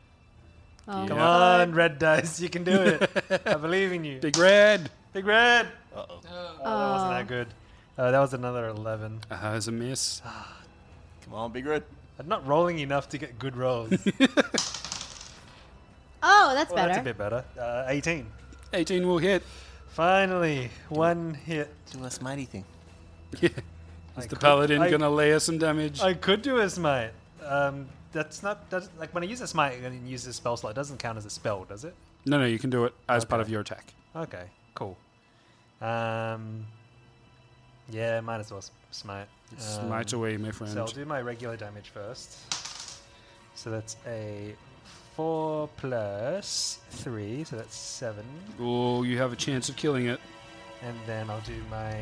C: Oh,
E: Come
B: Yeah.
E: on, red dice, you can do it. I believe in you. Big,
B: Big red.
E: red.
C: Oh.
E: That wasn't that good. Uh, that was another eleven.
B: Uh, it's a miss.
D: Come on, Big Red.
E: I'm not rolling enough to get
C: *laughs*
E: good rolls. Well,
C: Oh, that's better.
E: that's a bit better. Uh, Eighteen.
B: 18 will hit. *laughs*
E: Finally, one hit.
D: Do less mighty thing.
E: I
B: Is the
E: could-
B: paladin
E: I-
B: going to layer some damage?
E: I could do a smite. Um, that's not that's, like when I use a smite and then use a spell slot. It doesn't count as a spell, does it?
B: No, no, you can do it as part of your attack.
E: Okay, cool. Um, yeah, might as well s- smite.
B: Smite
E: Um,
B: away, my
E: So I'll
B: friend.
E: do my regular damage first. So that's a four plus three, so that's seven,
B: Oh, you have a chance of killing it.
E: and then I'll do my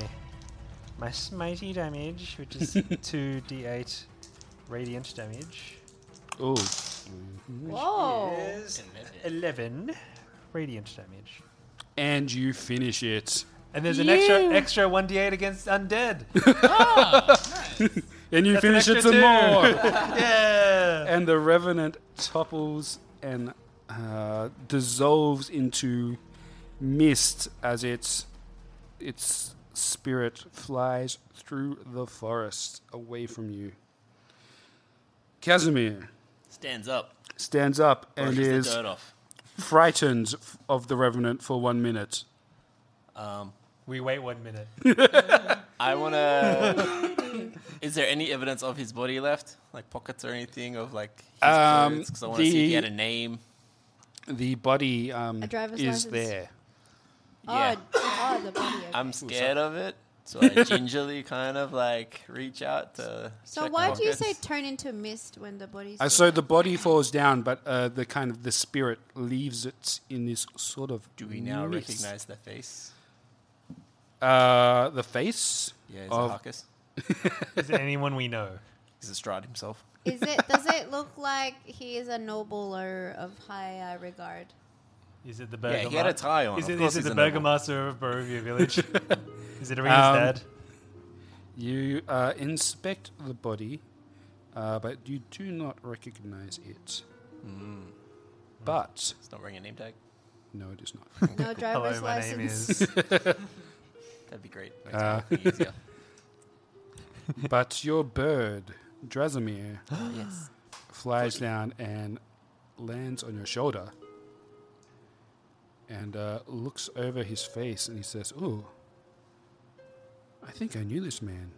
E: my smitey damage, which is two d8 radiant damage.
B: Oh,
C: Whoa.
E: Is eleven radiant damage.
B: and you finish it.
E: And there's an extra extra one d8 against undead.
B: And you
E: an
B: finish it
E: extra
B: some
E: two.
B: more.
E: Yeah.
B: and the revenant topples and uh, dissolves into mist as its its spirit flies through the forest away from you. Casimir
D: Stands up.
B: stands up and
D: Brushes the
B: is
D: dirt off.
B: frightened f- of the revenant for one minute.
E: We wait one minute.
D: I want to. is there any evidence of his body left? Like pockets or anything of like his
B: Um,
D: clothes? 'Cause I want to see if
B: the-
D: he had a name.
B: The body um,
C: A driver's
B: is
C: license.
B: there.
D: Yeah.
C: Oh, oh, the body. okay.
D: I'm scared of it. So *laughs* I gingerly kind of like reach out to.
C: so
D: check
C: why do you say
D: pockets.
C: turn into mist when the body's?
B: Uh, so the body falls down, but uh, the kind of the spirit leaves it in this sort of.
D: Do we now
B: mist.
D: recognize the face?
B: uh, the face?
D: Yeah, is
B: of-
D: it Harkus?
E: Is it anyone we know?
D: Is it Strahd himself?
C: Is it? Does it look like he is a noble or of high uh, regard?
E: Is it the
D: Yeah,
E: Burgomaster?
D: he had a tie on.
E: Is
D: Of
E: it,
D: course
E: is it
D: he's
E: the
D: a noble.
E: Burgomaster of Barovia
D: *laughs*
E: Village? is it Arena's
B: Um,
E: dad?
B: You uh, inspect the body, uh, but you do not recognize it.
D: Hmm.
B: But
D: It's not wearing a name tag.
B: no, it is not.
C: No driver's
E: Hello, my
C: license.
E: name
C: *laughs*
E: is.
D: That'd be great. Makes my life *laughs* easier.
B: but your bird, Drasimir,
D: yes.
B: flies down and lands on your shoulder and uh, looks over his face and he says, Ooh, I think I knew this man.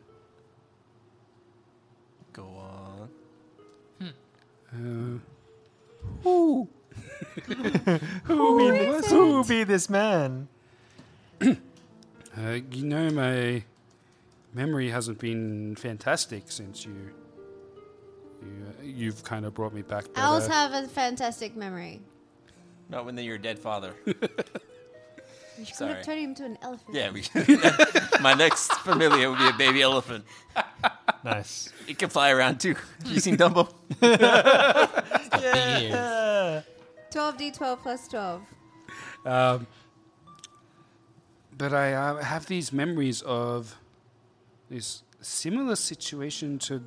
D: Go on.
B: Uh,
E: Who be this? Who be this man?
B: uh, you know, my memory hasn't been fantastic since you. you uh, you've kind of brought me back. but,
C: Owls
B: uh,
C: have a fantastic memory.
D: Not when they're your dead father.
C: You could
D: Sorry.
C: have turned him to an elephant.
D: Yeah, we, *laughs* my next familiar would be a baby elephant.
E: Nice.
D: It can fly around too. *laughs* Have you seen Dumbo?
B: *laughs*
A: Yeah.
C: Twelve D twelve plus twelve.
B: Um, but I uh, have these memories of this similar situation to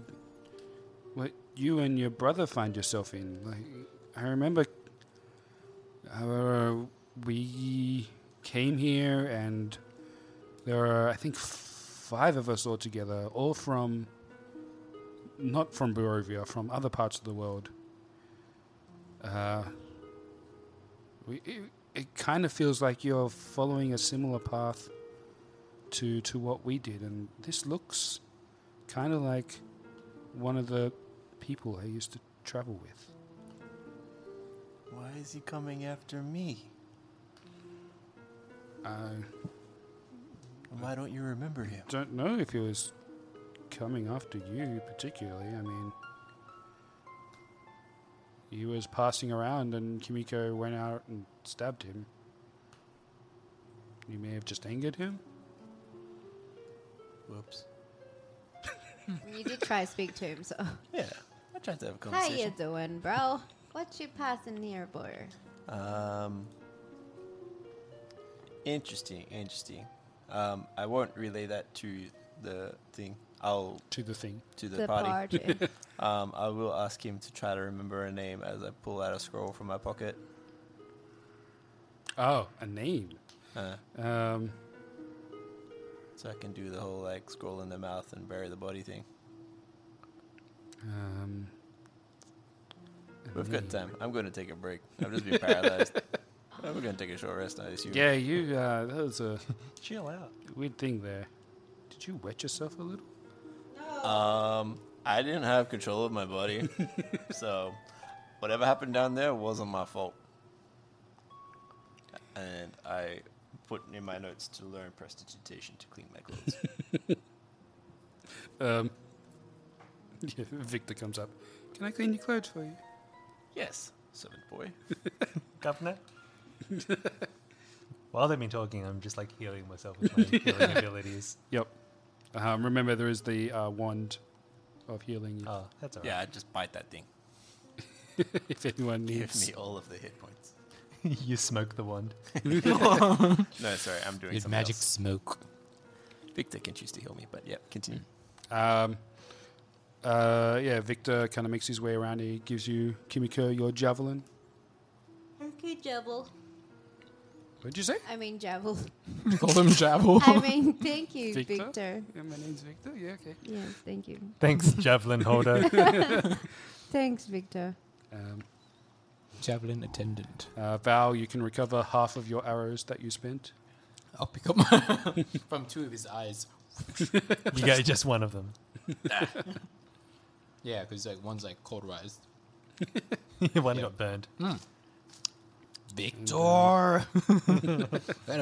B: what you and your brother find yourself in. Like, I remember uh, we came here, and there are, I think, five of us all together, all from not from Barovia, from other parts of the world. Uh, we, it, it kind of feels like you're following a similar path to to what we did, and this looks kind of like one of the people I used to travel with.
D: Why is he coming after me?
B: I
D: And Why don't you remember him?
B: Uh, don't know if he was coming after you particularly. I mean, he was passing around, and Kimiko went out and stabbed him. You may have just angered him.
D: Whoops.
C: You did try to speak to him, so.
D: Yeah, I tried to have a
C: How you
D: conversation.
C: doing, bro? What you passing near, boy?
D: Um, interesting, interesting. Um, I won't relay that to the thing. I'll
B: To the thing.
D: to the,
C: The
D: party.
C: party.
D: *laughs* Um, I will ask him to try to remember a name as I pull out a scroll from my pocket.
B: Oh, a name.
D: Uh,
B: Um,
D: so I can do the whole like scroll in the mouth and bury the body thing.
B: Um,
D: We've got time. I'm going to take a break. I've just been paralyzed. Uh, We're going to take a short rest, I assume.
B: yeah, you. Uh, that was a
E: Chill out.
B: weird thing there. Did you wet yourself a little?
D: Um, I didn't have control of my *laughs* body, so whatever happened down there wasn't my fault. And I put in my notes to learn prestidigitation to clean my *laughs* clothes.
B: Um, *laughs* yeah, Victor comes up. Can I clean your clothes for you?
D: yes, servant boy.
E: Governor? While they've been talking, I'm just like healing myself with
D: *laughs*
E: my healing abilities.
B: Yep. Um, remember, there is the uh, wand of healing if,
E: Oh, that's alright.
D: *laughs* Yeah, I just bite that thing.
B: *laughs* if anyone
D: Give
B: needs.
D: me all of the hit points.
E: *laughs* you smoke the wand.
D: No, sorry, I'm doing
A: With
D: something
A: magic
D: else.
A: smoke.
D: Mm. Victor can choose to heal me, but yeah, continue.
B: Um, Uh, yeah, Victor kind of makes his way around. He gives you Kimiko your javelin.
C: Okay, Javel.
B: What'd you say?
C: I mean, Javel.
A: Call him Javel.
C: I mean, thank you,
B: Victor?
C: Victor.
B: Yeah, my name's Victor. Yeah, okay.
C: Yes, thank you.
E: Thanks, javelin
D: *laughs*
E: holder.
C: Thanks, Victor.
B: Um,
A: Javelin attendant.
B: uh, Val, you can recover half of your arrows that you spent.
A: I'll pick up my *laughs* from two of his eyes.
E: you got just one of them. *laughs*
A: Yeah, because like one's like cauterized.
E: one got burned.
A: Victor, gotta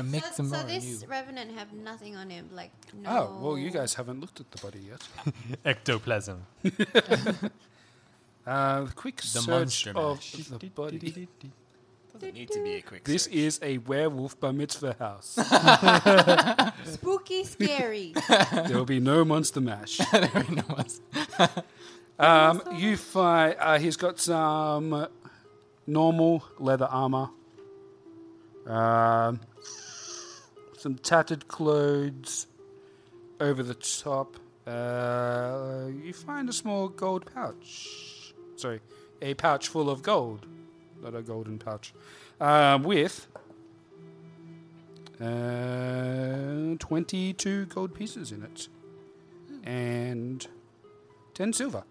A: make
C: So,
A: some
C: so
A: more
C: this
A: you.
C: revenant have nothing on him, like no.
B: Oh, well, you guys haven't looked at the body yet.
E: Ectoplasm.
B: Uh, quick search
A: monster
B: of
A: mash.
B: the body.
D: Doesn't need to be a quick
B: This
D: search.
B: is a werewolf bar mitzvah *laughs* house.
C: spooky, scary.
B: there will be no monster *laughs* mash.
A: No one's-
B: *laughs* Um, you find uh, he's got some normal leather armor, um, some tattered clothes over the top. Uh, you find a small gold pouch. Sorry, a pouch full of gold, not a golden pouch, um, with uh, 22 gold pieces in it and 10 silver.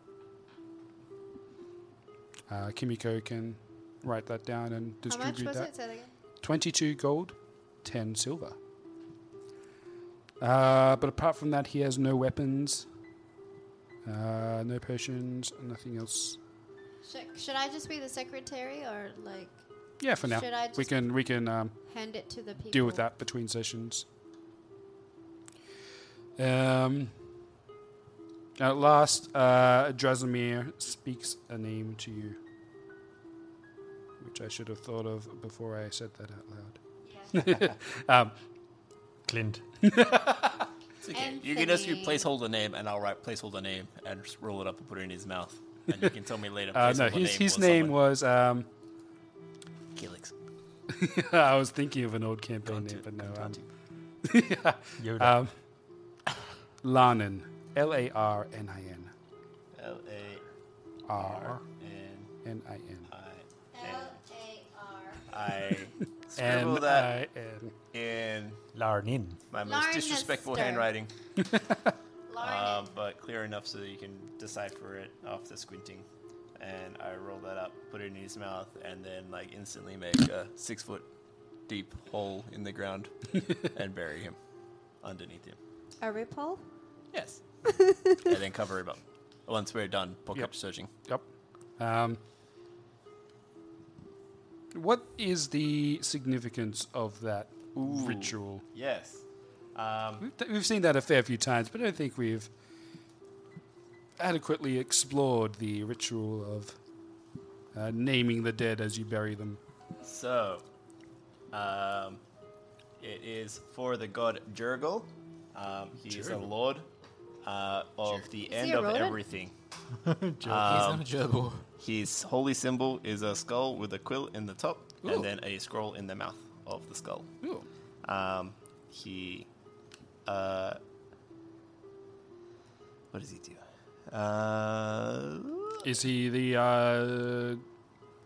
B: Uh, Kimiko can write that down and
C: How much
B: distribute
C: was
B: that.
C: it? Say that again.
B: 22 gold, 10 silver. Uh, but apart from that, he has no weapons, uh, no potions, nothing else.
C: Should, should I just be the secretary, or like
B: Yeah, for now
C: Should I
B: we
C: just-
B: can we can um,
C: hand it to the people?
B: deal with that between sessions. Um, at last, uh, Drasimir speaks a name to you, which I should have thought of before I said that out loud.
E: Clint.
D: It's okay.
C: And
D: You can just do
C: thingy.
D: placeholder name, and I'll write placeholder name and just roll it up and put it in his mouth. And you can tell me later.
B: *laughs* Uh, no,
D: placeholder
B: his his name
D: someone-
B: was. Um,
D: Gilix.
B: *laughs* I was thinking of an old campaign name, but no. Um,
E: Yoda.
B: um, Larnin. L A R N I N.
D: L A
B: R
D: N
B: N I N.
C: L A R.
D: I
B: N
D: *laughs* scribble that
B: I N.
D: in
E: Larnin.
D: my
C: Larnister.
D: most disrespectful handwriting, um, but clear enough so that you can decipher it after squinting. And I roll that up, put it in his mouth, and then like instantly make a six foot deep hole in the ground *laughs* and bury him underneath him.
C: A ripple.
D: Yes. and then cover it up. Once we're done pocket
B: Yep.
D: searching,
B: Yep. Um, what is the significance of that ritual?
D: yes. Um,
B: We've, we've seen that a fair few times, but I don't think we've adequately explored the ritual of uh, naming the dead as you bury them.
D: So, um, it is for the god Jurgle. Um, he is a lord uh, of the end
C: he a
D: of
C: rodent? *laughs*
D: everything. Um,
A: He's not a gerbil.
D: His holy symbol is a skull with a quill in the top and then a scroll in the mouth of the skull. Um, he. Uh, what does he do? Uh,
B: Is he the uh,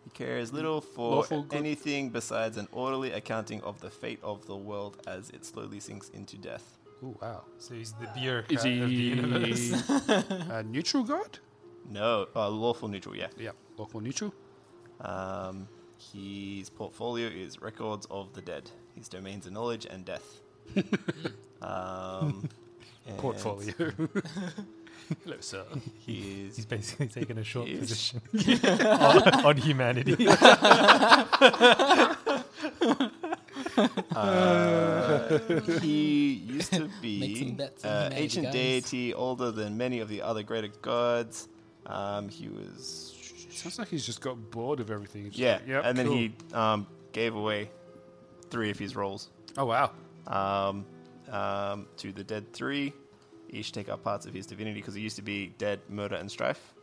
D: He cares little for
B: Mm. Lawful good-
D: anything besides an orderly accounting of the fate of the world as it slowly sinks into death.
B: Oh wow!
E: So he's the bureaucrat
B: Is
E: of the universe.
B: he
D: *laughs*
B: a Uh, neutral god?
D: No, uh, lawful neutral, yeah.
B: Yeah, local neutral.
D: Um, his portfolio is records of the dead. His domains are knowledge and
B: *laughs*
D: death.
A: *laughs*
D: um, and
B: Portfolio. *laughs* Hello, sir.
D: He is
E: He's basically taken a short
D: He is.
E: position on, on humanity. *laughs*
D: uh, he
A: *laughs*
D: used to
A: Make some
D: be
A: bets on
D: uh,
A: humanity,
D: ancient
A: guys.
D: deity, older than many of the other greater gods. Um, he was
B: Sounds like he's just got bored of everything. He's just
D: yeah,
B: like, "Yep,
D: and then
B: cool."
D: he um, gave away three of his roles.
B: Oh wow!
D: um, um, to the dead three. Each take up parts of his divinity because he used to be dead, murder, and strife.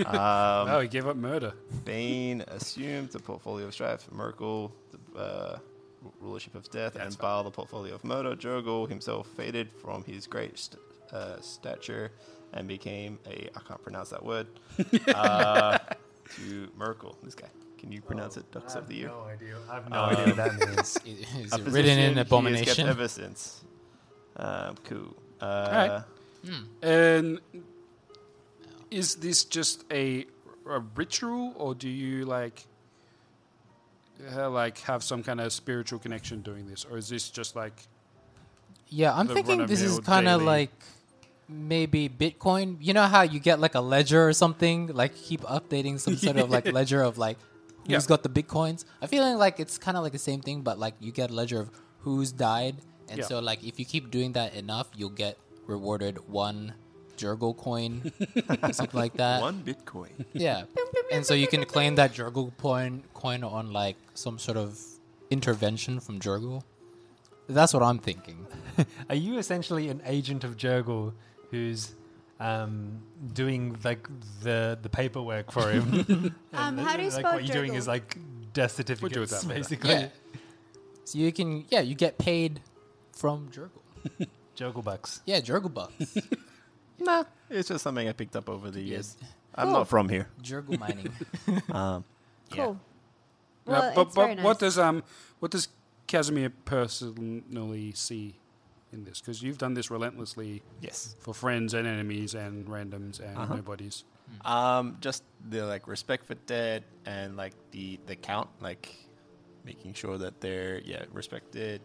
D: Um,
B: oh, he gave up murder.
D: Bane assumed the portfolio of strife, Merkel, the uh, r- rulership of death, and Baal, the portfolio of murder. Jurgle himself faded from his great st- uh, stature and became a I can't pronounce
B: *laughs*
D: that word uh, to Merkel. This guy. Can you pronounce it? Ducks of the year.
E: No idea. I have no idea what that means.
A: Is
D: A
A: it written
D: position he
A: in
D: has kept
A: abomination?
D: ever since. Um, cool. Uh,
B: right. And is this just a, a ritual, or do you like, uh, like have some kind of spiritual connection doing this, or is this just like
A: Yeah, I'm
B: the
A: thinking this is
B: run-of-mill
A: kind of
B: daily.
A: like maybe Bitcoin. You know how you get like a ledger or something, like keep updating some sort of like ledger of like who's
B: Yeah.
A: got the bitcoins. I'm feeling like it's kind of like the same thing, but like you get a ledger of who's died, and
B: Yeah.
A: so like if you keep doing that enough, you'll get rewarded one Jurgle coin, something like that.
D: One Bitcoin.
A: Yeah. and so you can claim that Jurgle coin, coin on like some sort of intervention from Jurgle. That's what I'm *laughs* thinking.
E: Are you essentially an agent of Jurgle who's um, doing like the the paperwork for him?
C: Um, how do you
E: like
C: spell
E: what you're doing
C: Jurgle?
E: is like death
B: with
E: certificates,
B: that, with
E: basically.
A: Yeah. So you can, yeah, you get paid from Jurgle.
E: Jurgle bucks.
A: Yeah, Jurgle *laughs* bucks.
D: nah, *laughs* it's just something I picked up over the years. I'm
A: Oh.
C: Cool.
D: not from here.
A: Jurgle mining.
C: Cool.
B: Uh,
C: Well,
B: but,
C: it's
B: but
C: very nice.
B: what does um what does Casimir personally see in this? Because you've done this relentlessly
D: Yes.
B: for friends and enemies and randoms and
D: Uh-huh.
B: nobodies.
D: Um, just the like respect for dead and like the the count, like making sure that they're yeah respected.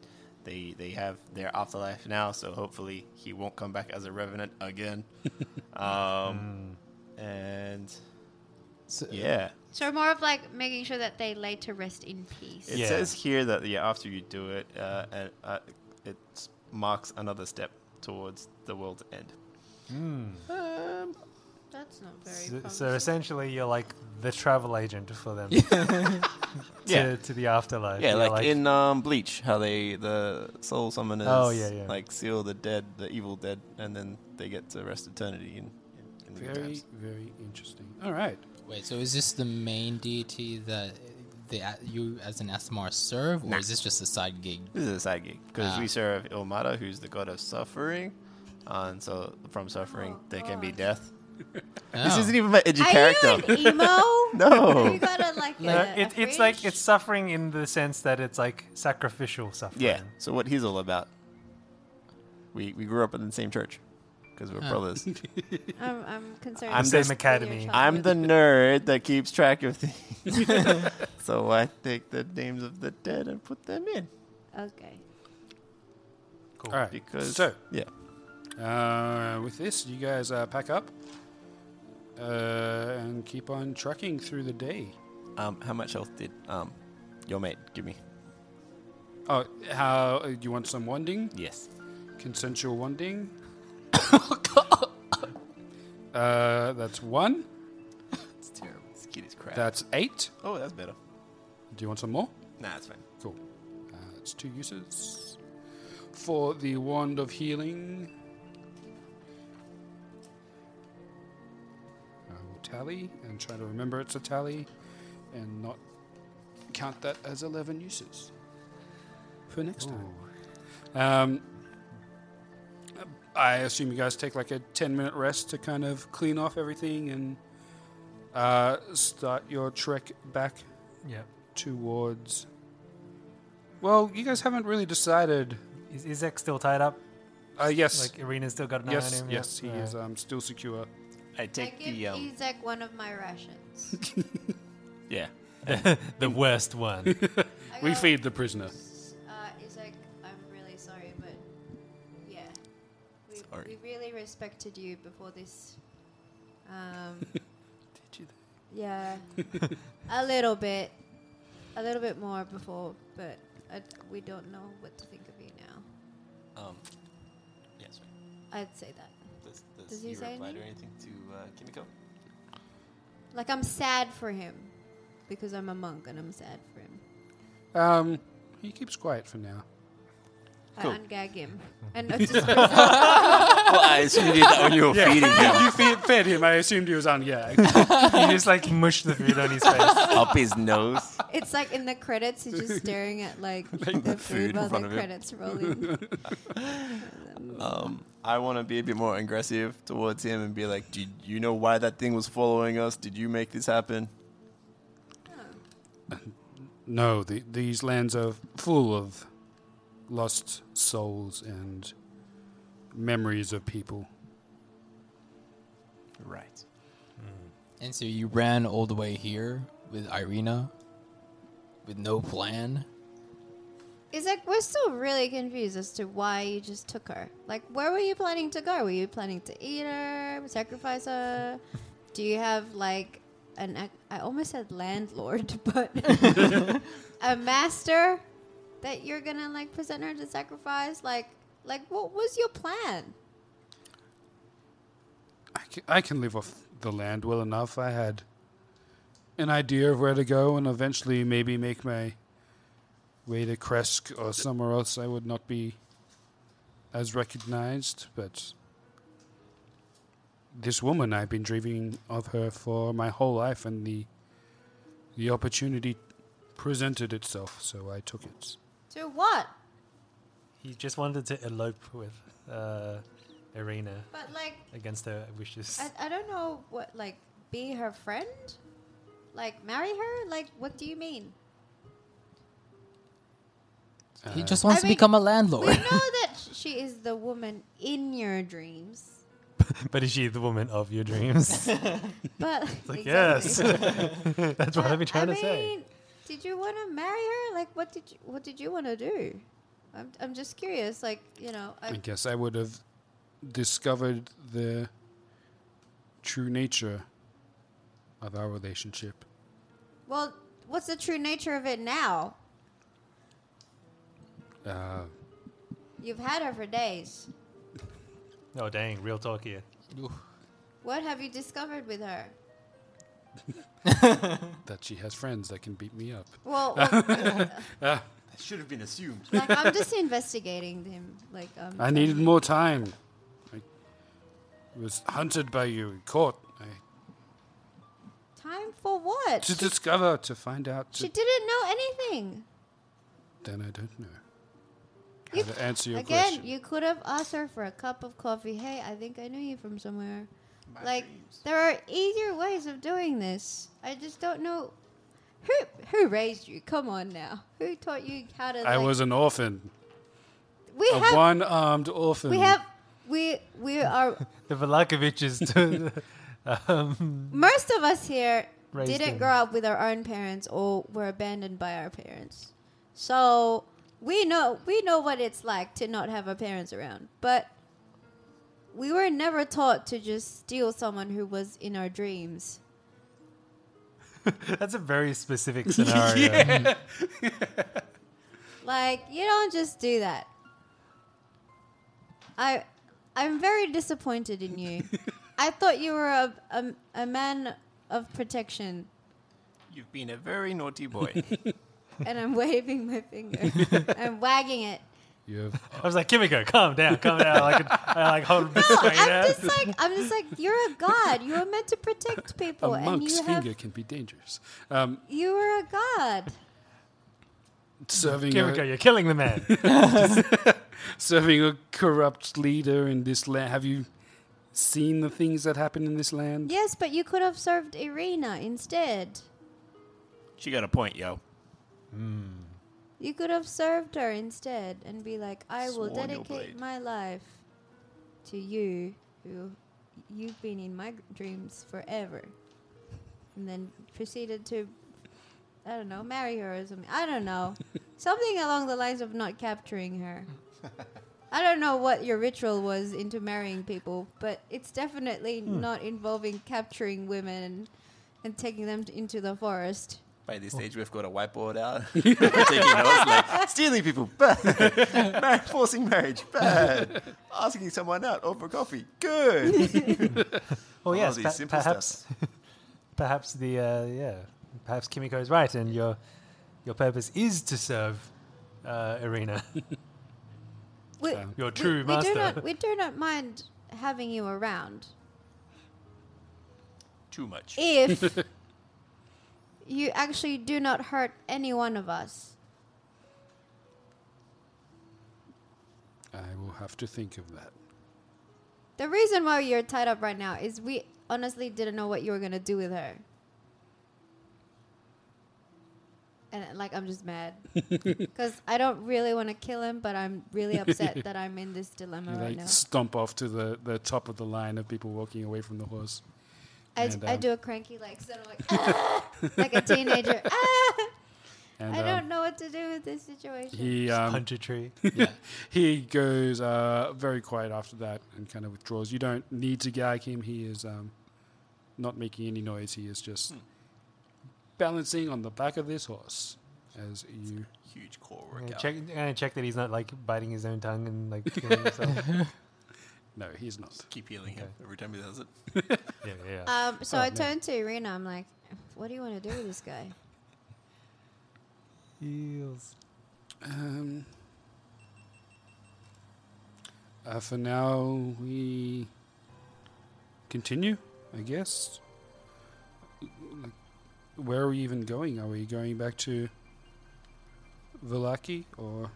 D: They they have their afterlife now, so hopefully he won't come back as a revenant again.
A: *laughs*
D: um, and
A: So-
D: yeah,
F: So more of like making sure that they lay to rest in peace.
D: it
E: Yeah.
D: says here that yeah after you do it, uh, and, uh, it marks another step towards the world's end.
C: That's not
E: So,
C: very.
E: so essentially, you're like the travel agent for them to, *laughs* to the afterlife.
D: Yeah,
E: You're
D: like, in um, Bleach, how they the soul summoners
E: Oh, yeah, yeah.
D: like seal the dead, the evil dead, and then they get to rest eternity in, in the good
B: Very
D: times.
B: very interesting. All right.
A: Wait, so is this the main deity that the, you as an Asmar serve, or is this just a side gig?
D: This is a side gig because
A: Ah.
D: we serve Ilmata, who's the god of suffering, uh, and so from suffering there can be death. This
A: Oh.
D: isn't even my edgy
C: Are
D: character.
C: you an emo?
D: *laughs* No.
C: You got a like.
E: No,
C: a,
E: Uh, it,
C: a
E: it's like
C: fridge?
E: it's suffering in the sense that it's like sacrificial suffering.
D: yeah. So what he's all about? We we grew up in the same church because we're *laughs* brothers.
C: I'm, I'm concerned.
D: I'm
C: with
D: the
C: your
D: same
E: academy.
C: childhood.
D: I'm the nerd that keeps track of things, *laughs* so I take the names of the dead and put them in.
C: Okay.
E: Cool.
B: All right.
D: Oh, Because
B: so
D: yeah,
B: Uh, with this, you guys uh, pack up uh, and keep on trucking through the day.
D: um, how much health did um your mate give me?
B: Oh, how uh, you want some wanding?
D: Yes.
B: Consensual
D: *coughs*
B: wanding. uh, that's one.
D: It's terrible. This kid is crap.
B: That's eight.
D: oh, that's better.
B: Do you want some more?
D: Nah, it's fine.
B: Cool. Uh, it's two uses for the wand of healing. I will tally and try to remember it's a tally and not count that as 11 uses for next time. Um, I assume you guys take like a 10 minute rest to kind of clean off everything and uh, start your trek back
E: Yeah.
B: towards. Well, you guys haven't really decided.
E: Is Izek still tied up?
B: Uh, yes,
E: Like Irina's still got an eye
B: yes,
E: on him.
B: yes, he
E: Yeah.
B: is um, still secure.
D: I
C: I
D: take
C: give
D: the um,
C: Isaac one of my rations.
D: *laughs* yeah.
E: the worst *laughs* one.
C: I
B: We
C: go,
B: feed the prisoner.
C: Uh, Isaac, I'm really sorry, but yeah, we,
D: Sorry.
C: we really respected you before this.
D: *laughs*
C: Um, Did you? Yeah, a little bit, a little bit more before, but I, we don't know what to think of you now.
D: Um, yeah, sorry.
C: I'd say that.
D: Does,
C: Does he
D: he
C: say
D: reply to
C: anything?
D: anything to uh, Kimiko?
C: Like I'm sad for him because I'm a monk and I'm sad for him.
B: Um, he keeps quiet for now.
D: Cool.
C: I ungag him. And I just I
D: well, I assume you did that when you were feeding
B: *laughs*
D: him. *laughs*
B: you fed, fed him. I assumed he was ungagged.
E: You just like mush the food on his face.
D: Up his nose.
C: It's like in the credits, he's just staring at like the
D: food
C: food
D: in
C: while
D: front
C: the
D: of him.
C: credits roll
D: *laughs*
C: in.
D: Um, I want to be a bit more aggressive towards him and be like, "Did you know why that thing was following us? Did you make this happen?"
B: *laughs* No, the, these lands are full of lost souls and memories of people.
D: Right.
A: And so you ran all the way here with Irina with no plan.
C: It's like we're still really confused as to why you just took her. Like, where were you planning to go? Were you planning to eat her, sacrifice her? Do you have like an ac- I almost said landlord, *laughs* but a master that you're gonna like present her to sacrifice? Like, like what was your plan?
B: I can, I can live off the land well enough. I had an idea of where to go and eventually maybe make my way to Kresk or somewhere else I would not be as recognized, but this woman I've been dreaming of her for my whole life and the the opportunity presented itself, so I took it.
C: To what?
E: *laughs* He just wanted to elope with uh, Irina
C: But like,
E: against her wishes.
C: I, I don't know what like be her friend, like marry her. Like, what do you mean?
A: he just wants
C: I
A: to
C: mean,
A: become a
C: We
E: Oh.
A: landlord.
C: know that she is the woman in your dreams,
E: But is she the woman of
C: *laughs*
E: your dreams?
C: but *laughs* Exactly.
E: like, yes. *laughs* That's what
C: But,
E: I've been trying
C: I
E: to say.
C: mean, Did you want to marry her? Like, what did you what did you want to do? I'm I'm just curious. Like, you know, I,
E: Mm.
B: I guess I would have discovered the true nature of our relationship.
C: well, what's the true nature of it now?
B: Uh,
C: You've had her for days.
E: Oh, dang, real talk here.
C: What have you discovered with her?
B: that she has friends that can beat me up.
E: *laughs*
C: Well, well
D: That should have been assumed.
C: like I'm just investigating him. Like, um,
B: I needed more time. I was hunted by you, caught. I,
C: time for what?
B: to discover, to find out. To,
C: She didn't know anything.
B: then I don't know.
C: You-
B: How to answer your
C: Again,
B: question.
C: you could have asked her for a cup of coffee. Hey, I think I knew you from somewhere. like, there are easier ways of doing this. I just don't know who who raised you. Come on now, who taught you how to?
B: I
C: like-
B: was an orphan,
C: We
B: a
C: have.
B: one-armed orphan.
C: We have. We we are.
E: The Velakoviches. do- um,
C: most of us here
E: Raised
C: didn't
E: them.
C: grow up with our own parents or were abandoned by our parents. So we know we know what it's like to not have our parents around. But we were never taught to just steal someone who was in our dreams.
E: *laughs* that's a very
B: *laughs*
E: specific scenario.
C: Like you don't just do that. I I'm very disappointed in you. I thought you were a, a, a man of protection
D: You've been a very naughty boy. *laughs*
C: and I'm *laughs* waving my finger. I'm wagging it.
B: You have
E: I was like, Kimiko, calm down, calm down. I, could, I like hold him
C: No,
E: *laughs* straight
C: I'm
E: out.
C: just like I'm just like you're a god. You were meant to protect people,
B: a
C: and
B: monk's
C: you
B: finger
C: have
B: can be dangerous. Um,
C: you were a god.
B: serving a-
E: Kimiko, you're killing the man.
B: serving a corrupt leader in this land. Have you seen the things that happen in this land?
C: Yes, but you could have served Irina instead.
D: she got a point, yo.
C: You could have served her instead and be like, I will
D: Sworn your blade.
C: dedicate my life to you, who you've been in my dreams forever, and then proceeded to. I don't know, marry her or something. I don't
D: *laughs*
C: know. something along the lines of not capturing her. I don't know what your ritual was into marrying people, but it's definitely
D: Hmm.
C: not involving capturing women and taking them t- into the forest.
D: By this stage, we've got a whiteboard *laughs* out. We're taking notes, like stealing people, *laughs* bad. Mar- forcing marriage, bad. Asking someone out over coffee, good.
E: Oh
D: All
E: yes,
D: these
E: pe-
D: simple
E: perhaps,
D: steps.
E: perhaps the uh, yeah, perhaps Kimiko is right, and your your purpose is to serve uh, Irina.
C: We,
E: Your true
C: we do
E: master.
C: not. We do not mind having you around
D: Too much.
C: if
E: *laughs*
C: you actually do not hurt any one of us.
B: I will have to think of that.
C: The reason why you're tied up right now is we honestly didn't know what you were gonna do with her. And uh, like I'm just mad because I don't really want to kill him, but I'm really upset that I'm in this dilemma
B: You
C: right
B: like
C: now.
B: stomp off to the, the top of the line of people walking away from the horse.
C: I,
B: and,
C: I
B: um,
C: do a cranky like sort of like "Ah," like a teenager. "Ah,
B: And
C: I
B: um,
C: don't know what to do with this situation.
B: He um,
E: Punch a tree.
B: he goes uh, very quiet after that and kind of withdraws. You don't need to gag him. He is um, not making any noise. He is just balancing on the back of this horse as you.
D: Huge core
E: Yeah,
D: workout.
E: check, uh, check that he's not like biting his own tongue and like killing himself. yeah,
B: No, he's not.
D: Keep healing him every time he does it.
E: yeah. yeah.
C: Um, so I turned to Irina. I'm like, "What do you want to do with this guy?"
E: Heels.
B: Um, uh, for now, we continue, I guess. Like, where are we even going? Are we going back to Velaki or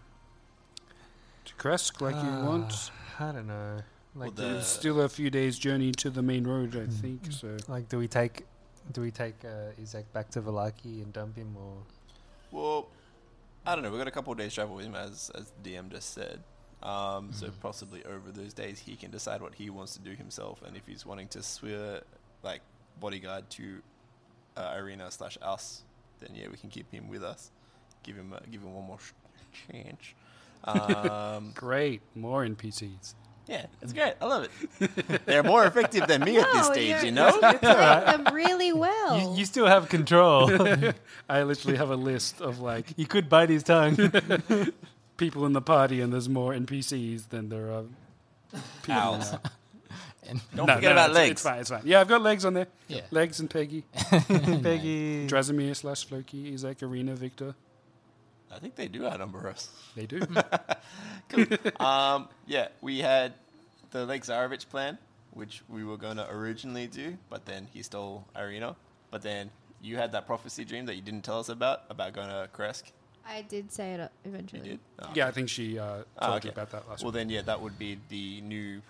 B: to Kresk like
E: Ah.
B: you want?
E: I don't know. Like,
D: Well,
E: do,
B: It's still a few days' journey to the main road, I think. So
E: like, do we take, do we take uh, Isaac back to Velaki and dump him, or
D: Well, I don't know. We got a couple of days travel with him, as as the DM just said. Um,
B: Mm-hmm.
D: so possibly over those days, he can decide what he wants to do himself, and if he's wanting to swear like bodyguard to uh, Irina slash us, then yeah, we can keep him with us. Give him uh, give him one more sh- chance.
B: *laughs*
D: Um,
B: great, more NPCs.
D: yeah, it's great. I love it. They're more effective than me at this
C: No,
D: stage,
C: "Oh, you're-
D: you know.
C: *laughs*
D: *laughs*
C: You played them really well.
E: you, you still have control?
B: I literally have a list of like
E: you could bite his tongue.
B: *laughs* people in the party, and there's more NPCs than there are people.
D: Owls.
B: now.
A: And
D: Don't
B: No,
D: forget
B: no,
D: about
B: it's-
D: legs.
B: It's fine. It's fine. Yeah, I've got legs on there.
A: Yeah.
B: Legs and Peggy,
E: Peggy.
B: Drasimir slash Floki, Isaac, Arena, Victor.
D: I think they do outnumber us.
B: They
D: *laughs*
B: do.
D: um, yeah, we had the Lake Zarevich plan, which we were going to originally do, but then he stole Irina. But then you had that prophecy dream that you didn't tell us about, about going to Kresk.
C: I did say it uh, eventually.
D: You did? Oh.
B: yeah, I think she uh,
D: Oh,
B: told
D: okay.
B: you about that last
D: Well,
B: week.
D: then, yeah, that would be the new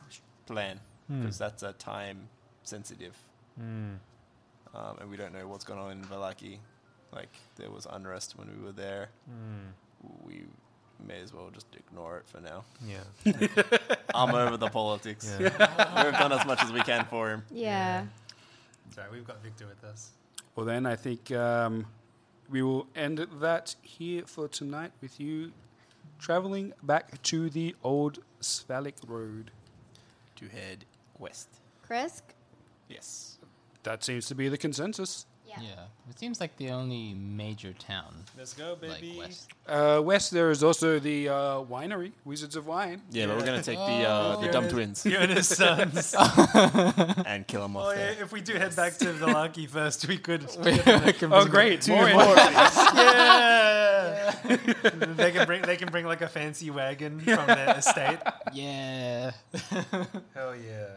D: plan, because that's a time sensitive. Um, and we don't know what's going on in Valaki. Like, there was unrest when we were there. We may as well just ignore it for now.
E: *laughs* Yeah.
D: I'm over the politics.
E: Yeah.
D: *laughs* We've done as much as we can for him.
C: Yeah.
E: Sorry, we've got Victor with us.
B: Well, then I think um, we will end that here for tonight with you traveling back to the old Svalik Road.
D: To head west.
C: Kresk?
D: Yes.
B: That seems to be the consensus.
C: Yeah.
A: yeah, it seems like the only major town.
B: Let's go,
A: Like west.
B: Uh, west, there is also the uh, winery, Wizards of Wine.
D: Yeah, but we're gonna take the
E: Oh,
D: uh, the dumb twins
E: sons.
D: *laughs* and kill them off
E: Oh, yeah,
D: there.
E: if we do head back to Velaki first, we could.
B: Oh, great. More in-
E: yeah. they can bring. They can bring like a fancy wagon from their estate.
A: Yeah.
E: Hell yeah.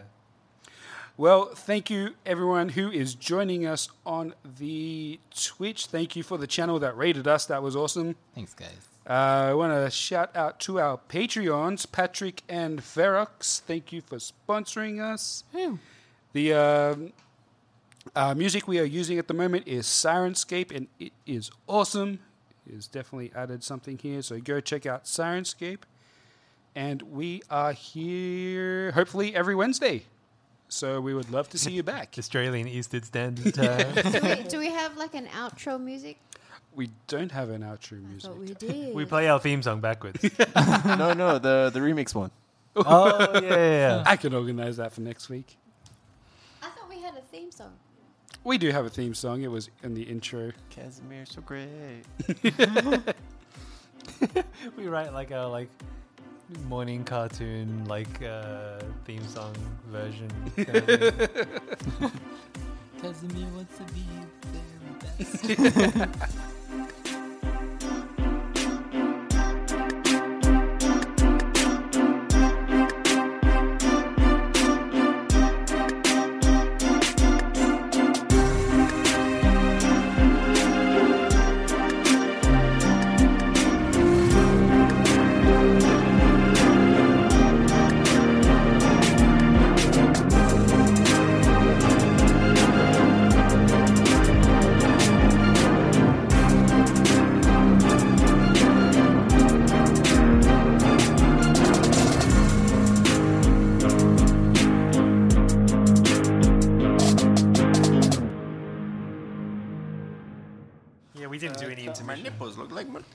B: Well, thank you everyone who is joining us on the Twitch. Thank you for the channel that rated us. That was awesome.
A: Thanks, guys.
B: Uh, I want to shout out to our Patreons, Patrick and Ferox. Thank you for sponsoring us. The um, uh, music we are using at the moment is Sirenscape, and it is awesome. It's definitely added something here, so go check out Sirenscape. And we are here, hopefully, every Wednesday. So we would love to see you
E: *laughs*
B: back.
E: Australian Eastern *laughs* Standard Time.
C: Do, we, do we have like an outro music?
B: We don't have an outro music.
C: But we did.
E: we play our theme song backwards.
D: no, no, the the remix one.
E: oh yeah, yeah.
B: I can organize that for next week.
C: I thought we had a theme song.
B: We do have a theme song. It was in the intro.
D: Casimir's so great.
E: We write like our like morning cartoon like uh, theme song *laughs* version. kind of thing.
A: Casimir wants to be the very best.
D: apples look
E: *laughs*
D: like mutts.